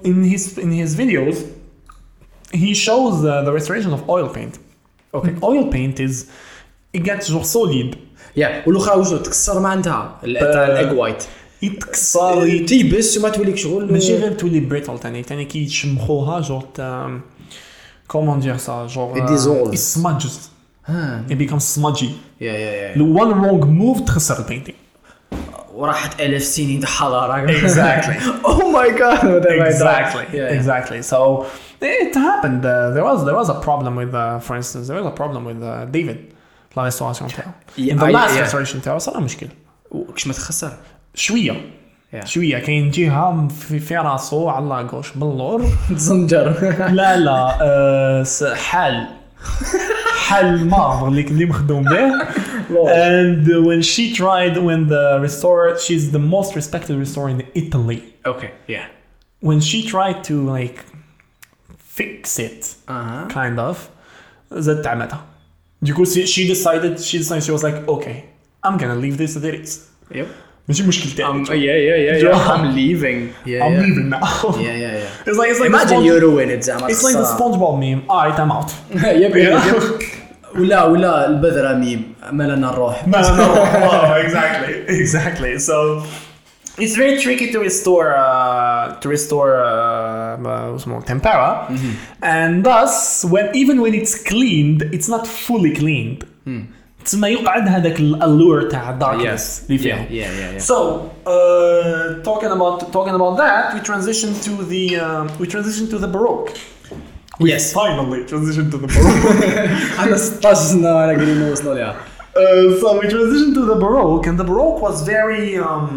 B: in his in his videos, he shows uh, the restoration of oil paint. Okay, oil paint is it gets solid.
A: Yeah والاخرى وشو تكسر ما عندها ال-
B: Uh,
A: تاع الايج وايت
B: يتكسر
A: تيبس وما توليك شغل
B: ماشي غير تولي بريتل تاني تاني كي يشمخوها جور تا كومون دير سا جور
A: It dissolves.
B: يسمجز
A: ها.
B: it becomes smudgy
A: يا يا يا
B: لو one wrong move تخسر البينتينغ
A: وراحت الف سنين تاع حضاره [LAUGHS]
B: Exactly.
A: او ماي جاد
B: exactly exactly so it happened uh, there was there was a problem with uh, for instance there was a problem with uh, David لا ريستوراسيون تاعو in the
A: I-
B: last
A: yeah.
B: restoration تاعو صار مشكل
A: كش ما تخسر
B: شويه
A: Yeah.
B: شويه كاين جهه في في راسو على غوش باللور [LAUGHS]
A: تزنجر
B: لا لا آه، س- حال حال مارفل اللي اللي مخدوم به and when she tried when the restorer she's the most respected restorer in Italy
A: اوكي يا
B: when she tried to like fix it
A: اها
B: kind of زدت عمتها Du coup, she she decided, she decided, she was like, okay, I'm gonna leave this as it is.
A: يب
B: ماشي مشكلتي. I'm,
A: ام يا يا يا يا ام ليفينج يا يا
B: leaving now.
A: يا يا يا
B: [LAUGHS] It's like, it's like, the
A: Imagine
B: Sponge-
A: you ruin it زعما
B: it's like the
A: الصراحة.
B: SpongeBob meme. Alright, I'm out.
A: [LAUGHS] يب يب
B: Yeah.
A: يب. ولا ولا البذره ميم ملنا الروح
B: No, no,
A: [LAUGHS]
B: no. no exactly, exactly. So it's very tricky to restore uh, to restore uh, uh, small tempera,
A: Mm-hmm.
B: and thus when even when it's cleaned, it's not fully cleaned.
A: Hmm.
B: تسمى يقعد هذاك الالور تاع darkness اللي فيها.
A: Yeah, yeah, yeah, yeah.
B: So uh, talking about talking about that, we transition to the um, we transition to the baroque.
A: يس
B: Finally, transition to the baroque.
A: [LAUGHS] احنا 16 سنه وانا قاعدين نوصلوا لها
B: Uh, so we transitioned to the Baroque, and the Baroque was very um,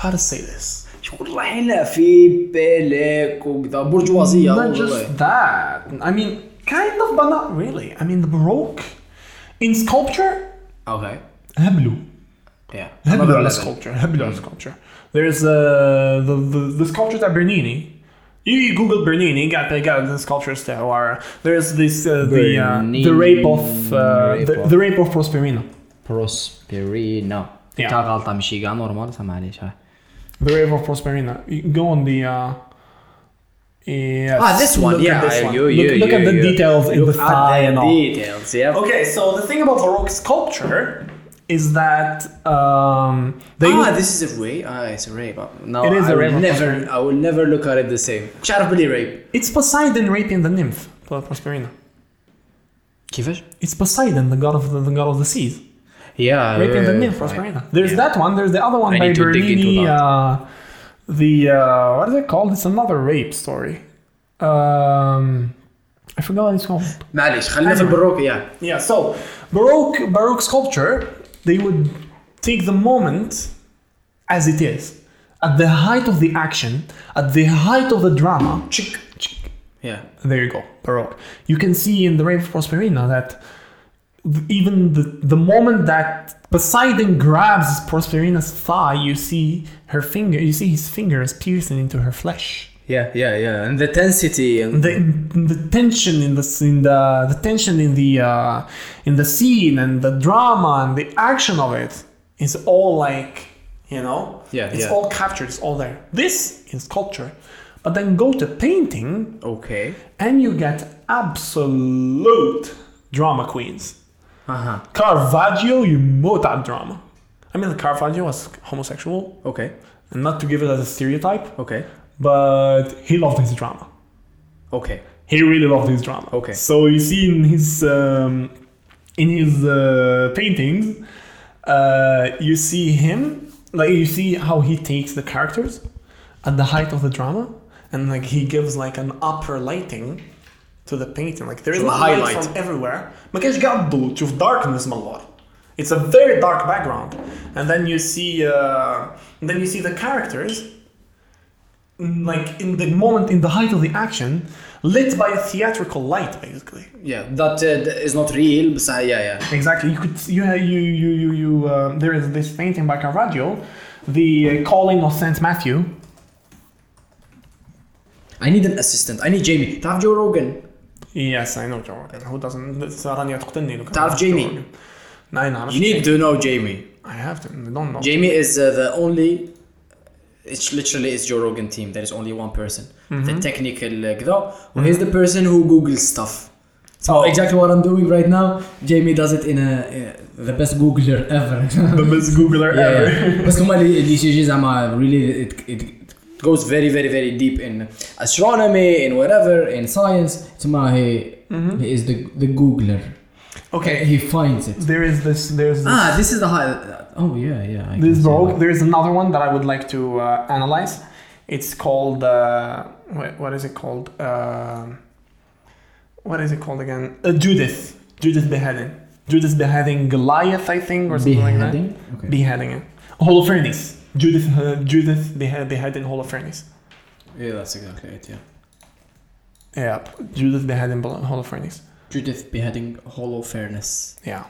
B: how to say this?
A: والله في بالك وكذا برجوازيه
B: Not just that. I mean, kind of, but not really. I mean, the Baroque in sculpture,
A: اوكي
B: هبلوا
A: يا
B: هبلوا على sculpture. هبلوا على sculpture. There's uh, the, the the sculpture that Bernini. You, you Google Bernini, got they got the sculptures that are there's this uh, the uh, the rape of uh,
A: Bernini,
B: the,
A: rape
B: the rape of Prosperino.
A: بروسبيرينا
B: Yeah.
A: تاع غلطه ماشي كاع نورمال سامع معليش ها
B: The Rave of Prosperina. You go on the. Uh, yes.
A: Ah, this one,
B: Look
A: yeah,
B: at this
A: I-
B: one.
A: you-
B: look,
A: you-
B: look at
A: you-
B: the
A: you-
B: details in the thigh and all.
A: ديتيلز يا
B: Okay, so the thing about Baroque sculpture is that um, they
A: Ah,
B: use-
A: this is a rape. Ah, it's a rape. No,
B: It is
A: I
B: a
A: will
B: rape.
A: Never, I will never look at it the same. مش عارف بلي rape.
B: it's Poseidon raping the nymph Pro- Prosperina.
A: كيفاش؟
B: It's Poseidon, the god of the, the god of the seas,
A: Oh, Yeah.
B: raping the nymph Prosperina. There's that one. There's the other one
A: I
B: by
A: need to dig into
B: Bernini.
A: that.
B: Uh, the uh, what is it called? It's another rape story. Um, I forgot what it's called.
A: معليش خلينا في
B: Anyway.
A: البروك يا
B: Yeah, so Baroque Baroque sculpture, they would take the moment as it is, at the height of the action, at the height of the drama. Chick, chick.
A: يا
B: There you go, Baroque. You can see in the Rave of Prosperina that th- even the, the moment that Poseidon grabs Prosperina's thigh, you see her finger, you see his fingers piercing into her flesh.
C: Yeah, yeah, yeah. And the tensity and
B: the the tension in the in the the tension in the uh, in the scene and the drama and the action of it is all like you know
C: Yeah,
B: it's
C: yeah.
B: all captured it's all there this in sculpture but then go to painting
C: okay.
B: and you get absolute drama queens
C: Uh-huh.
B: Caravaggio you moat at drama I mean Caravaggio was homosexual
C: Okay.
B: and not to give it as a stereotype
C: Okay.
B: but he loved his drama
C: Okay.
B: he really loved his drama.
C: Okay.
B: So you see in his um, in his uh, paintings, uh, you see him like you see how he takes the characters at the height of the drama, and like he gives like an upper lighting to the painting. Like there is
C: So a
B: light
C: highlight.
B: from everywhere. ما كانش قاعد ضوء تشوف darkness من الورا. It's a very dark background, and then you see uh, then you see the characters like in the moment in the height of the action lit by a theatrical light basically
A: Yeah, that uh, th- is not real, but uh, yeah, yeah.
B: exactly you could you you you you, you uh, there is this painting by caravaggio the uh, calling of saint matthew
A: I need an assistant. I need Jamie. تعرف جو روجن؟
B: yes i know Joe Rogan. who doesn't رانيا تقتلني لو كان
A: تعرف
B: عارف Joe
A: Jamie.
B: Rogan. لا انا عارف
A: You need to know Jamie.
B: i have to I don't know
A: Jamie is uh, the only. It's literally it's Joe Rogan team. There is only one person. The technical uh, كذا. And he's the person who googles stuff. So exactly what I'm doing right now. Jamie does it in a uh, the best Googler ever. [LAUGHS]
B: the best googler ever
A: بس هما اللي اللي شي شي زعما really it, it goes very very very deep in astronomy in whatever in science تسمى he he is the the googler
B: [LAUGHS] okay
A: he finds it
B: there is this there's this,
A: ah this is the high oh yeah yeah I can
B: this
A: see
B: baroque
A: that.
B: there is another one that i would like to uh, analyze it's called uh, wait, what is it called Um what is it called again uh, judith judith beheading judith beheading goliath i think or something like
A: Beheading?
B: that
A: Okay.
B: beheading yeah. holofernes judith uh, judith behe- beheading holofernes
A: yeah that's exactly it yeah
B: yeah judith beheading Bol- holofernes
A: Judith beheading hollow fairness
B: yeah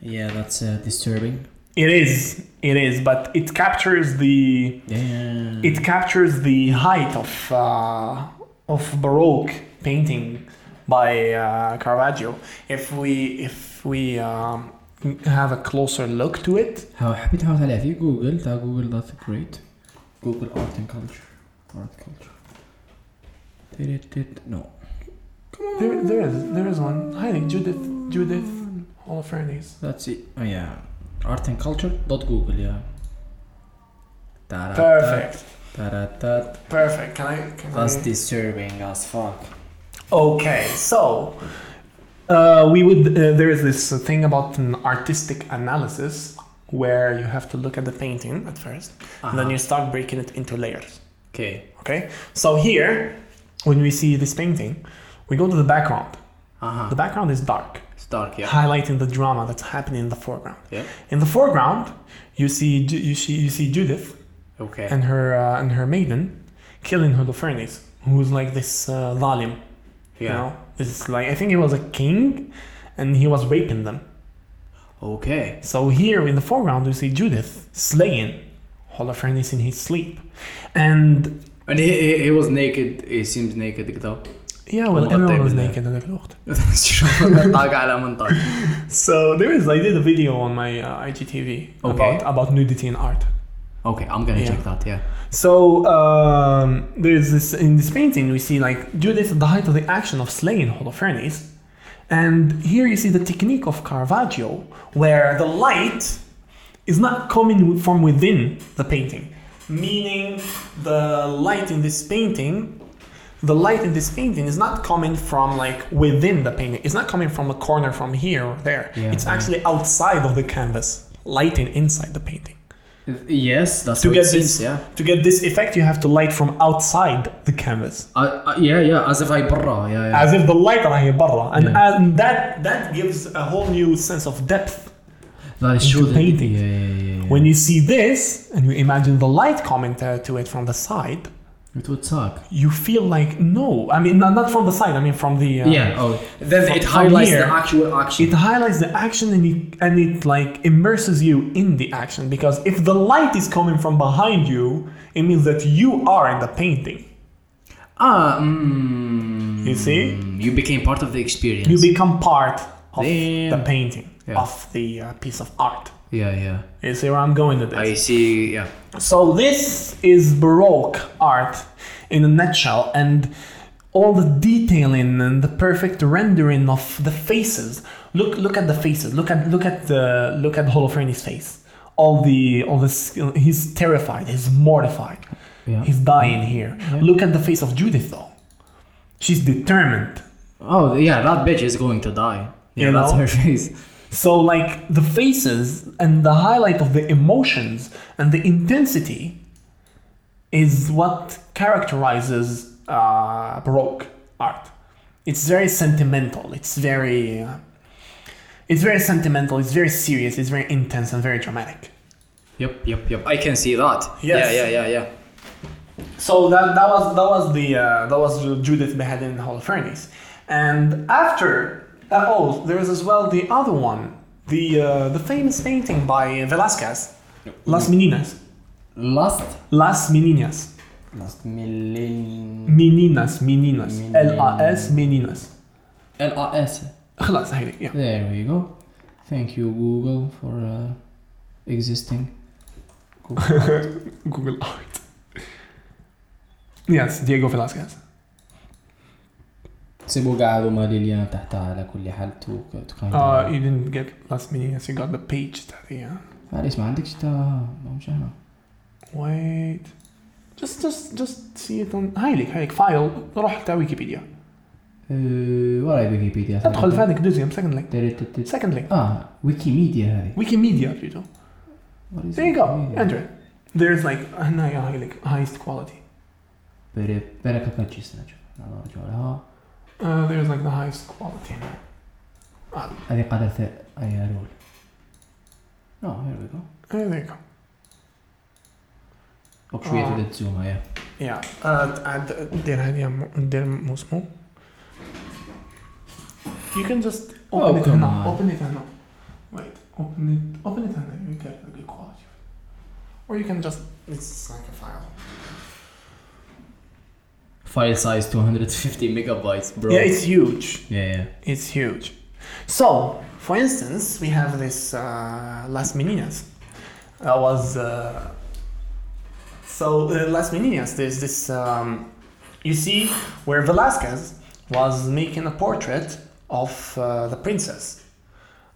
A: yeah that's uh, disturbing
B: it is it is but it captures the
A: yeah
B: it captures the height of uh, of baroque painting by uh, Caravaggio. If we if we um, have a closer look to it,
A: how حبيت احاول عليها في جوجل تاع جوجل دوت جريت جوجل ارت اند كلتشر ارت كلتشر did it did no
B: there, there is there is one. Hi, Judith Judith Holofernes.
A: That's it. Oh, yeah. Art and culture. Dot Google. Yeah. Da-da-da,
B: Perfect, Mm.
A: da-da-da.
B: perfect. Can I? Can
A: That's
B: I...
A: disturbing as fuck.
B: Okay, so uh, we would. Uh, there is this thing about an artistic analysis where you have to look at the painting at 1st and then
A: Uh-huh.
B: you start breaking it into layers.
A: Okay.
B: Okay, so here, when we see this painting, we go to the background.
A: Uh huh.
B: The background is dark,
A: It's dark. Yeah.
B: highlighting the drama that's happening in the foreground.
A: Yeah.
B: In the foreground, you see Ju- you see you see Judith
A: Okay.
B: and her uh, and her maiden killing Holofernes, who's like this uh, Thalim. You
A: yeah.
B: know, this like I think he was a king, and he was raping them.
A: Okay.
B: So here in the foreground, you see Judith slaying Holofernes in his sleep, and
A: And he, he, he was naked. He seems naked though. [LAUGHS]
B: yeah, well,
A: Well,
B: everyone was
A: David, uh,
B: naked in the Lucht.
A: طاق على منطق.
B: So there is, I did a video on my uh, IGTV
A: Okay.
B: about, about nudity in art.
A: Okay, I'm gonna
B: Yeah.
A: check that. Yeah.
B: So um, there's this in this painting we see like Judith at the height of the action of slaying Holofernes, and here you see the technique of Caravaggio where the light is not coming from within the painting, meaning the light in this painting. The light in this painting is not coming from like within the painting. It's not coming from a corner from here or there.
A: Yeah,
B: it's
A: yeah.
B: actually outside of the canvas, lighting inside the painting
A: Yes, that's
B: to
A: what
B: get
A: it seems.
B: this
A: Yeah.
B: to get this effect you have to light from outside the canvas
A: Uh, uh, yeah, yeah. As if I برا. Yeah, yeah.
B: as if the light are here برا and,
A: Yeah.
B: and that that gives a whole new sense of depth
A: that is true. that-
B: painting.
A: Yeah, yeah, yeah. yeah.
B: when you see this and you imagine the light coming to, to it from the side
A: It would suck.
B: you feel like no i mean not, not from the side i mean from the uh,
A: Yeah. Oh. Then
B: From-
A: it
B: from
A: highlights
B: here,
A: the actual action.
B: it highlights the action and it, and it like immerses you in the action because if the light is coming from behind you it means that you are in the painting
A: ah. Mm,
B: you see
A: you became part of the experience.
B: you become part of the
A: Damn.
B: painting
A: Yeah.
B: of the uh, piece of art
A: yeah. Yeah.
B: you see where i'm going with this
A: I see. Yeah.
B: So this is Baroque art in a nutshell, and all the detailing and the perfect rendering of the faces. Look, look at the faces. Look at, look at the, look at Holofernes' face. All the, all the, skill- he's terrified. He's mortified.
A: Yeah.
B: He's dying here. Look at the face of Judith, though. She's determined.
A: Oh yeah, that bitch is going to die. Yeah,
B: You
A: that's
B: know?
A: her face.
B: So, like the faces and the highlight of the emotions and the intensity is what characterizes uh, Baroque art. It's very sentimental. It's very, uh, it's very sentimental. It's very serious. It's very intense and very dramatic.
A: Yep. Yep. Yep. I can see that.
B: Yes.
A: Yeah. Yeah. Yeah. Yeah.
B: So that, that was that was the uh, that was Judith beheaded in Holofernes, and after uh, oh there is as well the other one the uh, the famous painting by Velázquez, Las Meninas,
C: Last
B: Las Meninas,
C: last million
B: Meninas, Meninas, L A S Meninas.
C: LRS.
B: خلاص هيدي yeah.
C: There we go. Thank you Google for uh, existing.
B: Google Art. Yes, Diego Velázquez.
C: سيبوا قاعد وما ليليان تحتها على كل حال تو
A: Ah,
B: Uh, you didn't get Las Meninas. You got the page that yeah.
C: معليش ما عندكش تا مش هنا
B: Wait. Just just just see it on هايلك هايلك فايل روح تاع ويكيبيديا
C: أه، وراي ويكيبيديا
B: تدخل في هذاك دوزيام سكند لينك
C: ترتتت.
B: سكند لينك
C: اه ويكيميديا هذه
B: ويكيميديا بلوتو
C: What is
B: there you go
C: Wikimedia?
B: enter it. there's like هنا هايلك highest quality
C: بري- بركة كاتشيس نجم نعم، نرجع لها
B: uh, there's like the highest quality uh,
C: هذه قادرة اي رول نو هير وي جو
B: Uh, there you go
C: دوك شوية
B: آه.
C: تبدا تزوم هيا
B: yeah uh, عاد دير هذه مو- دير مو اسمه you can just open
C: Oh,
B: it
C: come
B: هنا
C: on.
B: open it هنا wait open it open it هنا you get a good quality or you can just it's like a file
C: فايل سايز 250 ميجا بايت برو
B: Yeah, it's huge.
C: yeah
B: It's huge. So, for instance, we have this uh, Las Meninas. That was. Uh, so, uh, Las Meninas, there's this. Um, you see where Velazquez was making a portrait of uh, the princess.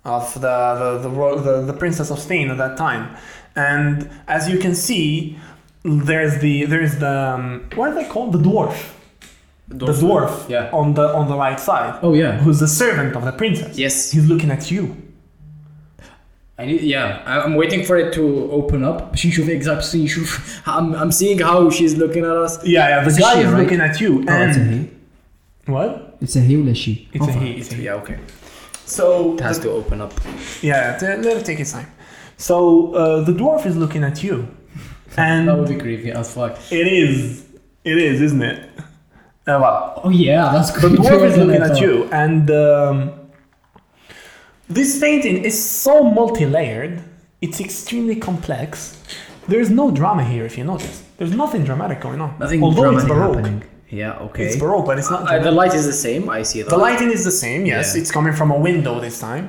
B: Of the the, the, ro- the the princess of Spain at that time, and as you can see, there's the there's the um, what are they called the dwarf, the dwarf
C: Yeah.
B: on the on the right side
C: Oh yeah.
B: who's the servant of the princess.
A: Yes.
B: He's looking at you.
C: I need, yeah, I- I'm waiting for it to open up. باش نشوف exactly نشوف [LAUGHS] I'm I'm seeing how she's looking at us.
B: Yeah, yeah. The
C: It's a
B: guy
C: she,
B: is
C: right?
B: looking at you.
C: Oh, it's a
B: And
C: he. Oh,
B: what?
C: It's a he ولا she.
B: It's a
C: Okay.
B: he. It's a he.
C: Yeah, okay.
B: So
C: It has to open up.
B: yeah, t- let it take its time. So uh, the dwarf is looking at
C: [LAUGHS]
B: you,
C: That would
B: and
C: be creepy as fuck.
B: it is, it is, isn't it? Uh, well,
C: [LAUGHS] Oh yeah, that's
B: the
C: creepy.
B: dwarf is
C: as
B: looking
C: [LAUGHS] hell.
B: at you, and um, this painting is so multi-layered. It's extremely complex. There is no drama here, if you notice. There's nothing dramatic going on.
C: Nothing
B: Although
C: dramatic
B: it's baroque.
C: happening. Yeah, okay.
B: It's baroque, but it's not.
C: Uh, the light is the same. I see that.
B: The lighting is the same, yes.
C: Yeah.
B: It's coming from a window this time.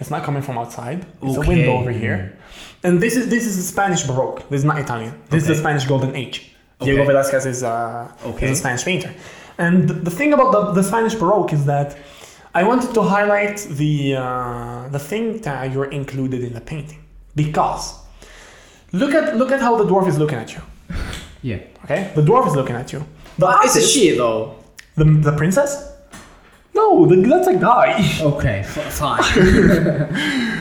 B: It's not coming from outside. It's a
C: Okay.
B: window over here. And this is this is the Spanish Baroque. This is not Italian. This is the
C: Okay.
B: Spanish Golden Age. Diego
C: Okay.
B: Velázquez is, uh,
C: Okay.
B: is a Spanish painter. And th- the thing about the, the Spanish Baroque is that I wanted to highlight the uh, the thing that you're included in the painting because look at look at how the dwarf is looking at you.
C: Yeah. Ah,
B: Okay, the dwarf is looking at you. The
A: But it's a
B: artist-
A: she though.
B: The, the princess? No, the, that's a guy. [LAUGHS]
C: Okay. f- fine.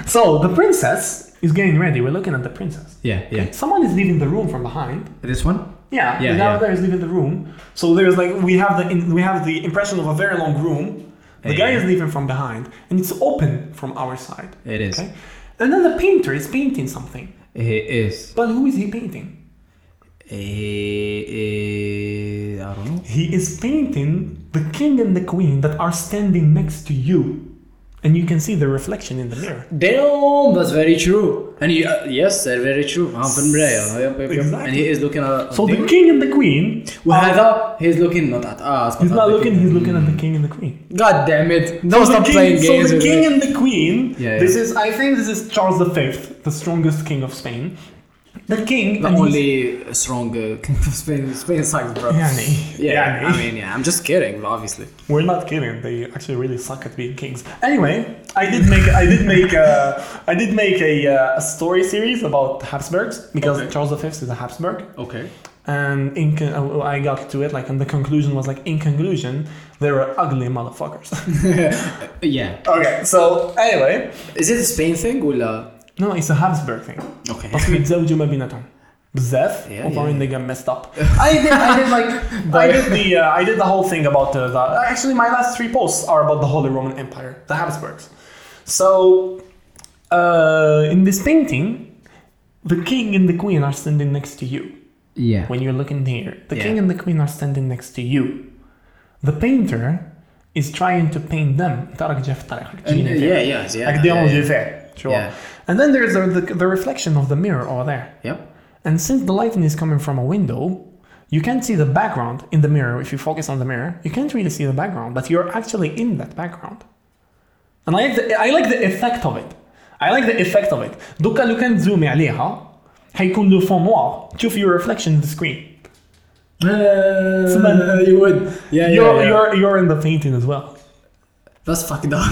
B: So the princess is getting ready. We're looking at the princess.
C: [LAUGHS] yeah. Yeah.
B: Someone is leaving the room from behind.
C: This one.
B: Yeah,
C: Yeah,
B: the guy
C: yeah.
B: there is leaving the room. So there's like we have the in, we have the impression of a very long room. The guy
C: Yeah.
B: is leaving from behind, and it's open from our side.
C: It is.
B: Okay, and then the painter is painting something.
C: He is.
B: But who is he painting?
A: Eh, eh, I don't know.
B: He is painting the king and the queen that are standing next to you. And you can see the reflection in the mirror.
A: Damn, that's very true. And he, uh, yes, that's very true. I'm from Brea. Yep, yep, yep. And
B: Exactly.
A: he is looking at.
B: So the king and the queen.
A: وهذا he's looking not at us. but
B: He's
A: at
B: not
A: the
B: looking,
A: king.
B: he's looking at the king and the queen.
A: God damn it! No,
B: so
A: stop
B: the
A: playing
B: king,
A: games.
B: so the
A: with
B: king
A: it.
B: and the queen.
A: Yeah,
B: This
A: yeah.
B: is, I think, this is Charles V, the strongest king of Spain. The king.
A: The
B: and he's-
A: only strong uh, [LAUGHS] king of Spain. Spain sucks, bro.
B: Yani.
A: [LAUGHS] Yeah,
B: Yani.
A: I mean, yeah, I'm just kidding, obviously.
B: We're not kidding. They actually really suck at being kings. Anyway, I did make I did make a, I did make a, uh, a story series about Habsburgs because
A: Okay.
B: Charles V is a Habsburg,
A: Okay.
B: and in con- uh, I got to it like, and the conclusion was like, in conclusion, they were ugly [LAUGHS] motherfuckers.
A: Yeah.
B: okay, so anyway,
A: Is it a Spain thing ولا?
B: no, it's a Habsburg thing.
A: Okay.
B: بس بيتزوجوا ما [LAUGHS] بيناتهم بزاف
A: Yeah,
B: وبعدين
A: yeah.
B: they got messed up. [LAUGHS] I did, I did
A: [LAUGHS]
B: like, I did the, uh, I did the whole thing about the, the. Actually, my last three posts are about the Holy Roman Empire, the Habsburgs. So, uh, in this painting, the king and the queen are standing next to you.
A: Yeah.
B: When you're looking here, the
A: Yeah.
B: king and the queen are standing next to you. The painter is trying to paint them. تعرف كيف تعرف
A: And, uh, yeah, yeah, yeah.
B: Like they
A: yeah,
B: only
A: yeah.
B: there. Sure.
A: Yeah.
B: And then there's the, the, the reflection of the mirror over there.
A: Yep.
B: And since the lighting is coming from a window, you can't see the background in the mirror. If you focus on the mirror, you can't really see the background, but you're actually in that background. And I like the, I like the effect of it. I like the effect of it. دوكا لو كان تزومي عليها حيكون لو فون نوار تشوف your reflection in the screen.
A: Uh, you would. Yeah, yeah,
B: you're,
A: yeah.
B: you're you're in the painting as well.
A: That's fucked up.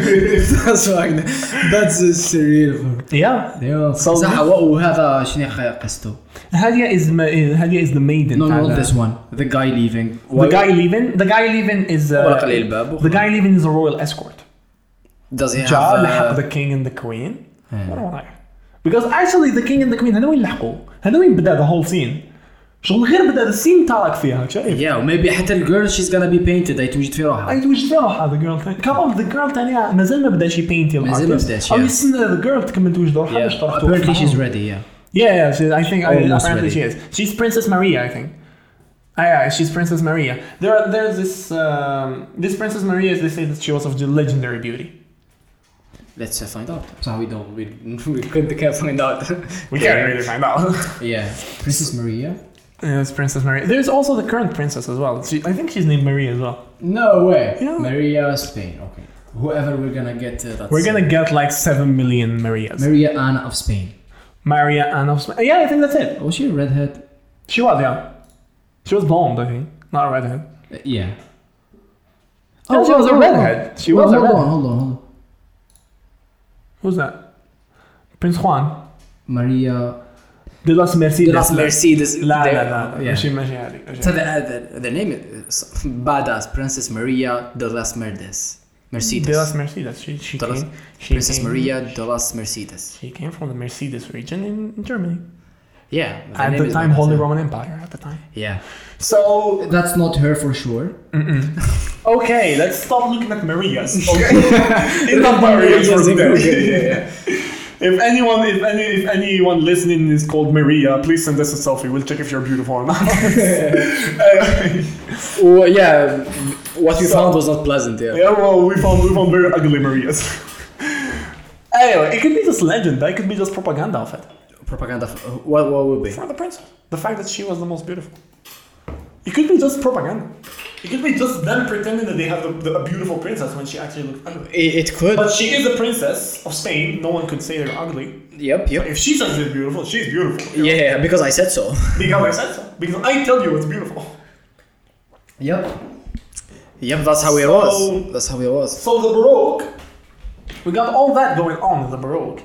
A: [LAUGHS] That's fucked up. That's uh, surreal.
B: Yeah.
A: Yeah.
B: So-
A: صح وهذا شنو قصته؟
B: Hadia is ma- is- Hadia is the maiden.
A: No, no,
B: تاع-
A: not this one. The guy leaving.
B: The guy leaving. The guy leaving is. Uh,
A: أغلق عليه الباب
B: the guy leaving is a royal escort.
A: Does he have?
B: جاء
A: uh,
B: لحق ذا كينج اند ذا كوين بيكوز اكشلي ذا كينج اند ذا كوين هذا وين لحقوا هذا وين بدا ذا هول سين شغل غير بدا السين تارك فيها شايف
A: Yeah, maybe حتى ال girl she's gonna be painted هي توجد في روحها.
B: اي توجد فيها روحها ذا جيرل ثاني كابل ذا جيرل ثاني مازال ما بداش يبينت يلا
A: مازال ما بداش،
B: او
A: yeah.
B: يستنى ذا جيرل تكمل توجد روحها باش تروح توقف
A: Apparently she's
B: معاهم.
A: ready, yeah.
B: Yeah, yeah, she, I think I,
A: Almost
B: apparently
A: ready.
B: she is. She's Princess Maria, I think. Ah, yeah, she's Princess Maria. There, are, there's this um, this Princess Maria. They say that she was of the legendary beauty.
A: Let's uh, find out. So we don't, we, [LAUGHS] we couldn't, can't find out. [LAUGHS]
B: We can't really find out. [LAUGHS]
A: Yeah. Princess Maria?
B: Yeah, it's Princess Maria. There's also the current princess as well. She, I think she's named Maria as well.
A: No way.
B: Yeah.
A: Maria Spain, okay. Whoever we're gonna get, uh, that's
B: We're gonna get like seven million Marias.
A: Maria Anna of Spain.
B: Maria Anne of Sp- Yeah, I think that's it.
A: Was she a redhead?
B: She was yeah. She was blonde, I think, not redhead.
A: Uh, yeah.
B: Oh, she was a redhead. She was a
A: hold on,
B: redhead.
A: hold on, hold on.
B: Who's that? Prince Juan
A: Maria.
B: de las Mercedes.
A: Mercedes.
B: لا لا لا
A: Yeah.
B: ماشي ماشي هذيك ماشي
A: So
B: هذيك.
A: the, uh, the, the name is badass Princess Maria de las Mercedes. Mercedes.
B: de las Mercedes. She, she
A: De las-
B: came. She
A: Princess
B: came,
A: Maria de las Mercedes.
B: She came from the Mercedes region in, in Germany.
A: Yeah.
B: At
A: name
B: the
A: is
B: time,
A: badass,
B: Holy
A: yeah.
B: Roman Empire. At the time.
A: Yeah.
B: So
A: That's not her for sure.
B: Okay, let's stop looking at Marias. Okay, enough Marias for
A: Marias in
B: today. [LAUGHS]
A: Google.
B: If anyone, if any, if anyone listening is called Maria, please send us a selfie. We'll check if you're beautiful or not. Anyway,
A: Well, yeah, what you
B: So-
A: found was not pleasant. Yeah.
B: yeah, well, we found we found very ugly Marias. [LAUGHS] anyway, it could be just legend. That could be just propaganda of it
A: Propaganda. f- What what would be?
B: for the princess. The fact that she was the most beautiful. It could be just propaganda. It could be just them pretending that they have the, the, a beautiful princess when she actually looked ugly.
A: It, it could.
B: But she is the princess of Spain. No one could say they're ugly.
A: yep. Yep.
B: If she says it's beautiful, she's beautiful.
A: Yeah, because I said so.
B: Because I said so. Because I tell you it's beautiful.
A: Yep. Yep. That's how it
B: So-
A: was. That's how it was.
B: So the Baroque, we got all that going on in the Baroque.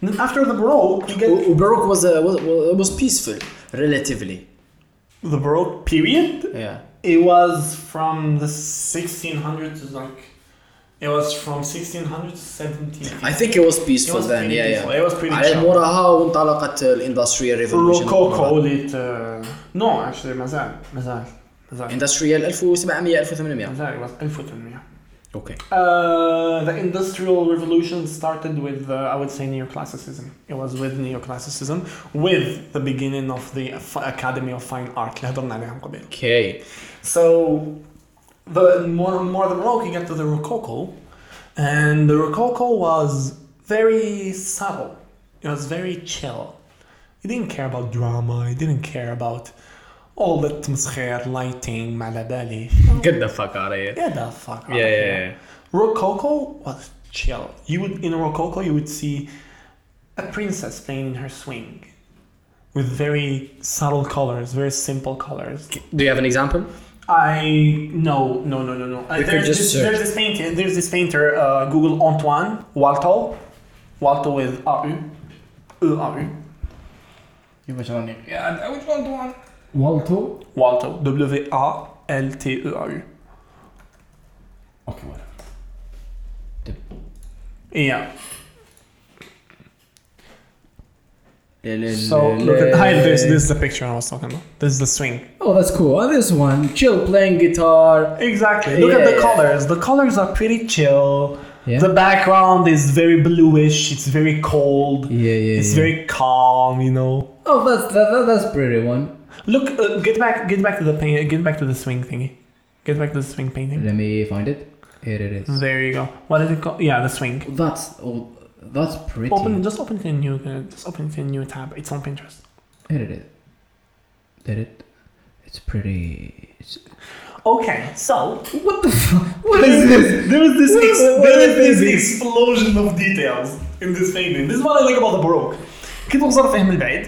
B: And then after the Baroque, you get
A: U- Baroque was uh, was was- was peaceful, relatively.
B: the Baroque period.
A: Yeah.
B: It was from the 1600s, to like it was from 1600 to 1700.
A: I think it was peaceful
B: It was
A: then.
B: pretty
A: Yeah,
B: peaceful.
A: yeah.
B: It was pretty
A: على
B: chill.
A: موراها وانطلقت الاندستريال ريفولوشن
B: Rococo lit. Uh, no, actually, مازال مازال مازال
A: اندستريال 1700 1800
B: مازال it was 1800.
A: Okay.
B: Uh, the industrial revolution started with, uh, I would say, neoclassicism. It was with neoclassicism, with the beginning of the F- Academy of Fine Art. اللي هضرنا عليها من قبل.
A: Okay.
B: So, the more, more than rock, you get to the Rococo, and the Rococo was very subtle. It was very chill. It didn't care about drama. It didn't care about all that مسخير lighting ما على بالي.
A: Get the fuck out of here.
B: Get the fuck out
A: Yeah,
B: of
A: yeah,
B: here.
A: yeah.
B: Rococo was chill. You would in Rococo you would see a princess playing in her swing with very subtle colors, very simple colors.
A: Do you have an example?
B: I no no no no no. Uh,
A: We could
B: there's,
A: just
B: this,
A: search.
B: there's this painter. There's this painter. Uh, Google Antoine Walto, Walto with R U, E R U.
A: Yeah, which one do one?
E: والتو
B: Walto W A L T E R U.
E: اوكي
B: Yeah. So look at hi. This this is the picture I was talking about. This is the swing.
A: Oh, that's cool. Oh, this one, chill playing guitar.
B: Exactly. Look at the
A: Yeah.
B: colors. The colors are pretty chill.
A: Yeah.
B: The background is very bluish. It's very cold.
A: Yeah, yeah.
B: It's very calm. You know.
A: Oh, that's that, that, that's pretty one.
B: Look. Uh, get back. Get back to the paint. Get back to the swing thingy. Get back to the swing painting.
A: Let me find it. Here it is.
B: There you go. What is it called? Yeah, the swing.
A: That's oh, that's pretty.
B: Open. Just open it in new. Uh, just open it in new tab. It's on Pinterest.
A: Here it is. Did it? It's pretty. It's,
B: Okay. So
A: what the fuck? What is this?
B: There is this,
A: What-
B: ex-
A: what
B: there
A: is this?
B: is this explosion of details in this painting. This is what I like about the Baroque. كي توصل فيه من بعيد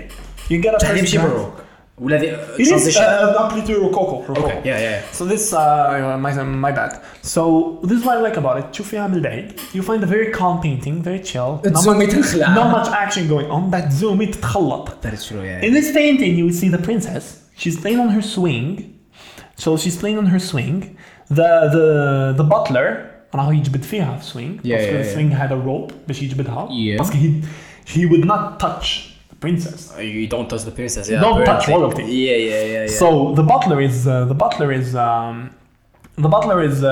B: you get a
A: تحديد
B: first
A: شي
B: glance.
A: Baroque. ولا ذي-
B: It is
A: transition.
B: uh, aptly to Rococo. Rococo.
A: Okay. Yeah, yeah.
B: So this, uh, my, my bad. So this is what I like about it. تشوف فيها من بعيد. You find a very calm painting, very chill. Not much,
A: تزومي تنخلع.
B: not much action going on. That zoomy تتخلط.
A: That is true. Yeah.
B: In this painting, you will see the princess. She's playing on her swing. So she's playing on her swing. The the the butler راهو يجبد فيها في swing.
A: Yeah,
B: Because
A: yeah,
B: the
A: yeah.
B: swing had a rope باش يجبدها.
A: Yeah.
B: Because he he would not touch the princess.
A: Uh, You don't touch the princess. Yeah,
B: Don't touch
A: apparently.
B: royalty.
A: Yeah, yeah, yeah, yeah.
B: So the butler is uh, the butler is um, the butler is uh,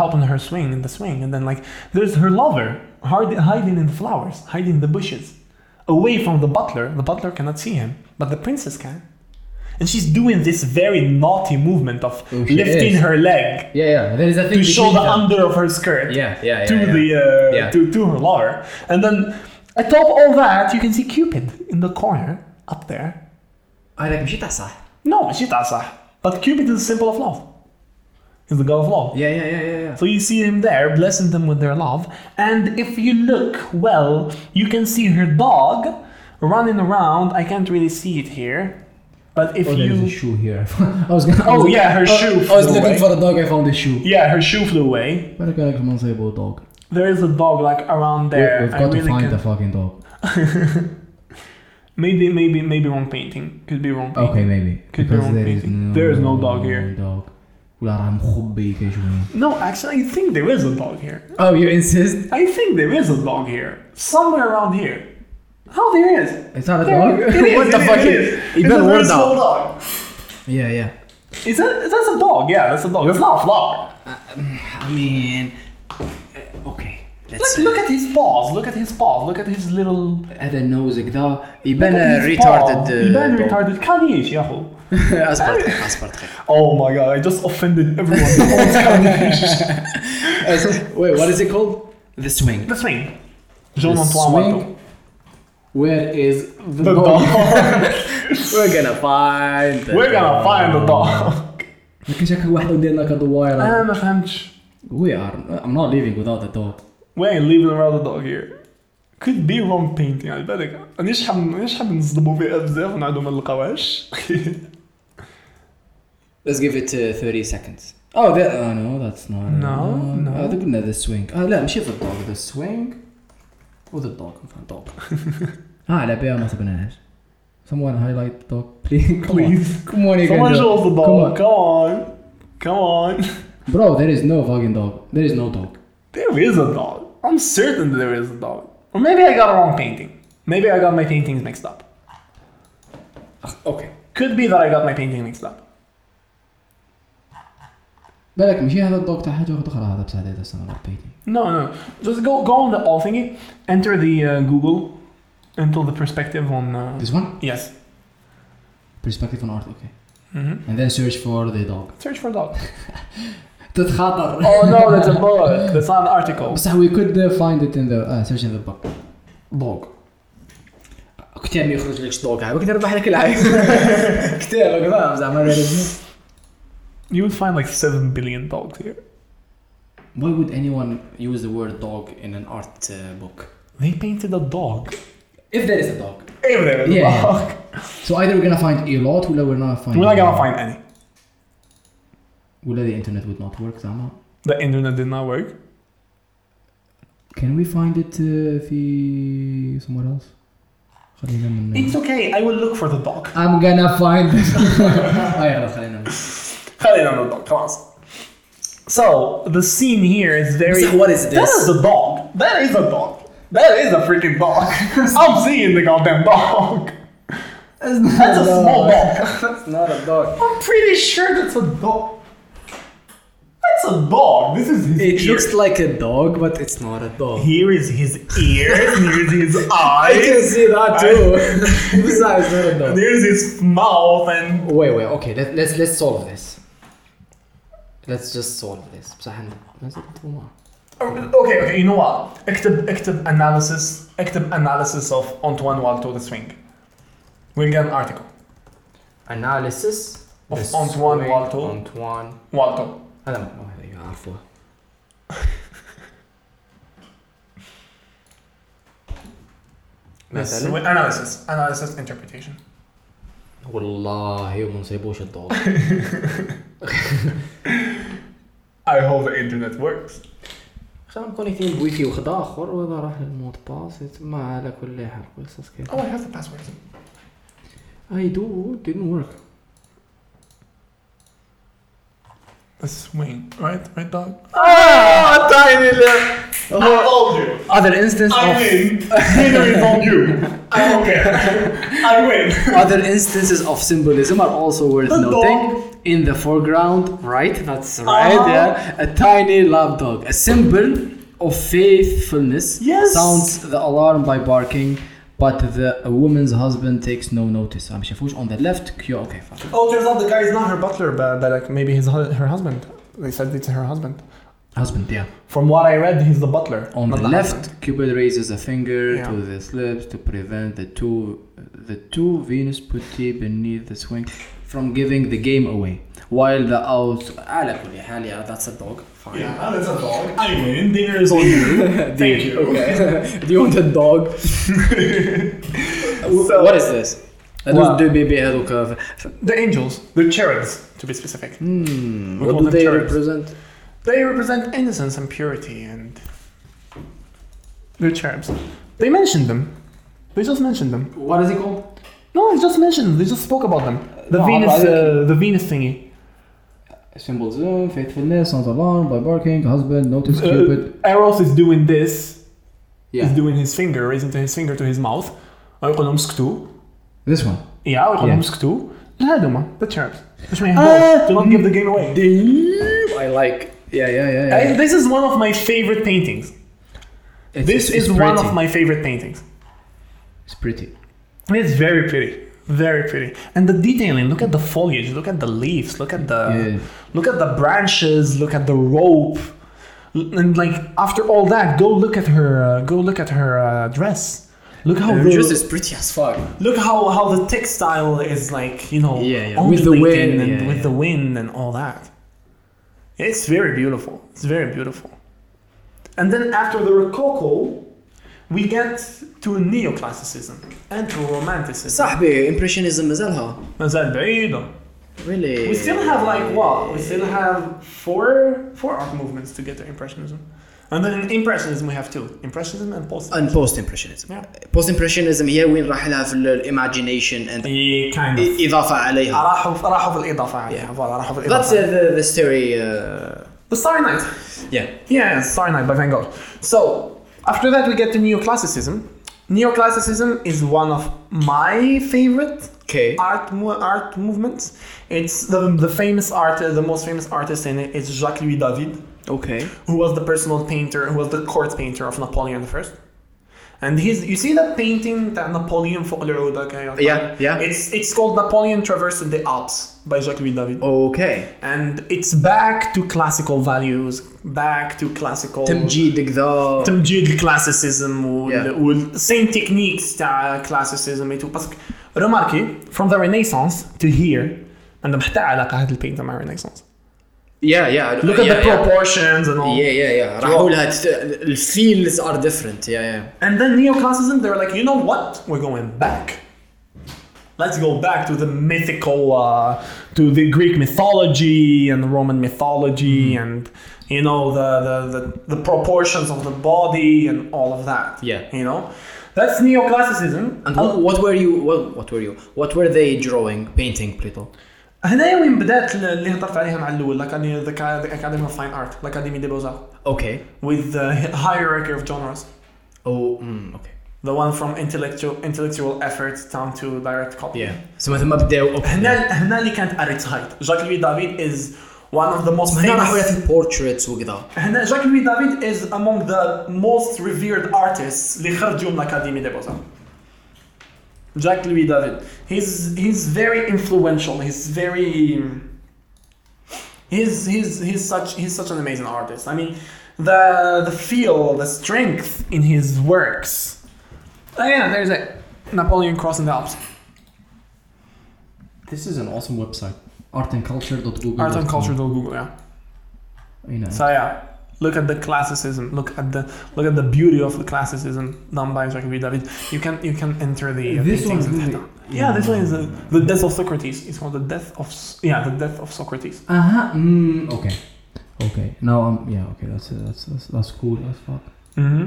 B: helping her swing in the swing, and then like there's her lover hard, hiding in the flowers, hiding in the bushes, away from the butler. The butler cannot see him, but the princess can, and she's doing this very naughty movement of
A: Oh, she
B: lifting
A: is.
B: her leg
A: Yeah, yeah. There is a thing
B: to show
A: between
B: the
A: them.
B: under of her skirt
A: Yeah, yeah, yeah.
B: to
A: yeah.
B: the uh,
A: Yeah.
B: to, to her lover, and then atop all that you can see Cupid in the corner up there.
A: I like مشيت على صح.
B: No, ماشي تاع صح. But Cupid is the symbol of love. He's the god of love.
A: Yeah, yeah, yeah, yeah, yeah.
B: So you see him there blessing them with their love. And if you look well, you can see her dog running around. I can't really see it here. But if
A: Oh, there is a
B: you.
A: shoe here. [LAUGHS] I was gonna. I
B: Oh,
A: was-
B: yeah, her
A: I-
B: shoe
A: I was
B: flew
A: looking
B: away.
A: for a dog. I found a shoe.
B: Yeah, her shoe flew away.
A: What can I come and say about dog?
B: There is a dog like around
A: We-
B: there.
A: We've
B: I
A: got to
B: really
A: find
B: can-
A: the fucking dog.
B: Maybe, maybe, maybe wrong painting. Could be wrong painting.
A: Okay, maybe.
B: Could be
A: Because
B: wrong
A: there is
B: painting.
A: no,
B: There is no dog here.
A: Dog. ولا راه مخبي كيجوني.
B: No, actually, I think there is a dog here.
A: Oh, you insist?
B: I think there is a dog here. Somewhere around here. Oh, there is.
A: It's not a
B: There-
A: dog.
B: it is,
A: [LAUGHS] What the
B: it
A: fuck?
B: is, it is. It's
A: better
B: a
A: word
B: very
A: down.
B: small dog.
A: Yeah, yeah.
B: Is that that's a dog? Yeah, that's a dog. It's not a flower.
A: I mean, uh, okay.
B: Look,
A: Let's.
B: look at his paws. Look at his paws. Look at his little.
A: هذا النوز كذا
B: look
A: يبان
B: at his
A: retarded.
B: paw.
A: uh,
B: You better
A: dog.
B: retarded. Kanye, yahoo.
A: [LAUGHS]
F: اصبر
B: [LAUGHS]
F: دقيقة، اصبر دقيقة.
B: Oh my god! I just offended everyone. The whole Kanye.
A: Wait, what is it called? The swing.
B: the swing. Jean
A: The
B: Antoine
A: swing.
B: Watteau.
A: Where is the,
B: The
A: dog?
B: dog.
F: [LAUGHS] We're gonna find the-
B: We're gonna find the dog.
A: لكن شكل واحد ودينا كدواير.
F: Uh,
B: I'm a hunch.
A: We are. I'm not leaving without the dog.
B: We ain't leaving around the dog here. Could be wrong painting على بالك انا شحال انا شحال نصدموا فيها بزاف ونعاودوا ما نلقاوهاش
F: Let's give it uh, 30 seconds.
A: Oh, that, uh, no, that's not. Oh,
B: No, no.
A: هذا قلنا ذا سوينج. اه لا ماشي ذا دوغ ذا سوينج وذا دوغ
B: [LAUGHS]
A: دوغ. ها على بها ما صبناهاش. Someone highlight the dog, [LAUGHS] please. Come on.
B: Please.
A: Come on, you can
B: Someone
A: do it.
B: shows the
A: Come on.
B: dog. Come on. Come on. [LAUGHS]
A: Bro, there is no fucking dog. There is no dog.
B: There is a dog. I'm certain there is a dog. Or maybe I got a wrong painting. Maybe I got my paintings mixed up.
A: Okay.
B: Could be that I got my painting mixed up.
C: بالك مشي هذا الدوق تاع حاجه واخرى هذا بس هذا السنه البيتي
B: No, no. Just go go on the all thingy. Enter the uh, Google. Enter the perspective on. Uh,
C: This one
B: yes.
C: perspective on art okay
B: hmm
C: and then search for the dog
B: Search for dog.
C: [LAUGHS] تتخاطر
B: [LAUGHS] Oh no, [LAUGHS] that's a book. That's not an article.
C: بصح we could uh, find it in the uh, search in the book
B: Blog.
A: كتاب ما يخرج لكش دوك عيب تربح
C: [LAUGHS]
A: لك العيب كتابك فاهم زعما لا لازم.
B: You would find like seven billion dogs here.
C: why would anyone use the word dog in an art uh, book
B: They painted a dog.
C: if there is a dog
B: If there is
C: Yeah.
B: a dog.
C: so either we're gonna find a lot ولا we're not find
B: We're not gonna find any.
C: ولا the internet would not work زعما
B: The internet did not work.
C: can we find it uh, في somewhere else خلينا من
B: It's okay. I will look for the dog. [LAUGHS]
C: I'm gonna find [LAUGHS] it هاي خلاص خلينا من-
B: خلينا من الدوق خلاص. So the scene here is very.
A: بس what is
B: That
A: this?
B: is a dog. That is a dog. That is a freaking dog. [LAUGHS] I'm seeing the goddamn dog. [LAUGHS] That's a small dog.
A: It's not a dog.
B: I'm pretty sure that's a dog. That's a dog. This is his
A: It
B: ear.
A: looks like a dog, but it's not a dog.
B: Here is his ears. Here's [LAUGHS] his
A: I can
B: eyes.
A: see that
C: [LAUGHS]
A: too. Besides, not a dog.
B: There's his mouth and
C: wait wait okay let, let's let's solve this let's just solve this بصح نزل
B: Oh, Okay, okay, you know what? اكتب اكتب analysis اكتب analysis of Antoine Walter the Swing. We'll get an article.
C: analysis
B: Of
C: This
B: Antoine
C: way,
B: Walton.
C: Antoine Oh,
B: Walter.
C: هذا ما هذا يعرفوه
B: This
C: مثلا
B: way- analysis. Analysis interpretation.
C: والله ما نصيبوش
A: [LAUGHS]
C: الضوء
B: I hope the internet works.
C: خلينا مكونيكتين بويفي وخد اخر وهذا راح للمود باس ما على كل حال قصص كيف
B: Oh, I have the password.
C: اي دو didn't work
B: The swing, right? Right, dog? Ah, tiny little. Oh. I told you.
A: Other instance
B: I
A: of
B: win. [LAUGHS] Dinner is on you. I don't [LAUGHS] care. I win.
A: other instances of symbolism are also worth
B: A
A: noting.
B: dog.
A: In the foreground, right? That's right.
B: Uh-huh.
A: Yeah, a tiny love dog, a symbol of faithfulness.
B: Yes.
A: Sounds the alarm by barking, but the a woman's husband takes no notice. I'm شافوش on the left. Q. Okay, fine.
B: Oh, turns out the guy is not her butler, but, but like maybe his hu- her husband. They said it's her husband.
A: Husband, yeah.
B: From what I read, he's the butler.
A: On
B: not
A: the
B: husband.
A: left, Cupid raises a finger
B: Yeah.
A: to his lips to prevent the two, the two Venus putti beneath the swing from giving the game away. While the out, ah, على كل حال, yeah, that's a dog. Fine. [LAUGHS]
B: Yeah, that's a dog. I win. Dinner is on you. Thank you.
A: Okay. [LAUGHS] Do you want a
B: [LAUGHS]
A: dog?
B: So-
A: what is this?
B: What?
A: هذوك دو بيبي هذوك آه، ف-
B: [LAUGHS] The angels, the cherubs, to be specific.
A: Hmm,
B: We
A: what
B: call
A: do
B: them
A: they
B: cherubs.
A: represent?
B: They represent innocence and purity, and they're cherubs. They mentioned them. They just mentioned them.
C: what is it called
B: No, they just mentioned them. They just spoke about them. The
C: No,
B: Venus,
C: but I
B: uh, the Venus thingy.
C: symbolism faithfulness sounds alarm by barking husband notice cupid
B: Uh, Eros is doing this. He's
C: yeah
B: doing his finger, raising his finger to his mouth. ويقول لهم اسكتوا.
C: this one
B: Yeah, ويقول لهم
C: Yeah. Uh,
B: اسكتوا. لا هذوما the cherubs. باش ما يهبطوش. Do
C: mm,
B: not give the game away.
A: I like.
C: yeah yeah yeah, yeah.
B: I, this is one of my favorite paintings.
C: It's-
B: This
C: it's
B: is one
C: pretty.
B: of my favorite paintings.
C: it's pretty
B: It's very pretty, very pretty, and the detailing. Look at the foliage. Look at the leaves. Look at the
C: Yeah.
B: look at the branches. Look at the rope, L- and like after all that, go look at her. Uh, go look at her uh, dress. Look how
A: Her
B: the-
A: dress is pretty as fuck.
B: look how how the textile is like you know
A: Yeah, yeah, with the
B: ondulating
A: wind,
B: and
A: yeah,
B: with
A: yeah.
B: the wind and all that. It's very beautiful. It's very beautiful. And then after the Rococo, we get to neoclassicism and to romanticism.
A: صاحبي impressionism مازالها.
B: مازال بعيدة.
A: Really.
B: We still have like what? We still have four four art movements to get to impressionism. And then in impressionism we have two. Impressionism and post
A: and post impressionism
B: Yeah.
A: post impressionism هي وين راح لها في الايماجينيشن اند
B: kind
A: اضافه عليها
B: راحوا راحوا في الإضافة يعني.
A: Yeah.
B: فوالا، راحوا في
A: That's
B: الإضافة.
A: uh, the, the story. Uh,
B: The Starry Night.
A: yeah.
B: Yeah, Starry Night by Van Gogh. So after that we get to neoclassicism. Neoclassicism is one of my favorite
A: Okay.
B: art mo- art movements. It's the, the famous artist, the most famous artist in it is Jacques Louis David,
D: Okay.
B: who was the personal painter, who was the court painter of Napoleon I. And his, you see that painting that Napoleon فوق العودة كان-
D: Yeah, yeah.
B: It's it's called Napoleon Traversed the Alps by Jacques Louis David.
D: Okay.
B: And it's back to classical values, back to classical
A: تمجيدك ذا
B: تمجيد الكلاسيسيزم وال...
D: Yeah.
B: والسيم تكنيكس تاع الكلاسيسيزم تو باسكو ريماركي from the renaissance to here عندهم حتى علاقه هذا البينت مع الرينيسانس
A: يا يا
B: look at the proportions and all
A: يا يا يا راحوا لها تت- الفيلز ار ديفرنت يا يا
B: and then neoclassicism they're like you know what we're going back let's go back to the mythical uh, to the greek mythology and the roman mythology
A: Mm-hmm.
B: and you know the, the the the proportions of the body and all of that
A: Yeah.
B: you know that's neoclassicism
A: And what, what were you what, what were you what were they drawing painting Plato
B: هنايا وين بدات اللي هضرت عليها مع الاول الاكاديمي the Academy of Fine Art الاكاديمي دي بوزار
A: اوكي
B: with the [LAUGHS] hierarchy of genres
A: او امم اوكي
B: the one from intellectual intellectual efforts down to direct copy
A: يا سو مثل ما بداوا اوكي
B: هنا هنا اللي كانت at its height جاك لوي دافيد is one of the most
A: هنا راحوا لها
B: famous
A: في البورتريتس وكذا
B: هنا جاك لوي دافيد is among the most revered artists اللي خرجوا من الاكاديمي دي بوزار جاك لوي دافيد he's he's very influential he's very he's he's he's such he's such an amazing artist i mean the the feel the strength in his works oh yeah there's a napoleon crossing the alps
C: This is an awesome website. Artandculture.google.
B: art and
A: Mm-hmm.
B: culture dot google yeah
C: You know.
B: so yeah look at the classicism look at the look at the beauty of the classicism done by Jacques David you can you can enter the uh,
C: This one's
B: paintings and-
C: really- Mm.
B: yeah this one is uh, the death of Socrates it's called the death of S- yeah the death of Socrates
C: Uh-huh. Mm, okay. Okay. Now I'm yeah, okay, that's that's that's, that's cool as fuck.
B: mm-hmm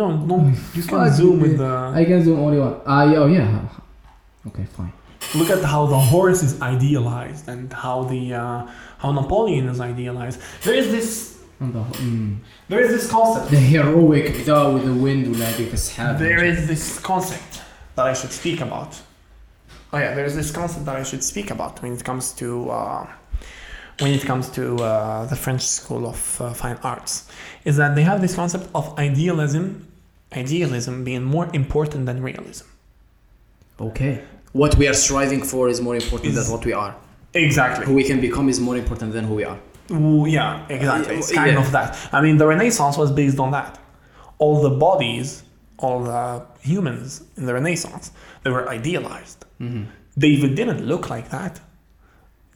B: no no Oh, you can
C: Fuck,
B: zoom with
C: dude.
B: the
C: Mm. I can zoom only one. Ah, yeah, oh yeah. Okay, fine.
B: look at how the horse is idealized and how the uh, how Napoleon is idealized. There is this
C: And the, mm.
B: there is this concept.
C: the heroic ذا with the wind ولا هذيك
A: Uh,
C: السحاب.
B: There is this concept that I should speak about. Oh yeah, there is this concept that I should speak about when it comes to uh, when it comes to uh, the French School of uh, Fine Arts, is that they have this concept of idealism, idealism being more important than realism.
A: اوكي what we are striving for is more important than
B: Is-
A: what we are who
B: Exactly.
A: we can become is more important than who we are
B: yeah, exactly. It's
A: Yeah.
B: kind of that. I mean, the Renaissance was based on that. All the bodies, all the humans in the Renaissance, they were idealized.
A: Mm-hmm.
B: David didn't look like that.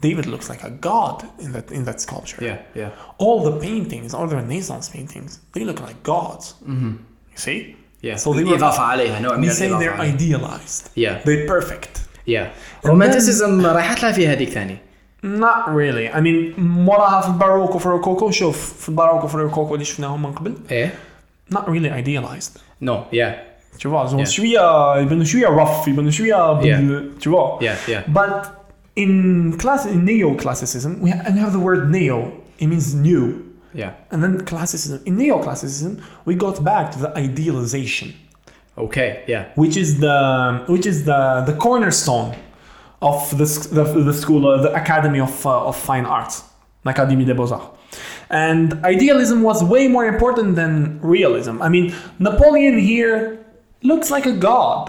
B: David looks like a god in that in that sculpture.
A: yeah
B: All the paintings, all the Renaissance paintings, they look like gods.
A: Mm-hmm.
B: You see?
A: yeah
B: So they were-
A: اضافه عليها نوع من
B: We say
A: الاضافه
B: they're
A: عليها.
B: idealized.
A: Yeah.
B: They're perfect.
A: yeah romanticism رايحت لها في هذيك ثاني
B: Not really. I mean, موراها في الباروكو في الروكوكو شوف في الباروكو في الروكوكو اللي شفناهم من قبل
A: ايه
B: not really idealized.
A: نو يا
B: Tu vois, ils ont
A: Yeah.
B: suivi à- ils ont suivi à rough, ils ont suivi à-
A: Yeah.
B: tu vois.
A: Yeah, yeah.
B: But in class, in neoclassicism, we ha- we have the word neo. It means new.
A: يا
B: And then classicism. In neoclassicism, we got back to the idealization,
A: اوكي يا
B: which is the which is the the cornerstone of the s- the, the school, uh, the academy of uh, of fine arts, l'Académie des Beaux Arts. And idealism was way more important than realism. I mean, Napoleon here looks like a god.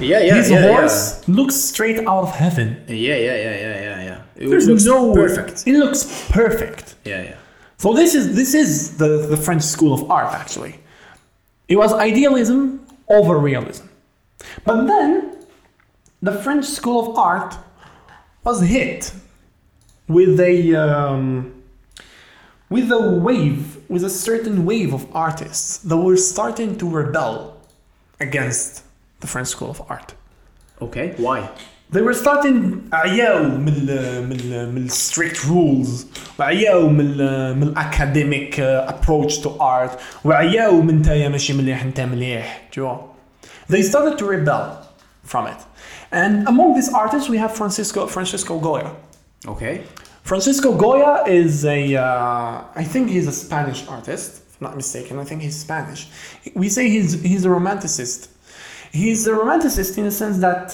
A: يا يا
B: His horse looks straight out of heaven.
A: يا يا يا يا يا
B: There's no
A: perfect
B: It looks perfect.
A: يا يا
B: So this is this is the, the French school of art actually. It was idealism over realism. But then the French school of art was hit with a um, with a wave with a certain wave of artists that were starting to rebel against the French school of art.
A: اوكي واي
B: They were starting uh, عياو من ال من ال من ال uh, strict rules وعياو من ال من ال uh, academic uh, approach to art وعياو من تايا ماشي مليح انت مليح جوا They started to rebel from it. And among these artists we have Francisco Francisco Goya.
A: اوكي
B: Francisco Goya is a, uh, I think he's a Spanish artist. not mistaken. I think he's Spanish. We say he's he's a romanticist. He's a romanticist in the sense that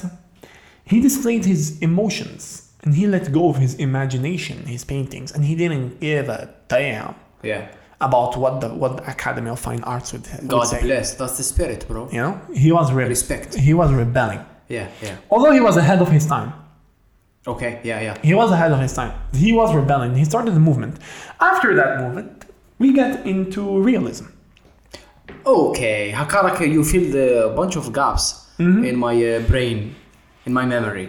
B: he displayed his emotions and he let go of his imagination, his paintings, and he didn't give a damn
A: Yeah.
B: about what the what the Academy of Fine Arts would, would
A: God
B: say.
A: bless. That's the spirit, bro.
B: You know, he was re-
A: Respect.
B: He was rebelling,
A: Yeah, yeah.
B: although he was ahead of his time.
A: Okay, yeah, yeah.
B: He was ahead of his time. He was rebelling. He started the movement. After that movement, we get into realism.
A: Okay, Hakaraka, you filled a bunch of gaps in my uh, brain, in my memory.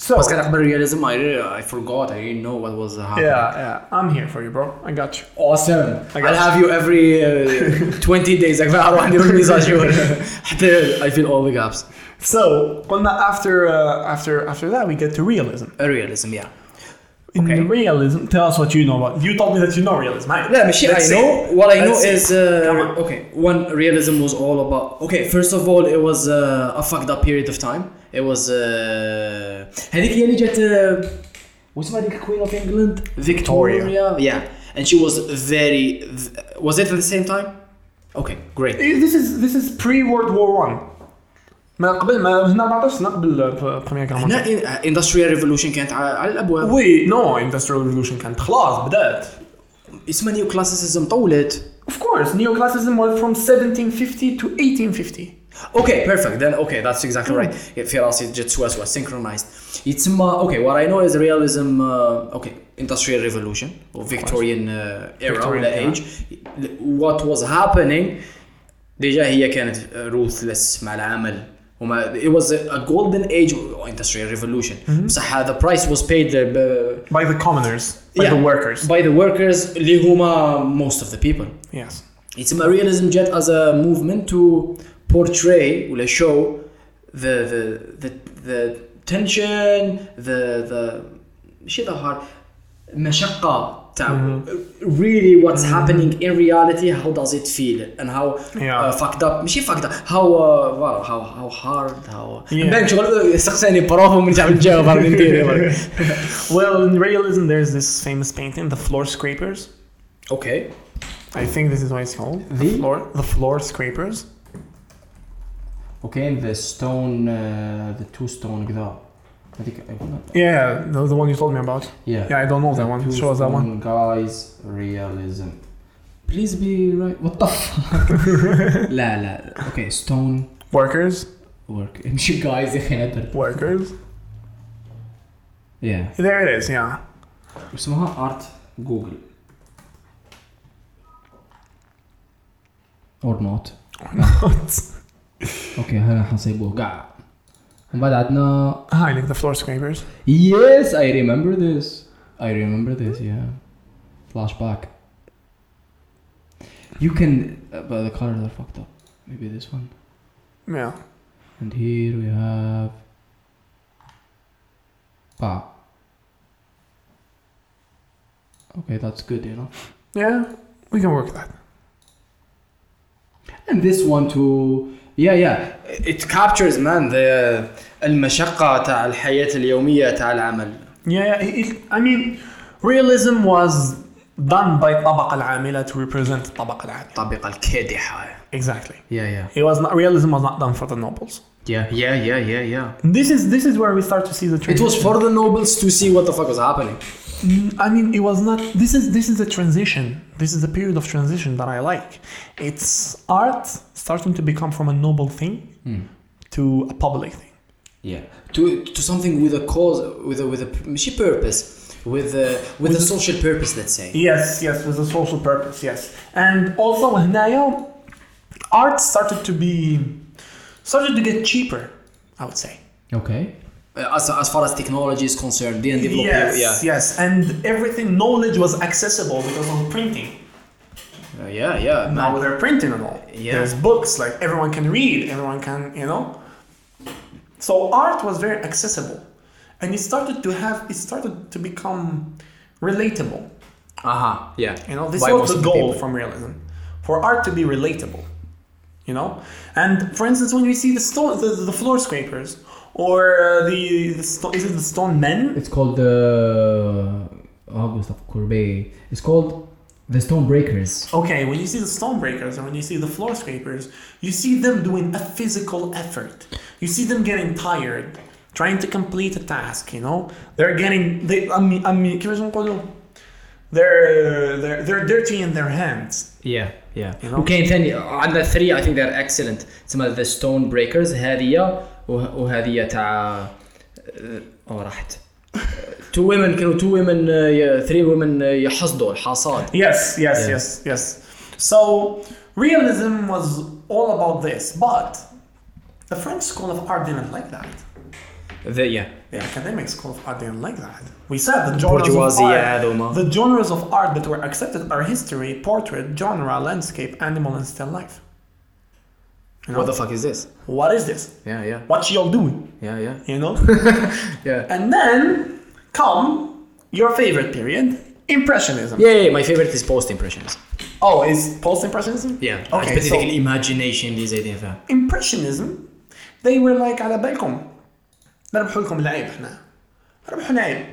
B: So
A: بس قاعد اخبر realism I, uh, I forgot I didn't know what was happening.
B: yeah, yeah, I'm here for you, bro. I got you.
C: Awesome.
B: I got
A: I'll have you every uh, 20 days اقفل اروح عندي ميزاج [LAUGHS] حتى I fill all the gaps.
B: you. So قلنا after uh, after after that we get to realism.
A: Realism, yeah.
B: In
A: Okay.
B: realism, tell us what you know about. You told me that you know realism. Right?
A: لا ماشي I
B: Let's see.
A: know what I know
B: Let's
A: is
B: see. Come on.
A: uh, okay one realism was all about okay first of all it was uh, a fucked up period of time it was uh, هذيك اللي جت uh, وش اسمها هذيك Queen of England
B: Victoria.
A: yeah and she was very was it at the same time okay great
B: This is this is pre World War One. ما قبل ما هنا ما عرفتش هنا قبل uh, Premier Guerre
A: هنا
B: Mondiale.
A: in- industrial revolution كانت على على الابواب
B: وي نو industrial revolution كانت خلاص بدات.
A: اسمها نيو كلاسيسيزم طولت
B: Of course, neoclassicism was from 1750 to 1850.
A: Okay, perfect. Then okay, that's exactly
B: Hmm.
A: right. Yeah, في راسي جت سوا سوا synchronized. يتسمى okay, what I know is realism uh, okay, industrial revolution or Victorian uh, era
B: Victorian
A: ولا
B: era.
A: age. What was happening ديجا هي كانت uh, ruthless مع العمل وما it was a, a golden age or industrial revolution.
B: Hmm.
A: بصح the price was paid uh, ب-
B: By the commoners, by
A: yeah,
B: the workers.
A: by the workers اللي هما most of the people.
B: Yes.
A: It's a realism jet as a movement to portray or show the the the, the tension, the the شيء ظهر مشقة تاع
B: Mm-hmm.
A: really what's happening in reality how does it feel and how
B: Yeah.
A: uh, fucked up ماشي fucked up how uh, well, how how hard how
B: Yeah.
A: بان شغل أه، استقساني بروف ونرجع نجاوب على الانتيريور
B: Well, in realism, there's this famous painting, The Floor Scrapers.
A: اوكي
B: I think this is what it's called.
C: The?
B: floor, the floor Scrapers.
C: Okay, and the stone, uh, the two stone كذا. هذيك أيوة.
B: Yeah, the, the one you told me about. Yeah, I don't know that one.
C: Two
B: Show us that one.
C: stone Guys, realism. Please be right. What the fuck?
B: [LAUGHS]
C: لا لا. Okay, stone
B: Workers,
C: work. مش guys يا أخي ندر.
B: workers.
C: Yeah.
B: There it is. Yeah. [LAUGHS]
C: اسمها art Google. Or not. اوكي هلا حنصيبوه قاع ومن بعد عندنا
B: Ah, I like the floor scrapers.
C: Yes, I remember this. I remember this, yeah. Flashback. You can, uh, but the colors are fucked up. Maybe this one.
B: Yeah.
C: And here we have. Ah. Okay, that's good, you know.
B: Yeah, we can work that.
C: And this one too. Yeah, yeah.
A: it captures man the uh, المشقة تاع الحياة اليومية تاع العمل
B: Yeah, it, it, I mean, realism was done by طبقة العاملة to represent الطبقة العاملة.
A: الطابقة الكادحة
B: Exactly.
A: يا يا
B: It was not realism was not done for the nobles.
A: يا يا يا يا يا
B: This is this is where we start to see the
A: It
B: transition.
A: was for the nobles to see what the fuck was happening.
B: Mm, I mean, it was not. This is this is the transition. This is the period of transition that I like. It's art starting to become from a noble thing
A: Hmm.
B: to a public thing.
A: Yeah. To to something with a cause with a with a ماشي purpose with a with a social purpose let's say.
B: Yes, yes, with a social purpose. Yes, and also هنايا art started to be started to get cheaper. I would say.
C: Okay.
A: Uh, As as far as technology is concerned, the development.
B: Yes,
A: yeah.
B: yes, and everything knowledge was accessible because of printing.
A: Uh, yeah, yeah.
B: now
A: Man.
B: they're printing and all.
A: Yeah.
B: There's books, like everyone can read, everyone can, you know. So art was very accessible. And it started to have it started to become relatable.
A: Aha. Yeah.
B: You know, this
A: By
B: was
A: most
B: the
A: of the
B: goal
A: people.
B: from realism. For art to be relatable. You know? And for instance when we see the stone the, the floor scrapers or uh, the, the sto- is it the stone men?
C: uh, It's called the August of Courbet. It's called The Stonebreakers.
B: Okay, when you see the stonebreakers and when you see the floor scrapers, you see them doing a physical effort. You see them getting tired, trying to complete a task. You know, they're getting they. I mean, I mean, كيف لازم نقولوا؟ they're they're they're dirty in their hands.
A: يا يا
B: You know?
A: وكاين ثاني عندنا 3 اي ثينك ذير اكسلنت تسمى ذا ستون بريكرز هذه وهذه تاع
C: uh, oh,
A: او
C: [LAUGHS]
A: راحت تو ويمن كانوا تو ويمن
C: uh,
A: 3 ويمن يحصدوا الحصاد
B: Yes, yes,
A: Yeah.
B: yes, yes. So realism was all about this, but the French school of art didn't like that.
A: ذا يا
B: The academic school of art didn't like that. We said the genres of
A: bourgeoisie
B: art,
A: هذوما.
B: the genres of art that were accepted are history, portrait, genre, landscape, animal, and still life. You know,
A: وات ذا فاك از ذيس
B: what is this?
A: يا يا
B: What y'all doing?
A: يا يا
B: You know.
A: يا
B: and then come your favorite period, impressionism.
A: يا ماي فيفورت از بوست امبريشنز
B: Oh, is post-impressionism?
A: يا
B: Okay.
A: بيتي
B: So
A: ديك الايماجينيشن اللي زايدين فيها
B: impressionism they were like على بالكم نربحوا لكم لعيب احنا نربحوا لعيب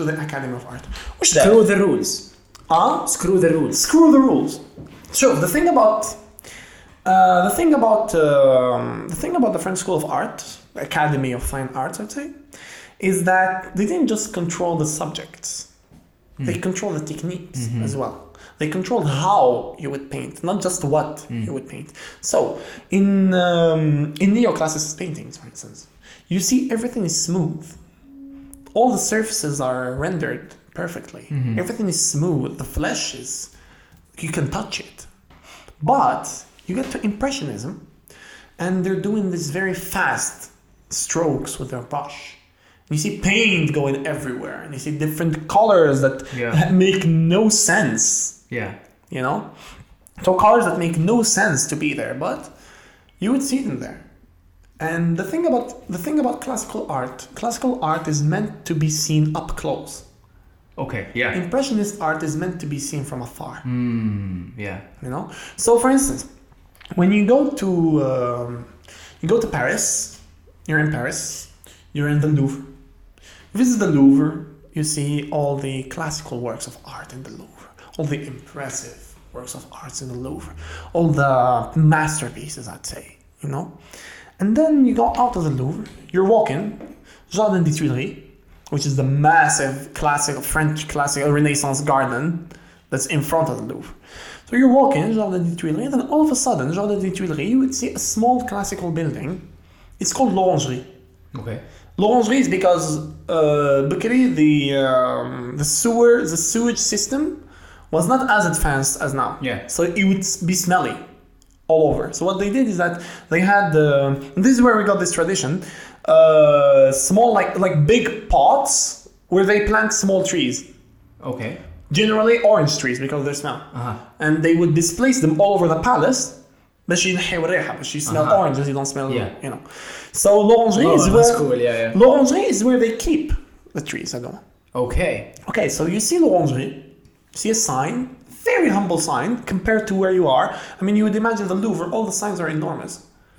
B: to the academy of art وش
A: سكرو
B: ده؟
A: ذا رولز
B: اه
A: سكرو ذا رولز
B: screw the rules so the thing about uh, the thing about um, the thing about the French School of Art, Academy of Fine Arts, I'd say, is that they didn't just control the subjects; they control the techniques as well. They controlled how you would paint, not just what you would paint. So, in um, in neoclassicist paintings, for instance, you see everything is smooth. All the surfaces are rendered perfectly. Everything is smooth. The flesh is you can touch it. But you get to Impressionism, and they're doing these very fast strokes with their brush. You see paint going everywhere, and you see different colors that
A: Yeah.
B: [LAUGHS] make no sense,
A: يا
B: you know? So, colors that make no sense to be there, but you would see them there. And the thing about the thing about classical art, classical art is meant to be seen up close.
A: اوكي يا
B: Impressionist art is meant to be seen from afar.
A: Mm. Hmm, يا
B: you know so for instance when you go to um, you go to paris you're in paris you're in the louvre visit the louvre you see all the classical works of art in the louvre all the impressive works of arts in the louvre all the masterpieces i'd say you know and then you go out of the louvre you're walking jardin des tuileries which is the massive classical french classical renaissance garden that's in front of the louvre so you're walking Jardin des Tuileries, then all of a sudden, Jardin des Tuileries, you would see a small classical building. It's called L'Orangerie.
A: اوكي
B: L'Orangerie is because uh, Bukiri, the um, the sewer, the sewage system, was not as advanced as now.
A: Yeah.
B: So it would s- be smelly all over. So what they did is that they had uh, this is where we got this tradition, uh, small like like big pots where they plant small trees,
A: اوكي
B: generally orange trees because of their smell.
A: اها
B: and they would displace them all over the palace باش ينحيوا الريحه باش you smell
A: Uh-huh.
B: orange as you don't smell
A: Yeah.
B: you know so l'orangerie is
A: Oh, that's
B: where
A: cool. Yeah, yeah.
B: l'orangerie is where they keep the trees I don't know
A: Okay.
B: okay so you see l'orangerie see a sign very humble sign compared to where you are I mean you would imagine the Louvre all the signs are enormous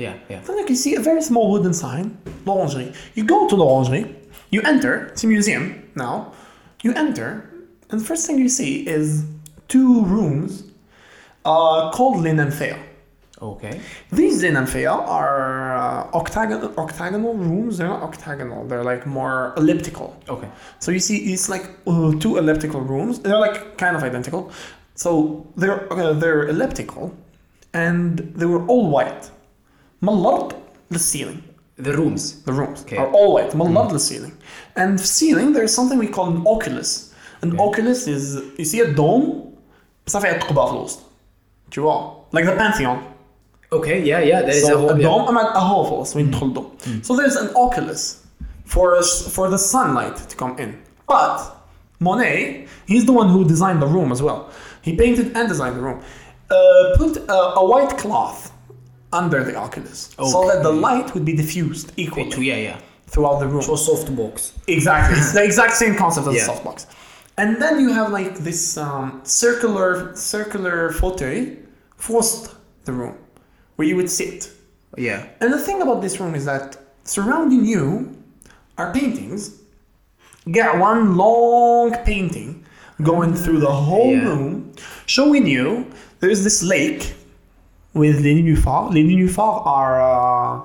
A: Yeah, yeah.
B: then you can see a very small wooden sign, L'Orangerie. You go to L'Orangerie, you enter, it's a museum now. You enter, and the first thing you see is two rooms uh, called Linenfea.
A: Okay.
B: These Linenfea are uh, octagonal, octagonal rooms. They're not octagonal, they're like more elliptical.
A: Okay.
B: So you see, it's like uh, two elliptical rooms. They're like kind of identical. So they're uh, they're elliptical, and they were all white. من الأرض للceiling.
A: The rooms.
B: The rooms
A: Okay.
B: are all white. من الأرض للceiling. And ceiling, there's something we call an oculus. An oculus is you see a dome. بصح فيها قبعة في الوسط. Tu vois? Like the Pantheon.
A: Okay, yeah, yeah. There is
B: So
A: a whole
B: a
A: yeah.
B: dome, I'm at a hole for us, we
A: Mm.
B: need to hold dome. So there's an oculus for us, for the sunlight to come in. But Monet, he's the one who designed the room as well. He painted and designed the room. Uh, put a, a white cloth under the oculus so
A: Okay.
B: that the light would be diffused equally
A: It- yeah, yeah.
B: throughout the room.
A: Or soft box.
B: Exactly. It's the exact same concept as
A: Yeah.
B: a softbox. And then you have like this um, circular circular fauteuil forced the room where you would sit.
A: Yeah.
B: And the thing about this room is that surrounding you are paintings. Get one long painting going through the whole
A: Mm-hmm. Yeah.
B: room, showing you there's this lake with the Ninufar. The Ninufar are. Uh,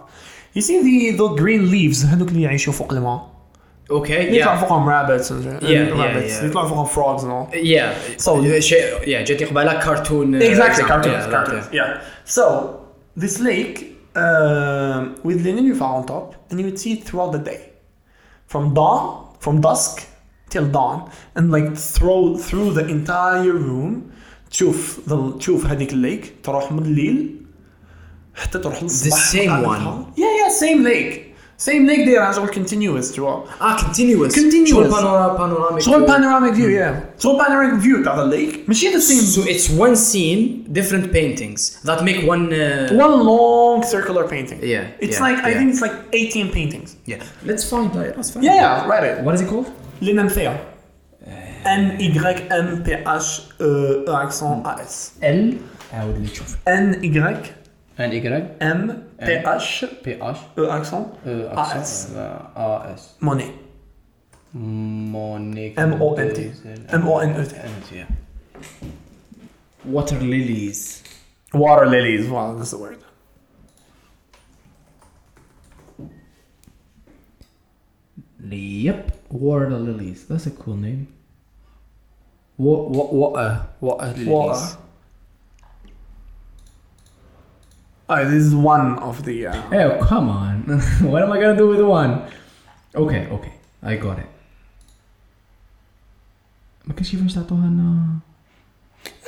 B: you see the, the green leaves هذوك اللي يعيشوا فوق الماء
A: اوكي
B: يطلع
A: يا
B: فوقهم rabbits and and
A: Yeah, yeah,
B: rabbits
A: yeah.
B: يطلع فوقهم frogs and all
A: يا
B: So-
A: شيء يا جاتني قبالك كرتون
B: exactly
A: example.
B: cartoons
A: uh, Yeah,
B: cartoons yeah so this lake um, with the Ninufar on top and you would see it throughout the day from dawn from dusk till dawn and like throw through the entire room تشوف the, تشوف هذيك الليك تروح من الليل حتى تروح للصبح
A: same
B: قاعد
A: one.
B: تحاول- yeah yeah same lake same lake they are continuous throughout
A: اه continuous
B: Ah, Continuous.
A: شغل بانورا بانوراميك
B: شغل panoramic view yeah شغل panoramic view تاع the lake ماشي the same
A: Hmm. So it's one scene, different paintings that make one. Uh,
B: one long circular painting.
A: Yeah,
B: It's
A: yeah,
B: like I
A: yeah.
B: think it's like 18 paintings.
A: yeah. Let's find that. Let's find
B: Yeah, yeah, read it.
C: What is it called?
B: L'Enanthea. N Y M P H E accent A S.
C: L عاود لي شوف
B: N Y
C: ان ايكراج
B: M P H
C: بي اش
B: E accent uh, AS.
C: اس ا اس
B: Monet.
C: مونيك
B: M O N T. M O N E T.
A: Water lilies.
B: Water lilies. Wow, that's the word.
C: Yep, water lilies. That's a cool name. What what what uh what lilies?
B: Water. Oh, this is one of the. Uh,
C: Oh come on! [LAUGHS] what am I gonna do with one? Okay, okay, I got it. ما كانش كيفاش تعطوها لنا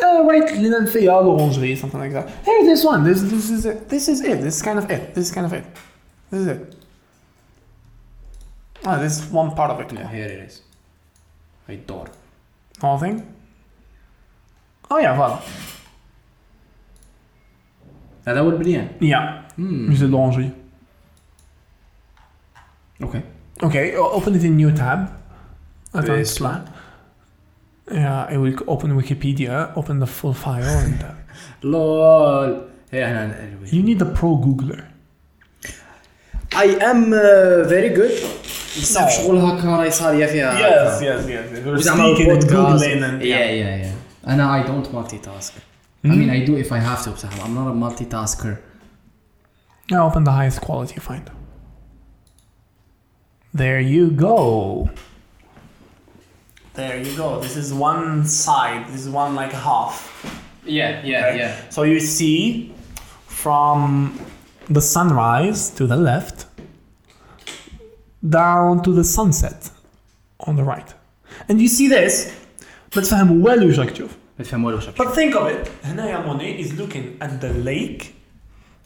B: Uh, right, Linanthea, L'Orangerie, something like that. Hey, this one, this this is it. This is it. This is kind of it. This is kind of it. This is it. Ah, this is one part of it.
C: here it is. I thought.
B: Whole thing. Oh yeah, well,
C: هذا هو البنيان.
B: yeah. Musée de l'Orangerie.
C: Okay.
B: Okay, o- open it in new tab. Advanced
C: This
B: plan. Yeah, I will open Wikipedia, open the full file, and uh,
C: لول. هي احنا
B: you need the pro Googler.
A: I am uh, very good. بصح شغل هكا راهي صاريه فيها
B: yes, yes.
A: وزعما
C: Yeah, yeah, yeah. انا I don't multitask. I mean I do if I have to بصح I'm not a multitasker.
B: Now open the highest quality find. There you go. There you go. This is one side. This is one like half.
C: Yeah, yeah,
B: okay? So you see from the sunrise to the left down to the sunset on the right. And you see this. But فهم well وش راك تشوف.
C: ما تفهم والو شكل.
B: But think of it. هنايا موني is looking at the lake.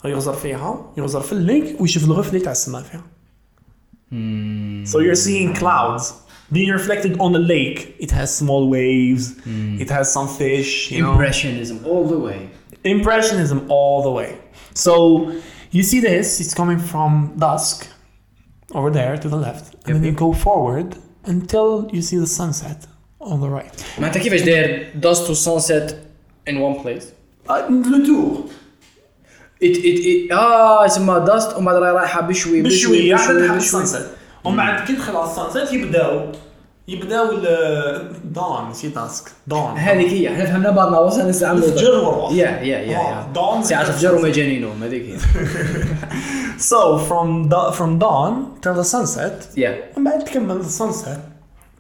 B: يغزر فيها يغزر في الليك ويشوف الغفلة تاع السماء فيها. So you're seeing clouds being reflected on the lake. It has small waves. It has some fish. You know,
A: Impressionism all the way.
B: impressionism all the way. So you see this? It's coming from dusk over there to the left, and then you go forward until you see the sunset on the right.
A: معناتها كيفاش داير dust to sunset in one place.
B: Uh, le tour.
A: It it it اه يسمى dust oh ومن بعد راهي رايحه بشوي
B: بشوي
A: بشوي
B: يعني لحد
A: بشوي بشوي.
B: السانسيت ومن بعد كي تدخل على السانسيت يبداو يبداو ال دون شي داسك دون
A: هذيك هي احنا فهمنا بعضنا وصلنا لساعة
B: الفجر والروح
A: يا يا يا
B: آه، dawn
A: ساعة
B: and-
A: الفجر ومجانينهم هذيك هي.
B: So from da- from dawn till the sunset
A: Yeah.
B: ومن بعد تكمل the sunset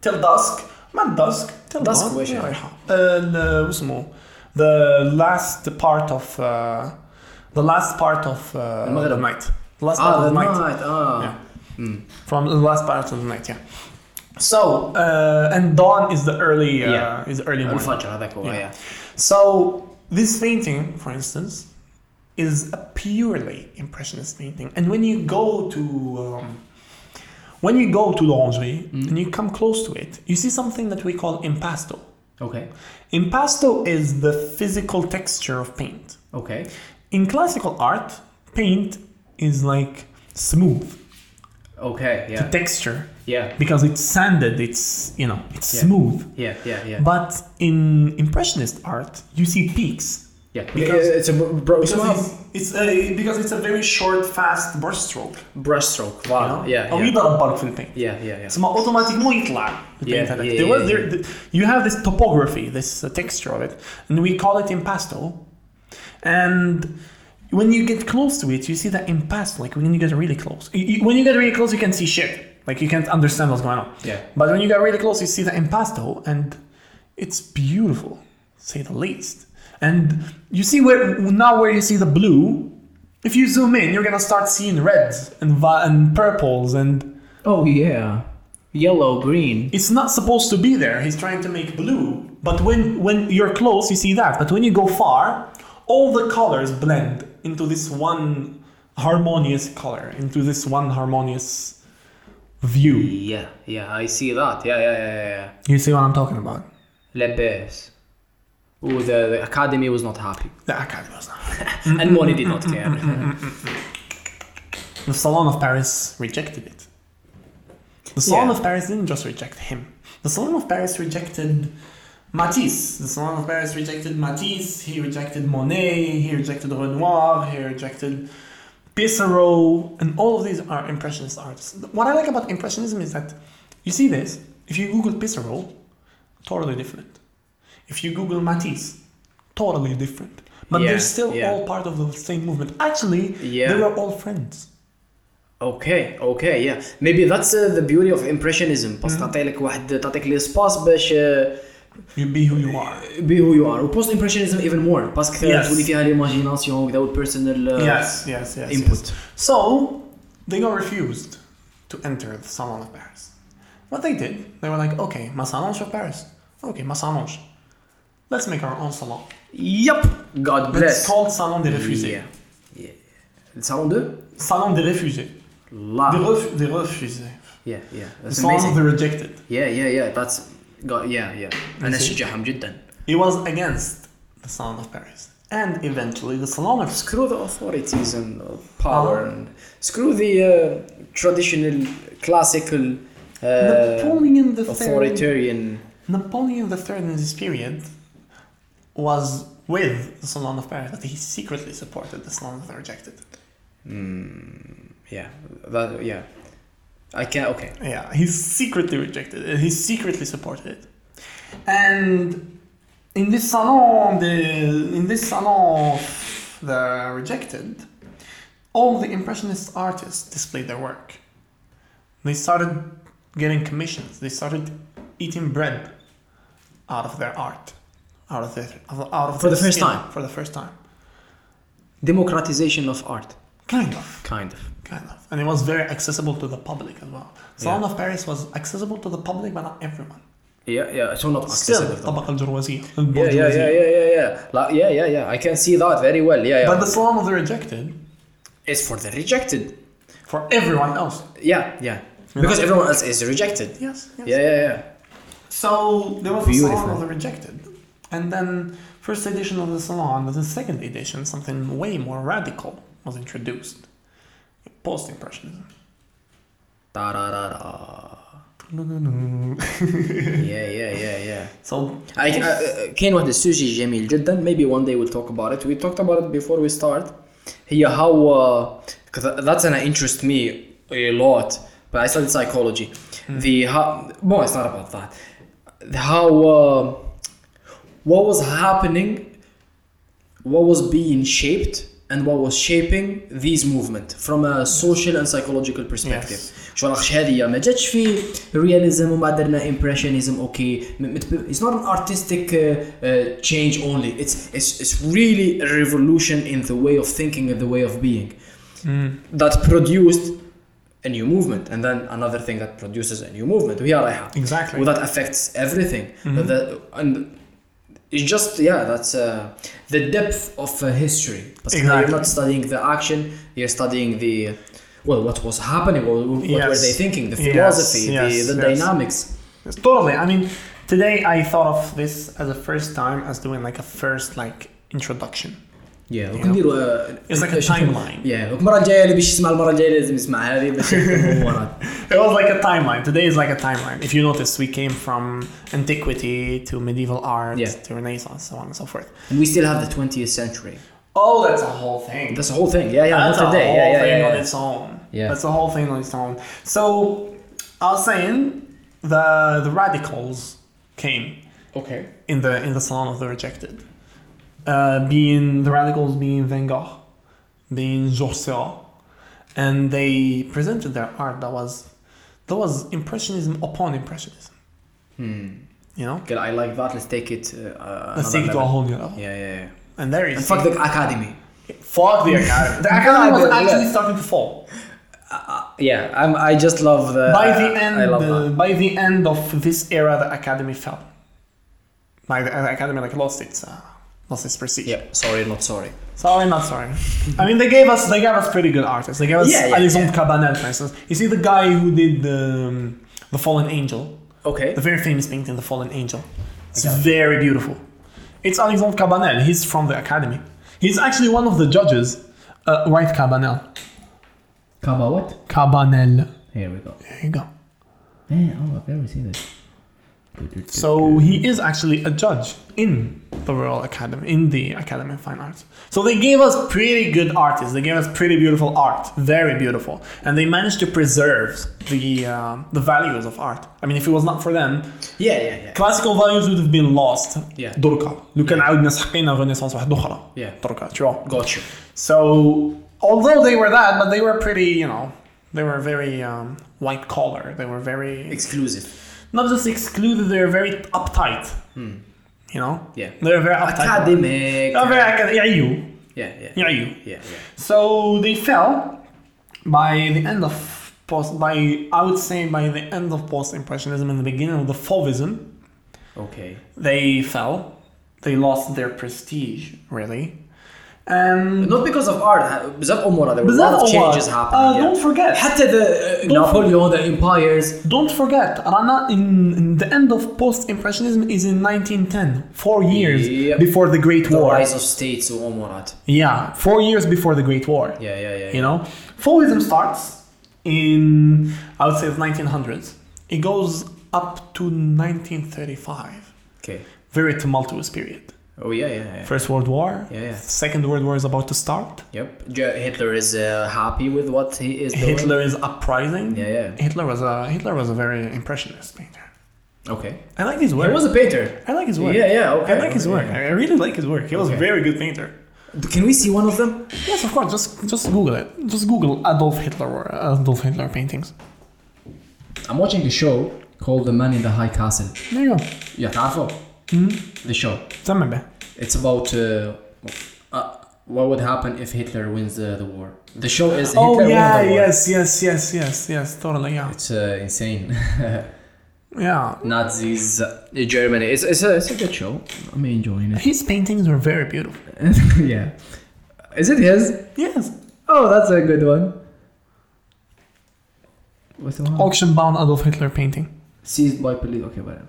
B: till dusk من dusk till
A: Dusk
B: dawn
A: واش
B: وين
A: يعني؟
B: رايحة؟ ال- واسمه the last part of uh, the last part of uh,
A: المغرب.
B: the night the last part
A: اه Ah,
B: of
A: the
B: the night
A: night ah. اه
B: Yeah. from the last part of the night yeah so uh, and dawn is the early uh,
A: Yeah.
B: is the early morning
A: الفجر هذاك هو يا
B: so this painting for instance is a purely impressionist painting and when you go to um, when you go to l'orangerie and you come close to it you see something that we call impasto
A: اوكي
B: impasto is the physical texture of paint
A: اوكي
B: in classical art paint is like smooth
A: اوكي يا
B: texture
A: يا
B: because it's sanded it's you know it's
A: Yeah.
B: smooth
A: يا يا يا
B: but in impressionist art you see peaks
A: Yeah.
B: Because-
A: it's a br- br-
B: Because it's, it's a, because it's a very short, fast brushstroke.
A: brushstroke.
B: Oh,
A: Wow. Yeah.
B: أو
A: Yeah.
B: يضرب برك في البينت.
A: Yeah. Yeah. yeah.
B: اسمه اوتوماتيك مو يطلع البينت
A: Yeah,
B: هذاك.
A: yeah,
B: There
A: yeah,
B: was- there- th- You have this topography, this uh, texture of it, and we call it impasto. And when you get close to it, you see that impasto, like when you get really close. You- you- when you get really close, you can see shit. Like you can't understand what's going on.
A: Yeah.
B: But when you get really close, you see the impasto, and it's beautiful, say the least. And you see where now where you see the blue. If you zoom in, you're gonna start seeing reds and vi- and purples, and
C: Oh yeah, yellow, green.
B: it's not supposed to be there. He's trying to make blue, but when when you're close, you see that. But when you go far, all the colors blend into this one harmonious color, into this one harmonious view.
A: Yeah. Yeah. I see that. Yeah. Yeah. Yeah. yeah, Yeah.
B: You see what I'm talking about?
A: لباس. Ooh, the, the academy was not happy.
B: The academy was not.
A: and Moni did not care.
B: The Salon of Paris rejected it. The Salon
A: Yeah.
B: of Paris didn't just reject him. The Salon of Paris rejected Matisse. The Salon of Paris rejected Matisse. He rejected Monet. He rejected Renoir. He rejected Pissarro. And all of these are Impressionist artists. What I like about Impressionism is that you see this. If you Google Pissarro, totally different. If you Google Matisse, totally different. But
A: Yeah,
B: they're still
A: yeah.
B: all part of the same movement. Actually,
A: Yeah.
B: they were all friends.
A: اوكي اوكي يا ميبي ذاتس ذا بيوتي اوف امبريشنزم بس
B: Mm-hmm.
A: تعطي لك واحد تعطيك لي سباس باش
B: You be who you are.
A: بي هو يو ار وبوست امبريشنزم ايفن مور بس كثير
B: Yes.
A: تولي فيها ليماجيناسيون وكذا والبيرسونال
B: yes, yes, yes.
A: euh, input.
B: yes. So they got refused to enter the Salon of Paris. What they did, they were like, okay, Ma Salonge of Paris. Okay, Ma Salonge. Let's make our own salon.
A: يب جاد
B: It's
A: بليس
B: called Salon des Refusés.
A: السالون دو
B: Salon des Refusés. Des,
A: لا
B: ref- des Refusés.
A: يا يا
B: The
A: ذاتس
B: Salon of
A: اميزينج
B: the Rejected.
A: يا يا يا ذاتس يا يا انا
B: That's it.
A: شجعهم جدا
B: He was against the Salon of Paris. And eventually the Salon of
A: Screw the authorities and uh, power and screw the uh, traditional classical uh,
B: Napoleon the Third.
A: authoritarian
B: Napoleon III in this period was with the Salon of Paris, but he secretly supported the Salon that they rejected.
A: yeah that yeah I can okay
B: Yeah, he secretly rejected it. He secretly supported it. And in this Salon, the in this Salon of the rejected, all the impressionist artists displayed their work. They started getting commissions. They started eating bread out of their art, out of their out of
A: For the
B: their
A: first
B: skill,
A: time.
B: For the first time.
A: democratization of art
B: Kind of,
A: kind of
B: kind of. And it was very accessible to the public as well. Salon of Paris was accessible to the public, but not everyone.
A: yeah yeah so not
B: Still,
A: accessible though.
B: الطبقة الجروازية
A: yeah yeah yeah yeah yeah yeah La, yeah yeah yeah I can see that very well yeah yeah
B: But the Salon of the Rejected,
A: it's for the rejected
B: for everyone else.
A: yeah yeah because everyone else is rejected
B: Yes, yes.
A: yeah yeah yeah
B: So there was the Salon
A: Beautiful.
B: of the Rejected. And then first edition of the Salon, but the second edition, something way more radical was introduced.
A: [LAUGHS]
B: Post-Impressionism.
A: da da da da yeah yeah yeah yeah
B: So,
A: I, uh, I- كاين واحد السوجي جميل جدا maybe one day we'll talk about it we talked about it before we start هي how uh, 'cause that's gonna interest me a lot but I studied psychology the how well it's not about that the how uh, what was happening what was being shaped and what was shaping these movement from a social and psychological perspective
B: Yes.
A: شو راخش هذه ما جاتش في رياليزم وما درنا امبريشنزم اوكي it's not an artistic uh, uh, change only it's it's it's really a revolution in the way of thinking and the way of being that produced a new movement and then another thing that produces a new movement وهي رايحه
B: Exactly.
A: well, that affects everything
B: Mm-hmm.
A: The- and it's just yeah that's uh, the depth of uh, history but you're
B: Exactly.
A: not studying the action you're studying the well what was happening or what
B: Yes.
A: were they thinking the
B: Yes,
A: philosophy
B: yes,
A: the, the
B: yes.
A: dynamics
B: Yes, totally. I mean, today I thought of this as a first time as doing like a first like introduction
A: يا وكنديروا
B: It's like a timeline.
A: يا المره الجايه اللي باش يسمع المره الجايه لازم يسمع هذه باش يفهم هو راه.
B: It was like a timeline. Today is like a timeline. If you notice, we came from antiquity to medieval art
A: Yeah.
B: to Renaissance, so on and so forth.
A: And we still have the 20th century.
B: Oh, that's a whole thing.
A: That's a whole thing. Yeah, yeah,
B: that's
A: not
B: a
A: today.
B: whole
A: Yeah, yeah,
B: thing
A: yeah,
B: on
A: yeah.
B: its own.
A: Yeah.
B: That's a whole thing on its own. So I was saying the the radicals came
A: Okay.
B: in the in the salon of the rejected. Uh, being the radicals being Van Gogh, being Josselin, and they presented their art that was that was impressionism upon impressionism.
A: Hmm.
B: You know,
A: Okay, I like that. Let's take it. Uh, uh,
B: let's take it to a
A: another
B: whole new level.
A: level. Yeah, yeah, yeah.
B: And there
A: And
B: is
A: fuck the academy.
B: fuck the academy.
A: [LAUGHS]
B: The academy was
A: Yeah.
B: actually starting to fall.
A: Yeah, I'm, I just love the.
B: by the end,
A: I love
B: uh,
A: that.
B: by the end of this era, the academy fell. Like the the academy, like lost its uh, lost its prestige.
A: Yeah, sorry, not sorry.
B: Sorry, not sorry. I mean, they gave us they gave us pretty good artists. They gave us
A: Yeah, yeah,
B: Alexandre Cabanel, for instance. You see the guy who did the um, the Fallen Angel,
A: Okay.
B: the very famous painting, the Fallen Angel. It's very beautiful. It's Alexandre Cabanel. He's from the academy. He's actually one of the judges. Uh, right, Cabanel.
C: Kaba what?
B: Cabanel.
C: Here we go.
B: There you go.
C: Man, oh, I've never seen this.
B: So he is actually a judge in the Royal Academy, in the Academy of Fine Arts. So they gave us pretty good artists. They gave us pretty beautiful art, very beautiful, and they managed to preserve the uh, the values of art. I mean, if it was not for them,
A: Yeah, yeah, yeah.
B: classical values would have been lost.
A: Yeah.
B: دركا لو كان عاودنا سحقينا رينيسانس واحدة أخرى.
A: Yeah.
B: دركا tu vois.
A: Gotcha.
B: So although they were that, but they were pretty, you know, they were very um, white collar. They were very
A: Exclusive.
B: not just excluded, they're very uptight. You know?
A: Hmm. Yeah.
B: They're very uptight.
A: Academic.
B: They're very acad- yeah, you.
A: Yeah, yeah.
B: Yeah, you.
A: Yeah, yeah.
B: So they fell by the end of post by I would say by the end of post impressionism and the beginning of the fauvism,
A: Okay.
B: they fell. They lost their prestige, really. And
A: Not because of art, بزاف امور there were a
B: Bizarre
A: lot of
B: or what?
A: changes
B: Uh,
A: happening. yeah.
B: Don't forget.
A: حتى the uh, Napoleon, the empires.
B: Don't forget, Rana in, in the end of post-impressionism is in 1910, four years
A: Yep.
B: before the Great
A: The
B: War.
A: rise of states وامورات.
B: Yeah, four years before the Great War.
A: Yeah, yeah, yeah.
B: You know, Fauvism starts in I would say the 1900s. It goes up to 1935.
A: Okay.
B: Very tumultuous period.
A: Oh yeah, yeah, yeah.
B: First World War.
A: Yeah, yeah.
B: Second World War is about to start.
A: Yep. Ge- Hitler is uh, happy with what he is doing.
B: Hitler is uprising.
A: Yeah, yeah.
B: Hitler was a Hitler was a very impressionist painter.
A: Okay.
B: I like his
A: He
B: work.
A: was a painter.
B: I like his work.
A: Yeah, yeah, okay,
B: I like his
A: okay,
B: work.
A: yeah.
B: I really like his work. He was a
A: Okay.
B: very good painter.
A: Can we see one of them?
B: Yes, of course. Just just Google it. Just Google Adolf Hitler or Adolf Hitler paintings.
C: I'm watching a show called The Man in the High Castle.
B: There you go.
C: Yeah, تعرفه? The show.
B: سمع به.
C: It's about uh, uh, what would happen if Hitler wins uh, the war. The show is Hitler
B: Oh
C: won
B: yeah,
C: the war.
B: yes, yes, yes, yes, yes, totally, yeah,
C: It's uh, insane. [LAUGHS]
B: yeah.
C: Nazis, uh, Germany. It's, it's, a, it's a good show. I'm enjoying [LAUGHS] it.
B: His paintings were very beautiful.
C: yeah. Is it his?
B: Yes,
C: Oh, that's a good one. What's the one?
B: auction-bound Adolf Hitler painting.
C: Seized by police. Okay, whatever.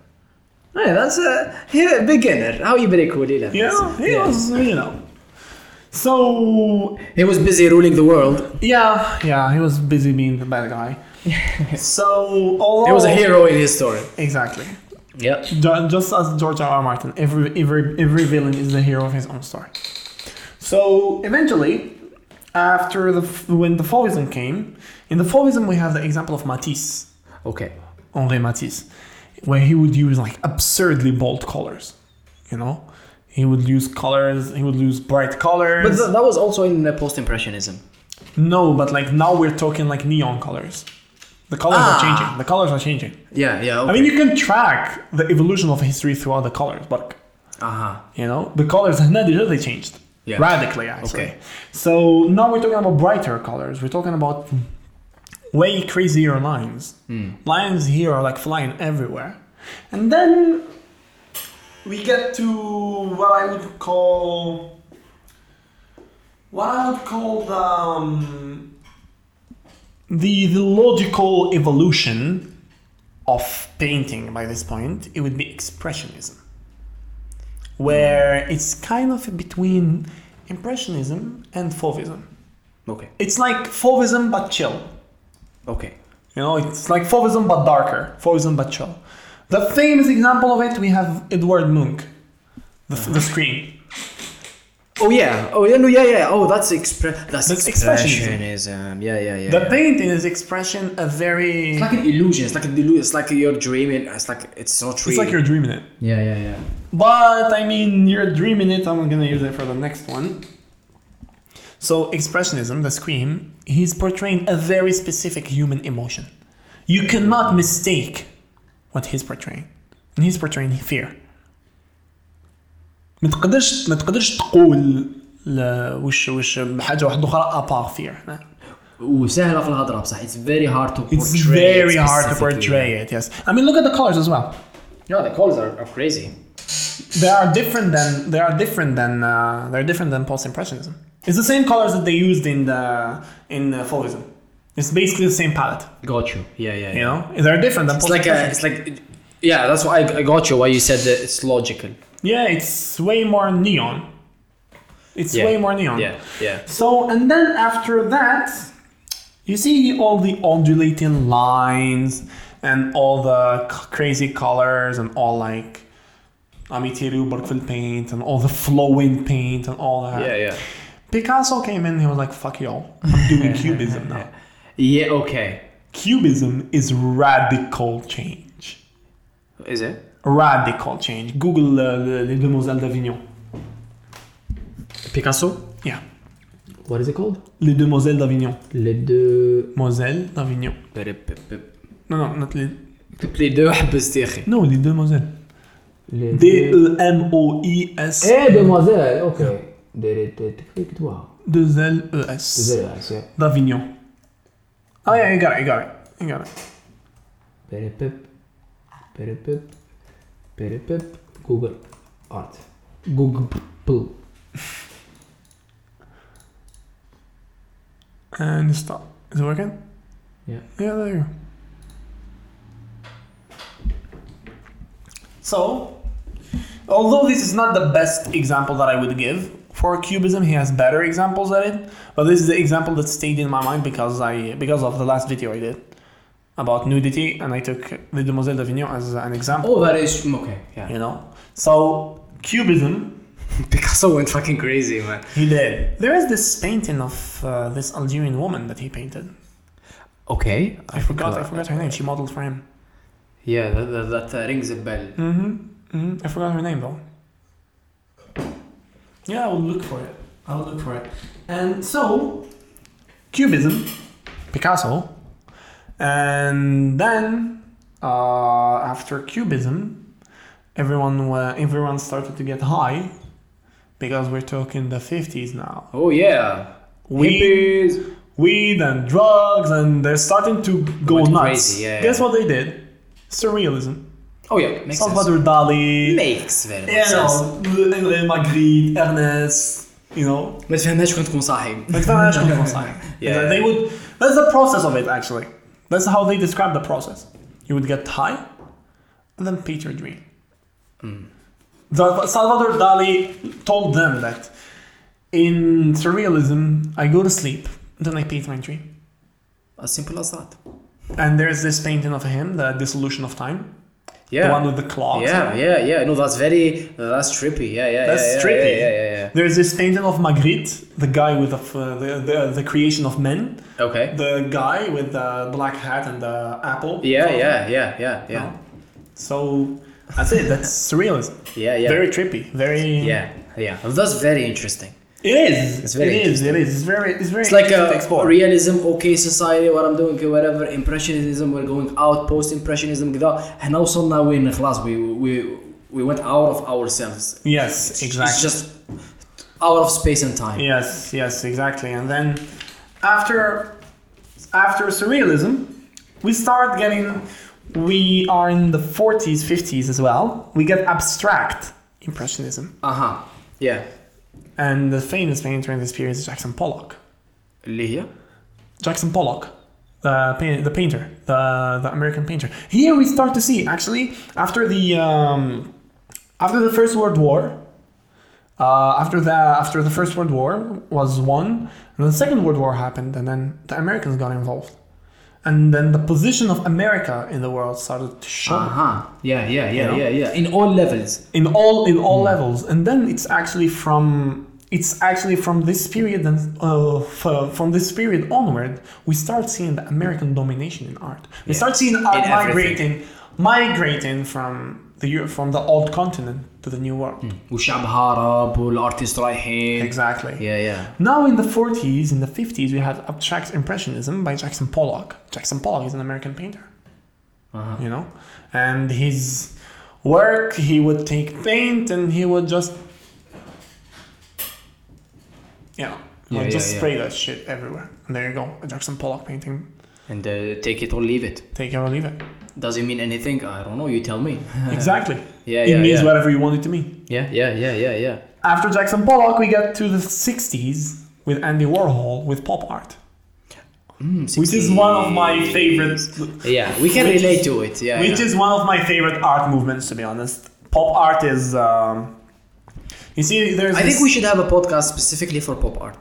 A: Yeah, that's a he, beginner. How you break cool
B: Yeah, he was, you know. So
A: He was busy ruling the [LAUGHS] world.
B: yeah, yeah, he was busy being the bad guy. so although
A: He was a hero in his story.
B: exactly.
A: Yeah.
B: Ju- Just as George R. R. Martin, every every every villain is the hero of his own story. So eventually, after the f- when the Fauvism came, in the Fauvism we have the example of Matisse.
A: Okay.
B: Henri Matisse, where he would use like absurdly bold colors. You know, he would use colors. He would use bright colors.
A: But th- that was also in uh, post-impressionism.
B: no, but like now we're talking like neon colors. The colors
A: Ah.
B: are changing. The colors are changing.
A: Yeah, yeah. Okay.
B: I mean, you can track the evolution of history throughout the colors, but
A: uh-huh.
B: you know the colors have not really changed
A: Yeah.
B: radically. Actually,
A: Okay.
B: so now we're talking about brighter colors. We're talking about way crazier lines.
A: Hmm.
B: Lines here are like flying everywhere, and then we get to what I would call what I would call the um, the, the logical evolution of painting by this point. It would be expressionism, where it's kind of between Impressionism and Fauvism.
D: Okay.
B: It's like Fauvism but chill.
D: Okay.
B: You know, it's like Fauvism but darker, Fauvism but chill. The famous example of it, we have Edward Munch, the, the screen.
A: Oh yeah. Oh yeah. No. Yeah. Yeah. Oh, that's expre- That's,
B: That's
A: expressionism.
B: expressionism.
A: Yeah. Yeah. Yeah.
B: The
A: yeah.
B: painting is expression a very.
A: It's like an illusion. It's like a delu- It's like you're dreaming. It's like it's not real.
B: It's like you're dreaming it.
C: Yeah, yeah, yeah.
B: But I mean, you're dreaming it. I'm gonna use it for the next one. So expressionism, the scream, he's portraying a very specific human emotion. You cannot mistake what he's portraying. And he's portraying fear. ما تقدرش ما تقدرش تقول ل- وش وش حاجه واحده اخرى apart fear.
A: وسهله في الهضره بصح it's very hard to portray
B: It's very
A: it
B: hard to
A: specifically.
B: portray it. Yes, I mean, look at the colors as well.
A: Yeah, the colors are, are crazy.
B: They are different than they are different than uh, they're different than post impressionism. It's the same colors that they used in the in uh, Fauvism. It's basically the same palette.
A: Got you. Yeah. Yeah.
B: You know, they're different than
A: It's
B: post
A: like a, it's like yeah. That's why I, I got you. Why you said that it's logical.
B: yeah, it's way more neon. It's
A: Yeah.
B: way more neon.
A: Yeah. Yeah.
B: So and then after that, you see all the undulating lines and all the c- crazy colors and all like Amitiru Berkville paint and all the flowing paint and all that.
A: Yeah. Yeah.
B: Picasso came in and he was like, fuck y'all, I'm [LAUGHS] doing cubism now.
A: Yeah. Okay.
B: Cubism is radical change.
A: Is it?
B: Radical change. Google uh, Le- Les Demoiselles d'Avignon.
A: Picasso.
B: Yeah.
C: What is it called?
B: Les Demoiselles d'Avignon.
C: Les deux.
B: Moselle d'Avignon. No, no, not Les.
A: كتب لي [LAUGHS] دو حبست يا اخي
B: No, Les Demoiselles.
C: Les
B: E D-E-M-O-I-S.
C: Eh, demoiselle, ok. Des des- des- des- toi.
B: Deux L-E-S.
C: Désolé, c'est.
B: D'Avignon. Oh, yeah, you got it, you got it. You got it.
C: Perepep. Perepep. Perepep. Google Art. Google.
B: And stop. Is it working?
C: Yeah.
B: Yeah, there you go. So, although this is not the best example that I would give for cubism, he has better examples at it. But this is the example that stayed in my mind because I because of the last video I did about nudity, and I took the Demoiselle d'Avignon as an example.
A: Oh, that is okay. Yeah.
B: You know, so cubism.
A: Picasso went fucking crazy, man.
B: He did. There is this painting of uh, this Algerian woman that he painted.
A: Okay.
B: I forgot. I forgot her name. She modeled for him.
A: Yeah, that, that, that uh, rings a bell.
B: Mm-hmm. mm-hmm. I forgot her name though. Yeah, I will look for it. I'll look for it. And so, Cubism, Picasso, and then uh, after Cubism, everyone wa everyone started to get high because we're talking the fifties now.
A: Oh yeah.
B: Weed,
A: Hippies.
B: weed and drugs, and they're starting to go
A: went
B: nuts.
A: crazy, yeah,
B: Guess
A: yeah.
B: what they did? Surrealism.
A: Oh yeah, makes sense.
B: Salvador Dali.
A: Makes very much
B: You
A: sense.
B: know, André Magritte, Ernest, you know.
A: ما تفهمهاش كنت تكون صاحي.
B: Like the national design.
A: [LAUGHS] Yeah.
B: They would. That's the process of it, actually. That's how they describe the process. You would get high, and then paint your dream.
A: Hmm.
B: The- Salvador Dali told them that in surrealism, I go to sleep, then I paint my dream.
A: As simple as that.
B: And there's this painting of him, the dissolution of time,
A: Yeah.
B: the one with the clock.
A: yeah, yeah, yeah. No, that's very uh, that's trippy. Yeah, yeah.
B: That's
A: yeah,
B: trippy.
A: Yeah, yeah, yeah.
B: There's this painting of Magritte, the guy with the, f- uh, the, the the creation of men,
A: yeah. Okay.
B: the guy with the black hat and the apple.
A: Yeah, yeah, yeah, yeah, yeah.
B: So that's it.
A: [LAUGHS]
B: That's surrealism.
A: Yeah, yeah.
B: Very trippy. Very.
A: yeah, yeah. That's very interesting.
B: It is.
A: It's very
B: It is. It is. It's very. It's very.
A: It's like
B: interesting to
A: a
B: explore.
A: realism, okay society, what I'm doing, okay, whatever, impressionism, we're going out, post impressionism كذا، احنا وصلنا وين خلاص we, we, we went out of ourselves.
B: yes.
A: It's
B: Exactly.
A: just out of space and time.
B: Yes, yes, exactly. And then after after surrealism, we start getting we are in the 40s, 50s as well. We get abstract impressionism.
A: Aha. Uh-huh. Yeah.
B: And the famous painter in this period is Jackson Pollock.
A: اللي هي
B: Jackson Pollock, the pain, the painter, the the American painter. Here we start to see actually after the um, after the First World War, Uh, after that, after the First World War was won, and the Second World War happened, and then the Americans got involved, and then the position of America in the world started to show
A: Uh-huh. Yeah, yeah, yeah,
B: know?
A: yeah, yeah. In all levels.
B: in all in
A: Hmm.
B: all levels, and then it's actually from it's actually from this period and uh, f- from this period onward we start seeing the American domination in art. We
A: Yeah.
B: start seeing art
A: In
B: migrating
A: everything.
B: migrating from the Eu- from the old continent to the new world.
A: والشعب هارب والارتست رايحين.
B: Exactly.
A: Yeah, yeah.
B: Now in the 40s, in the 50s, we had abstract impressionism by Jackson Pollock. Jackson Pollock is an American painter,
A: Uh-huh.
B: you know, and his work he would take paint and he would just, you know, he
A: Yeah,
B: would
A: yeah,
B: just
A: yeah.
B: spray that shit everywhere. And there you go, a Jackson Pollock painting.
A: And uh, take it or leave it.
B: Take it or leave it.
A: Does it mean anything? I don't know. You tell me. [LAUGHS]
B: Exactly.
A: Yeah,
B: it
A: yeah,
B: means
A: yeah.
B: whatever you want it to mean.
A: yeah, yeah, yeah, yeah, yeah.
B: After Jackson Pollock, we get to the 60s with Andy Warhol with pop art.
A: Mm,
B: Which is one of my favorite-
A: 60s. Yeah, we can
B: Which-
A: relate to it. Yeah.
B: which
A: yeah.
B: is one of my favorite art movements to be honest pop art is um, you see there's
A: I
B: this-
A: think we should have a podcast specifically for pop art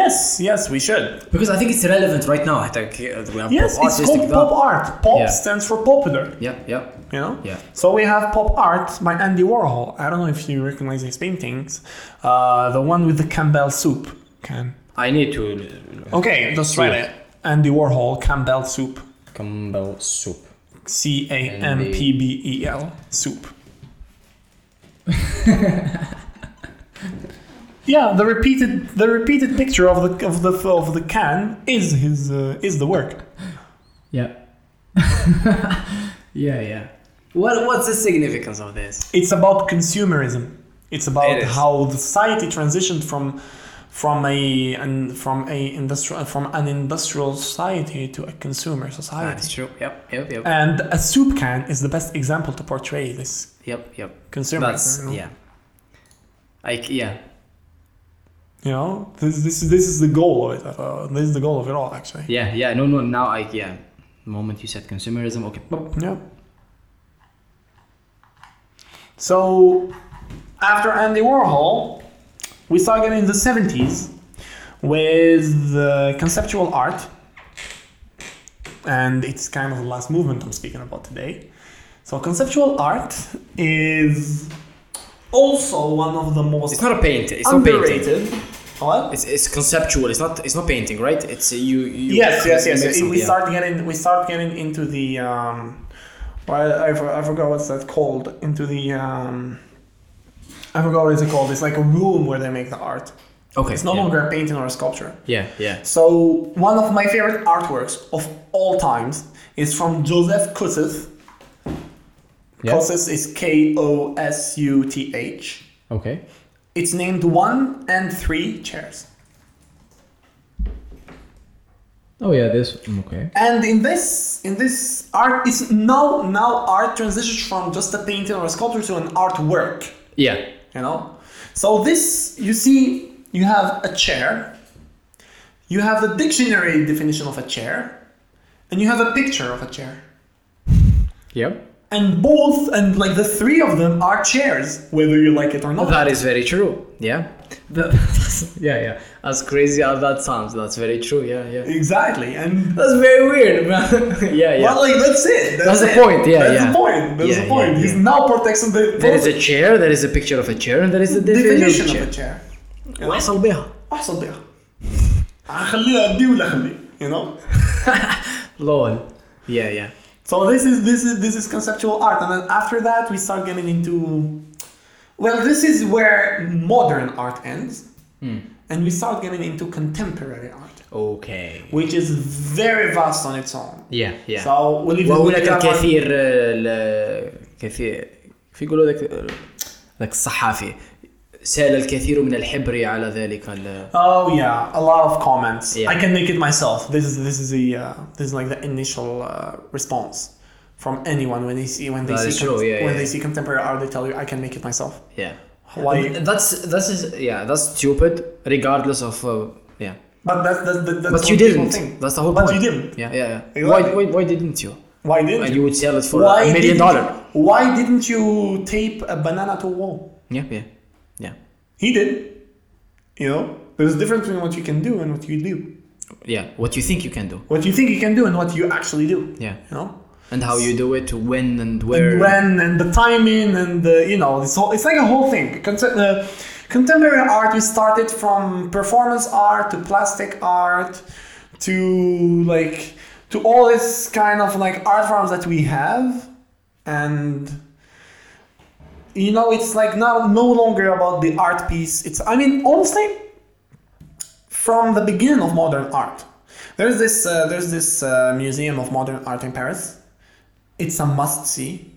B: yes yes we should
A: because I think it's relevant right now. I think uh, we have
B: yes
A: pop
B: it's
A: artists
B: called
A: like
B: pop
A: that.
B: art pop
A: Yeah.
B: stands for popular
A: Yeah, yeah.
B: you know
A: Yeah.
B: so we have pop art by andy warhol i don't know if you recognize his paintings uh, the one with the campbell soup can
A: I need to uh,
B: okay just write it andy warhol campbell soup
A: Campbell soup.
B: c-a-m-p-b-e-l soup [LAUGHS] yeah the repeated the repeated picture of the of the of the can is his uh, is the work [LAUGHS]
C: Yeah. yeah, yeah.
A: What what's the significance of this?
B: it's about consumerism it's about
A: It is.
B: how the society transitioned from from a and from a industrial from an industrial society to a consumer
A: That's
B: society
A: true. Yep, yep, yep,
B: and a soup can is the best example to portray this
A: yep, yep.
B: consumer
A: That's yeah. Like yeah,
B: You know, this this is this is the goal of it. Uh, this is the goal of it all, actually.
A: yeah, yeah. No, no. Now I yeah. The moment you said consumerism, okay. boop.
B: Yeah. So, after Andy Warhol, we start getting in the seventies with uh, conceptual art, and it's kind of the last movement I'm speaking about today. So, conceptual art is also one of the most
A: It's not a painting. It's not painting.
B: underrated. What?
A: It's, it's conceptual. It's not it's not painting, right? It's uh, you. you
B: yes, yes, yes.
A: make
B: yes.
A: something,
B: We
A: yeah.
B: start getting we start getting into the um, well, I, for- I forgot what's that called. Into the um, I forgot what it's called. It's like a room where they make the art.
A: Okay.
B: It's no
A: yeah.
B: longer a painting or a sculpture.
A: Yeah, yeah.
B: So one of my favorite artworks of all times is from Joseph Kosuth.
C: Yeah.
B: Kosuth is K O S U T H.
C: Okay.
B: It's named one and three chairs.
C: Oh yeah, this okay.
B: And in this, in this art, it's now now art transitions from just a painting or a sculpture to an artwork.
A: Yeah.
B: You know, so this you see, you have a chair, you have the dictionary definition of a chair, and you have a picture of a chair,
C: Yep.
B: and both and like the three of them are chairs, whether you like it or not.
A: That is very true. Yeah. That-
C: [LAUGHS] Yeah, yeah.
A: as crazy as that sounds, that's very true. Yeah, yeah.
B: exactly, and
A: That's very weird, man. [LAUGHS] yeah, yeah.
B: well, like that's it.
A: That's the
B: it.
A: point, yeah,
B: that's
A: yeah.
B: the point. That's
A: Yeah,
B: the
A: yeah,
B: point. He's
A: yeah.
B: now protecting the
A: there is a chair, there is a picture of a chair, and there is a
B: definition
A: definition,
B: of a
A: of
B: chair.
A: a chair. وحصل بها.
B: احصل بيها هخليها ادي ولا اخليه you know
A: [LAUGHS] Lol. Yeah, yeah.
B: so this is this is this is conceptual art and then after that we start getting into well this is where modern art ends
A: Hmm.
B: and we start getting into contemporary art
A: Okay.
B: which is very vast on its own
A: Yeah, yeah.
B: so we'll leave it with
A: وهناك
B: that one.
A: الكثير ال- آه، كثير في يقولوا ذاك ذاك الصحافي سال الكثير من الحبر على ذلك ال-
B: Oh yeah, a lot of comments.
A: Yeah.
B: I can make it myself. This is this is the uh, this is like the initial uh, response from anyone when they see when they
A: That
B: see
A: is true, yeah,
B: when
A: yeah.
B: they see contemporary art. They tell you, I can make it myself.
A: yeah.
B: Why?
A: That's that's is yeah that's stupid regardless of uh, yeah.
B: But that, that, that, that's
A: But
B: what
A: you
B: people
A: didn't.
B: think.
A: That's the whole
B: But
A: point.
B: you didn't.
A: Yeah, yeah. yeah.
B: Exactly.
A: Why, why why didn't you?
B: Why didn't
A: And you
B: you?
A: would sell it for
B: Why
A: a million
B: didn't-
A: dollar.
B: Why didn't you tape a banana to a wall?
A: Yeah, yeah, yeah.
B: He did. You know, there's a difference between what you can do and what you do.
A: Yeah, what you think you can do.
B: What you think you can do and what you actually do.
A: Yeah.
B: You know?
A: And how you do it, when and where.
B: And when and the timing and the, you know, this whole, it's like a whole thing. Contem- uh, contemporary art, we started from performance art to plastic art to like, to all this kind of like art forms that we have. And you know it's like not no longer about the art piece it's i mean honestly from the beginning of modern art there's this uh, there's this uh, museum of modern art in paris it's a must see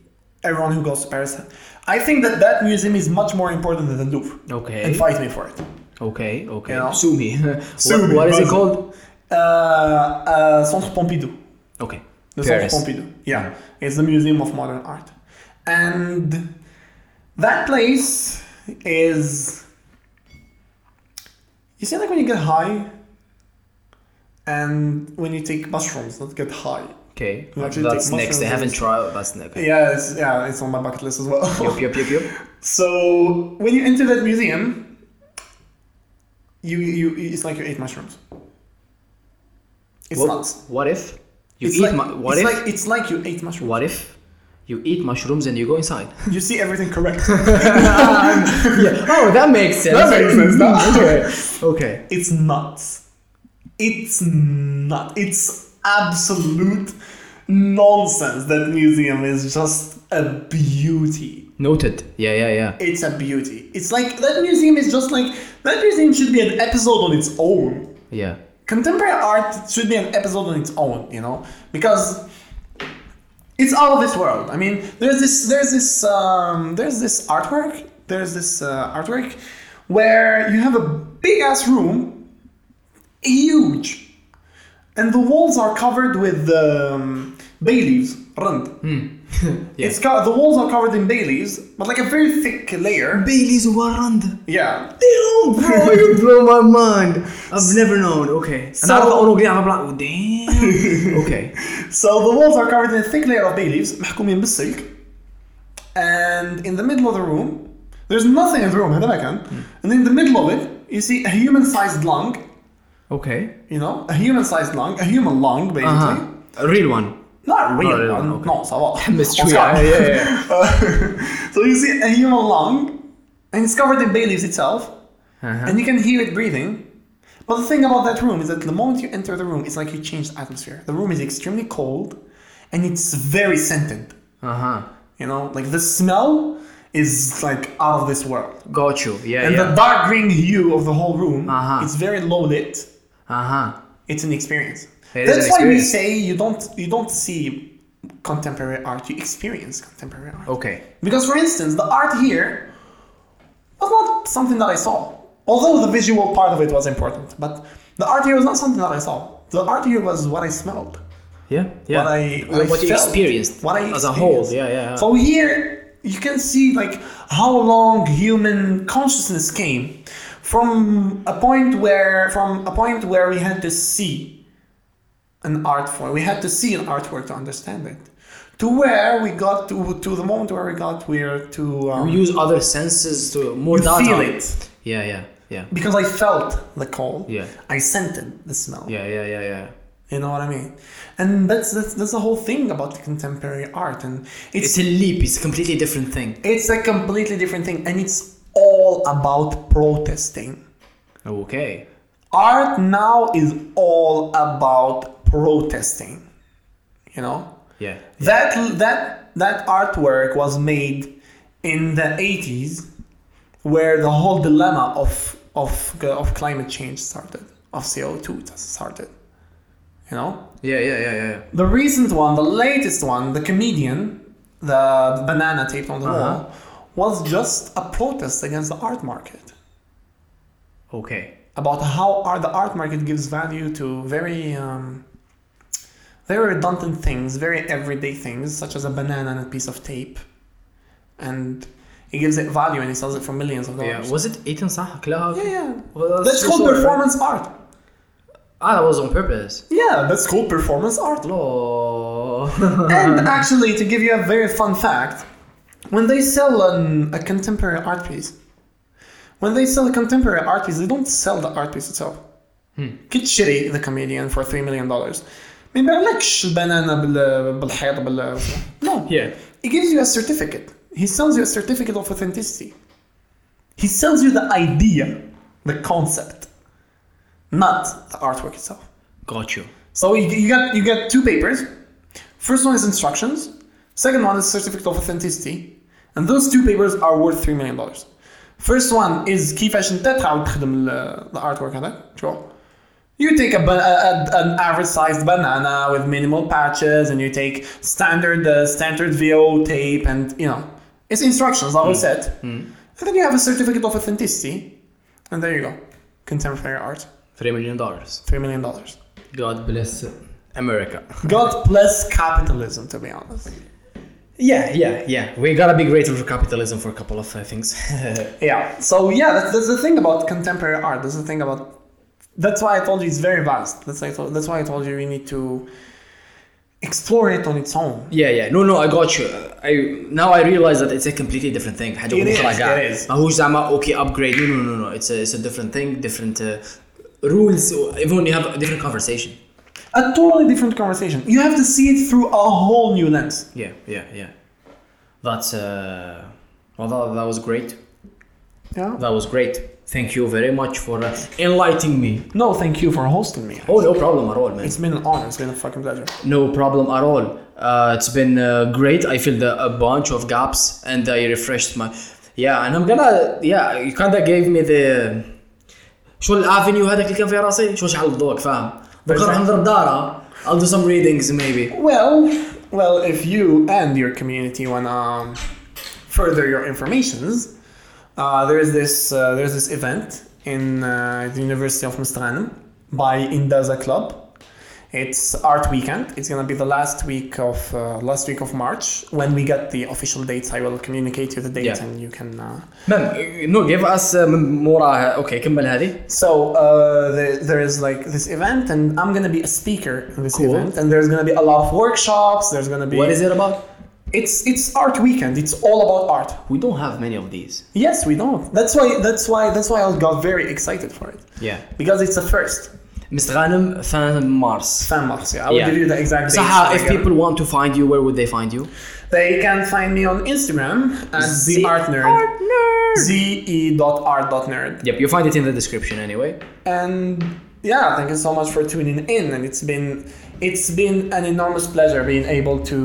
B: everyone who goes to paris i think that that museum is much more important than the louvre
A: Okay.
B: and fight me for it
A: Okay, okay.
B: You know?
A: Sue me. [LAUGHS]
B: Sue
A: what,
B: me,
A: what is it
B: buzz.
A: called?
B: uh, uh, centre pompidou
A: Okay.
B: The
A: Paris.
B: Centre Pompidou. Yeah, it's the Museum of Modern Art, and that place is. You see, like when you get high, and when you take mushrooms, not get high.
A: Okay.
B: You actually
A: That's
B: take
A: next. I
B: mushrooms
A: haven't
B: and-
A: tried. That's next. Okay.
B: Yeah, it's, yeah, it's on my bucket list as well.
A: Yup, yup, yup, yup.
B: [LAUGHS] So when you enter that museum, you you it's like you ate mushrooms. It's
A: What,
B: nuts.
A: what if you
B: it's
A: eat?
B: like,
A: mu- what
B: it's
A: if?
B: like it's like you ate
A: [LAUGHS]
B: mushrooms.
A: what if you eat mushrooms and you go
B: [LAUGHS]
A: inside?
B: You see everything
A: [LAUGHS]
B: correct. [LAUGHS]
A: oh, that makes sense.
B: That makes sense,
A: [LAUGHS]
B: that- [LAUGHS]
A: okay. Okay.
B: It's nuts. It's not. It's absolute nonsense. That museum is just a beauty.
A: Noted. Yeah, yeah, yeah.
B: It's a beauty. It's like that museum is just like that museum should be an episode on its own.
A: Yeah.
B: Contemporary art should be an episode on its own, you know, because it's out of this world. I mean, there's this, there's this, um, there's this artwork, there's this uh, artwork where you have a big ass room, huge, and the walls are covered with um, bay leaves, rand.
A: Hmm. [LAUGHS] yeah.
B: It's co- the walls are covered in bay leaves, but like a very thick layer.
A: Bailey's Warand.
B: Yeah.
A: Damn,
B: [LAUGHS]
A: bro, you blow my mind. I've never known. Okay.
B: So-
A: أنا أعرف أقول كده، I'm like, oh,
B: [LAUGHS]
A: damn. okay.
B: So the walls are covered in a thick layer of bay leaves, محكومين بالسلك. And in the middle of the room, there's nothing in the room, هذا ما
A: Hmm.
B: كان. And in the middle of it, you see a human-sized lung,
A: Okay.
B: you know, a human-sized lung, a human lung basically.
A: Uh-huh. A real one.
B: Not really,
A: really,
B: one,
A: okay.
B: no, ça va.
A: [LAUGHS] Miss
B: On
A: Chua,
B: s'calme.
A: yeah, yeah,
B: Uh, [LAUGHS] so you see a human lung, and it's covered in bay leaves itself,
A: Uh-huh.
B: and you can hear it breathing. But the thing about that room is that the moment you enter the room, it's like you change the atmosphere. The room is extremely cold, and it's very scented.
A: Uh-huh.
B: You know, like the smell is like out of this world.
A: Got you. Yeah,
B: And
A: yeah.
B: the dark green hue of the whole room,
A: Uh-huh.
B: it's very low lit.
A: Uh-huh.
B: It's an experience.
A: It is
B: That's
A: an
B: why we
A: experience.
B: say you don't you don't see contemporary art, you experience contemporary art.
A: Okay.
B: Because for instance, the art here was not something that I saw. Although the visual part of it was important, but the art here was not something that I saw. The art here was what I smelled.
A: Yeah, yeah.
B: what I
A: What
B: I
A: you
B: felt,
A: experienced
B: what I
A: as a whole.
B: experienced.
A: Yeah, yeah. yeah.
B: So here you can see like how long human consciousness came from a point where from a point where we had to see an art form, we had to see an artwork to understand it, to where we got to to the moment where we got where to um,
A: you use other senses to more
B: You
A: data.
B: feel it.
A: Yeah, yeah, yeah.
B: because I felt the cold,
A: Yeah.
B: I scented the smell.
A: Yeah, yeah, yeah, yeah.
B: You know what I mean? And that's that's, that's the whole thing about contemporary art, and
A: It's a leap. It's a completely different thing.
B: It's a completely different thing, and it's all about protesting.
A: Okay.
B: Art now is all about protesting. You know
A: Yeah.
B: that that that artwork was made in the eighties, where the whole dilemma of of of climate change started, of CO two started. You know,
A: Yeah, yeah, yeah, yeah. yeah.
B: the recent one, the latest one, the comedian, the banana taped on the
A: Uh-huh.
B: wall, was just a protest against the art market
A: Okay.
B: about how art, the art market gives value to very um, very redundant things, very everyday things, such as a banana and a piece of tape, and it gives it value and it sells it for millions of
A: Yeah.
B: dollars.
A: Was it Ethan صح كلها؟
B: Yeah, yeah.
A: Well,
B: That's called
A: so-
B: performance art.
A: Ah, that was on purpose.
B: Yeah, that's called performance art.
A: [LAUGHS] Lol.
B: and actually, to give you a very fun fact, when they sell an, a contemporary art piece, When they sell a contemporary art piece, they don't sell the art piece itself. كنت تشتري ذا comedian for 3 million dollars ما يبيعلكش البنانة بال... بالحيط بال No
A: Yeah.
B: He gives you a certificate. He sells you a certificate of authenticity. He sells you the idea, the concept, not the artwork itself.
A: Got you.
B: So you, you get you get two papers. First one is instructions. Second one is certificate of authenticity. And those two papers are worth three million dollars. First one is كيفاش انت تعاود تخدم ال- the artwork هذا شو You take a, ba- a, a- an average sized banana with minimal patches, and you take standard uh, standard VO tape, and you know it's instructions, like we said. And then you have a certificate of authenticity, and there you go, contemporary art,
A: 3 million dollars.
B: three million dollars.
A: God bless America.
B: God bless capitalism, to be honest.
A: Yeah, yeah, yeah. We gotta be grateful for capitalism for a couple of uh, things.
B: Yeah. So yeah, that's, that's the thing about contemporary art. That's the thing about. That's why I told you it's very vast. That's why I told, that's why I told you we need to explore it on its own.
A: [LAUGHS] yeah, yeah. No, no, I got you. Uh, I now I realize that it's a completely different thing. حاجة
B: It is,
A: أخرى قاعد.
B: it is.
A: ماهوش زعما okay upgrade. No, no, no, no. It's a, it's a different thing, different uh, rules. Even you have a different conversation.
B: A totally different conversation. You have to see it through a whole new lens.
A: Yeah, yeah, yeah. That's uh, well, that, that was great.
B: Yeah.
A: That was great. Thank you very much for uh, enlightening me.
B: No, thank you for hosting me.
A: Oh, no problem at all, man.
B: It's been an honor. It's been a fucking pleasure.
A: No problem at all. Uh, it's been uh, great. I filled a, a bunch of gaps and I refreshed my. Yeah, and I'm gonna. Yeah, you kinda gave me the. شو الافنيو هذاك اللي كان في راسي؟ شو شعل الضوء فاهم؟ بكره نضرب دارة. I'll do some readings maybe.
B: Well, well, if you and your community wanna um, further your informations, uh, there is this uh, there's this event in uh, the University of Mustranam by Indaza Club. It's Art Weekend. It's gonna be the last week of uh, last week of March. When we get the official dates, I will communicate you the dates,
A: Yeah.
B: and you can. Uh,
A: مام نو جيف اس uh, من موراها اوكي كمل هذه.
B: so uh, there, there is like this event, and I'm gonna be a speaker in this
A: Cool.
B: event, and there's gonna be a lot of workshops. There's gonna be
A: What is it about?
B: It's it's art weekend. It's all about art.
A: We don't have many of these.
B: Yes, we don't. That's why that's why that's why I got very excited for it
A: Yeah.
B: because it's the first
A: Mr. Ghanem, fan Mars.
B: fan marks. Yeah, I will
A: Yeah.
B: give you the exact.
A: So
B: dates
A: how, if
B: later.
A: people want to find you, where would they find you?
B: they can find me on Instagram as
A: Z-
B: the art nerd. Z E dot art dot nerd.
A: Yep, you'll find it in the description anyway.
B: And yeah, thank you so much for tuning in. And it's been it's been an enormous pleasure being able to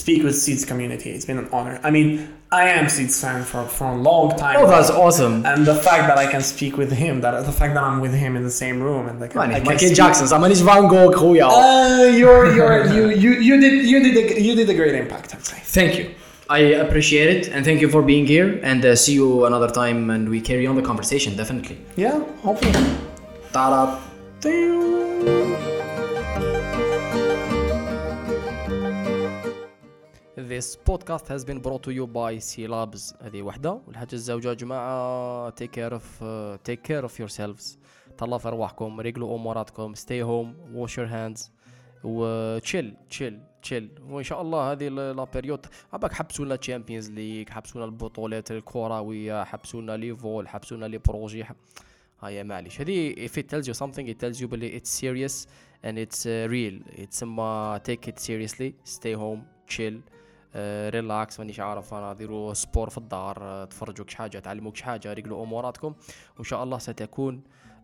B: speak with Seeds community. It's been an honor. I mean, I am Seeds fan for for a long time.
A: Oh, that's awesome.
B: and the fact that I can speak with him, that the fact that I'm with him in the same room, and like I
A: ماني
B: can
A: مايكل
B: speak-
A: جاكسون زعما مانيش فان جوغ خويا
B: Uh, [LAUGHS] you're you're you you you did you did a, you did a great impact. I'd say.
A: Thank you. I appreciate it and thank you for being here and uh, see you another time and we carry on the conversation definitely.
B: Yeah, hopefully.
A: Ta-da.
D: This podcast has been brought to you by C Labs هذه وحدة والحاجة الزوجة يا جماعة take care of uh, take care of yourselves طلعوا في أرواحكم رجلوا أموراتكم stay home wash your hands و chill chill chill وإن شاء الله هذه لا بيريود عباك حبسوا لنا تشامبيونز ليج حبسوا لنا البطولات الكروية حبسوا لنا لي فول حبسوا لنا لي بروجي ح- هيا معليش هذه if it tells you something it tells you بلي it's serious and it's uh, real يتسمى take it seriously stay home chill آه، ريلاكس مانيش عارف انا ديروا سبور في الدار آه، تفرجوا كش حاجه تعلموا كش حاجه رجلوا اموراتكم وان شاء الله ستكون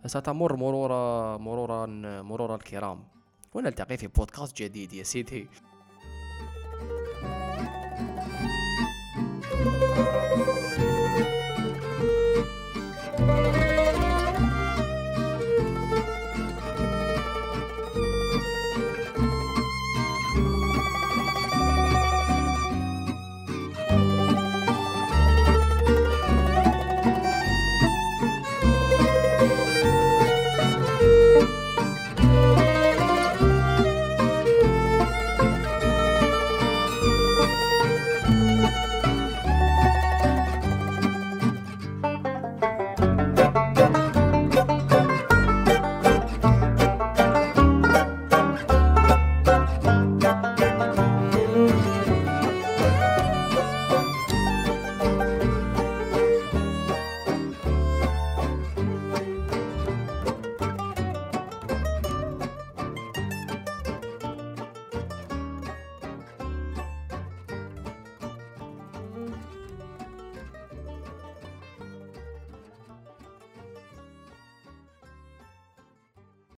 D: ستمر مرورا مرورا مرورا الكرام ونلتقي في بودكاست جديد يا سيدي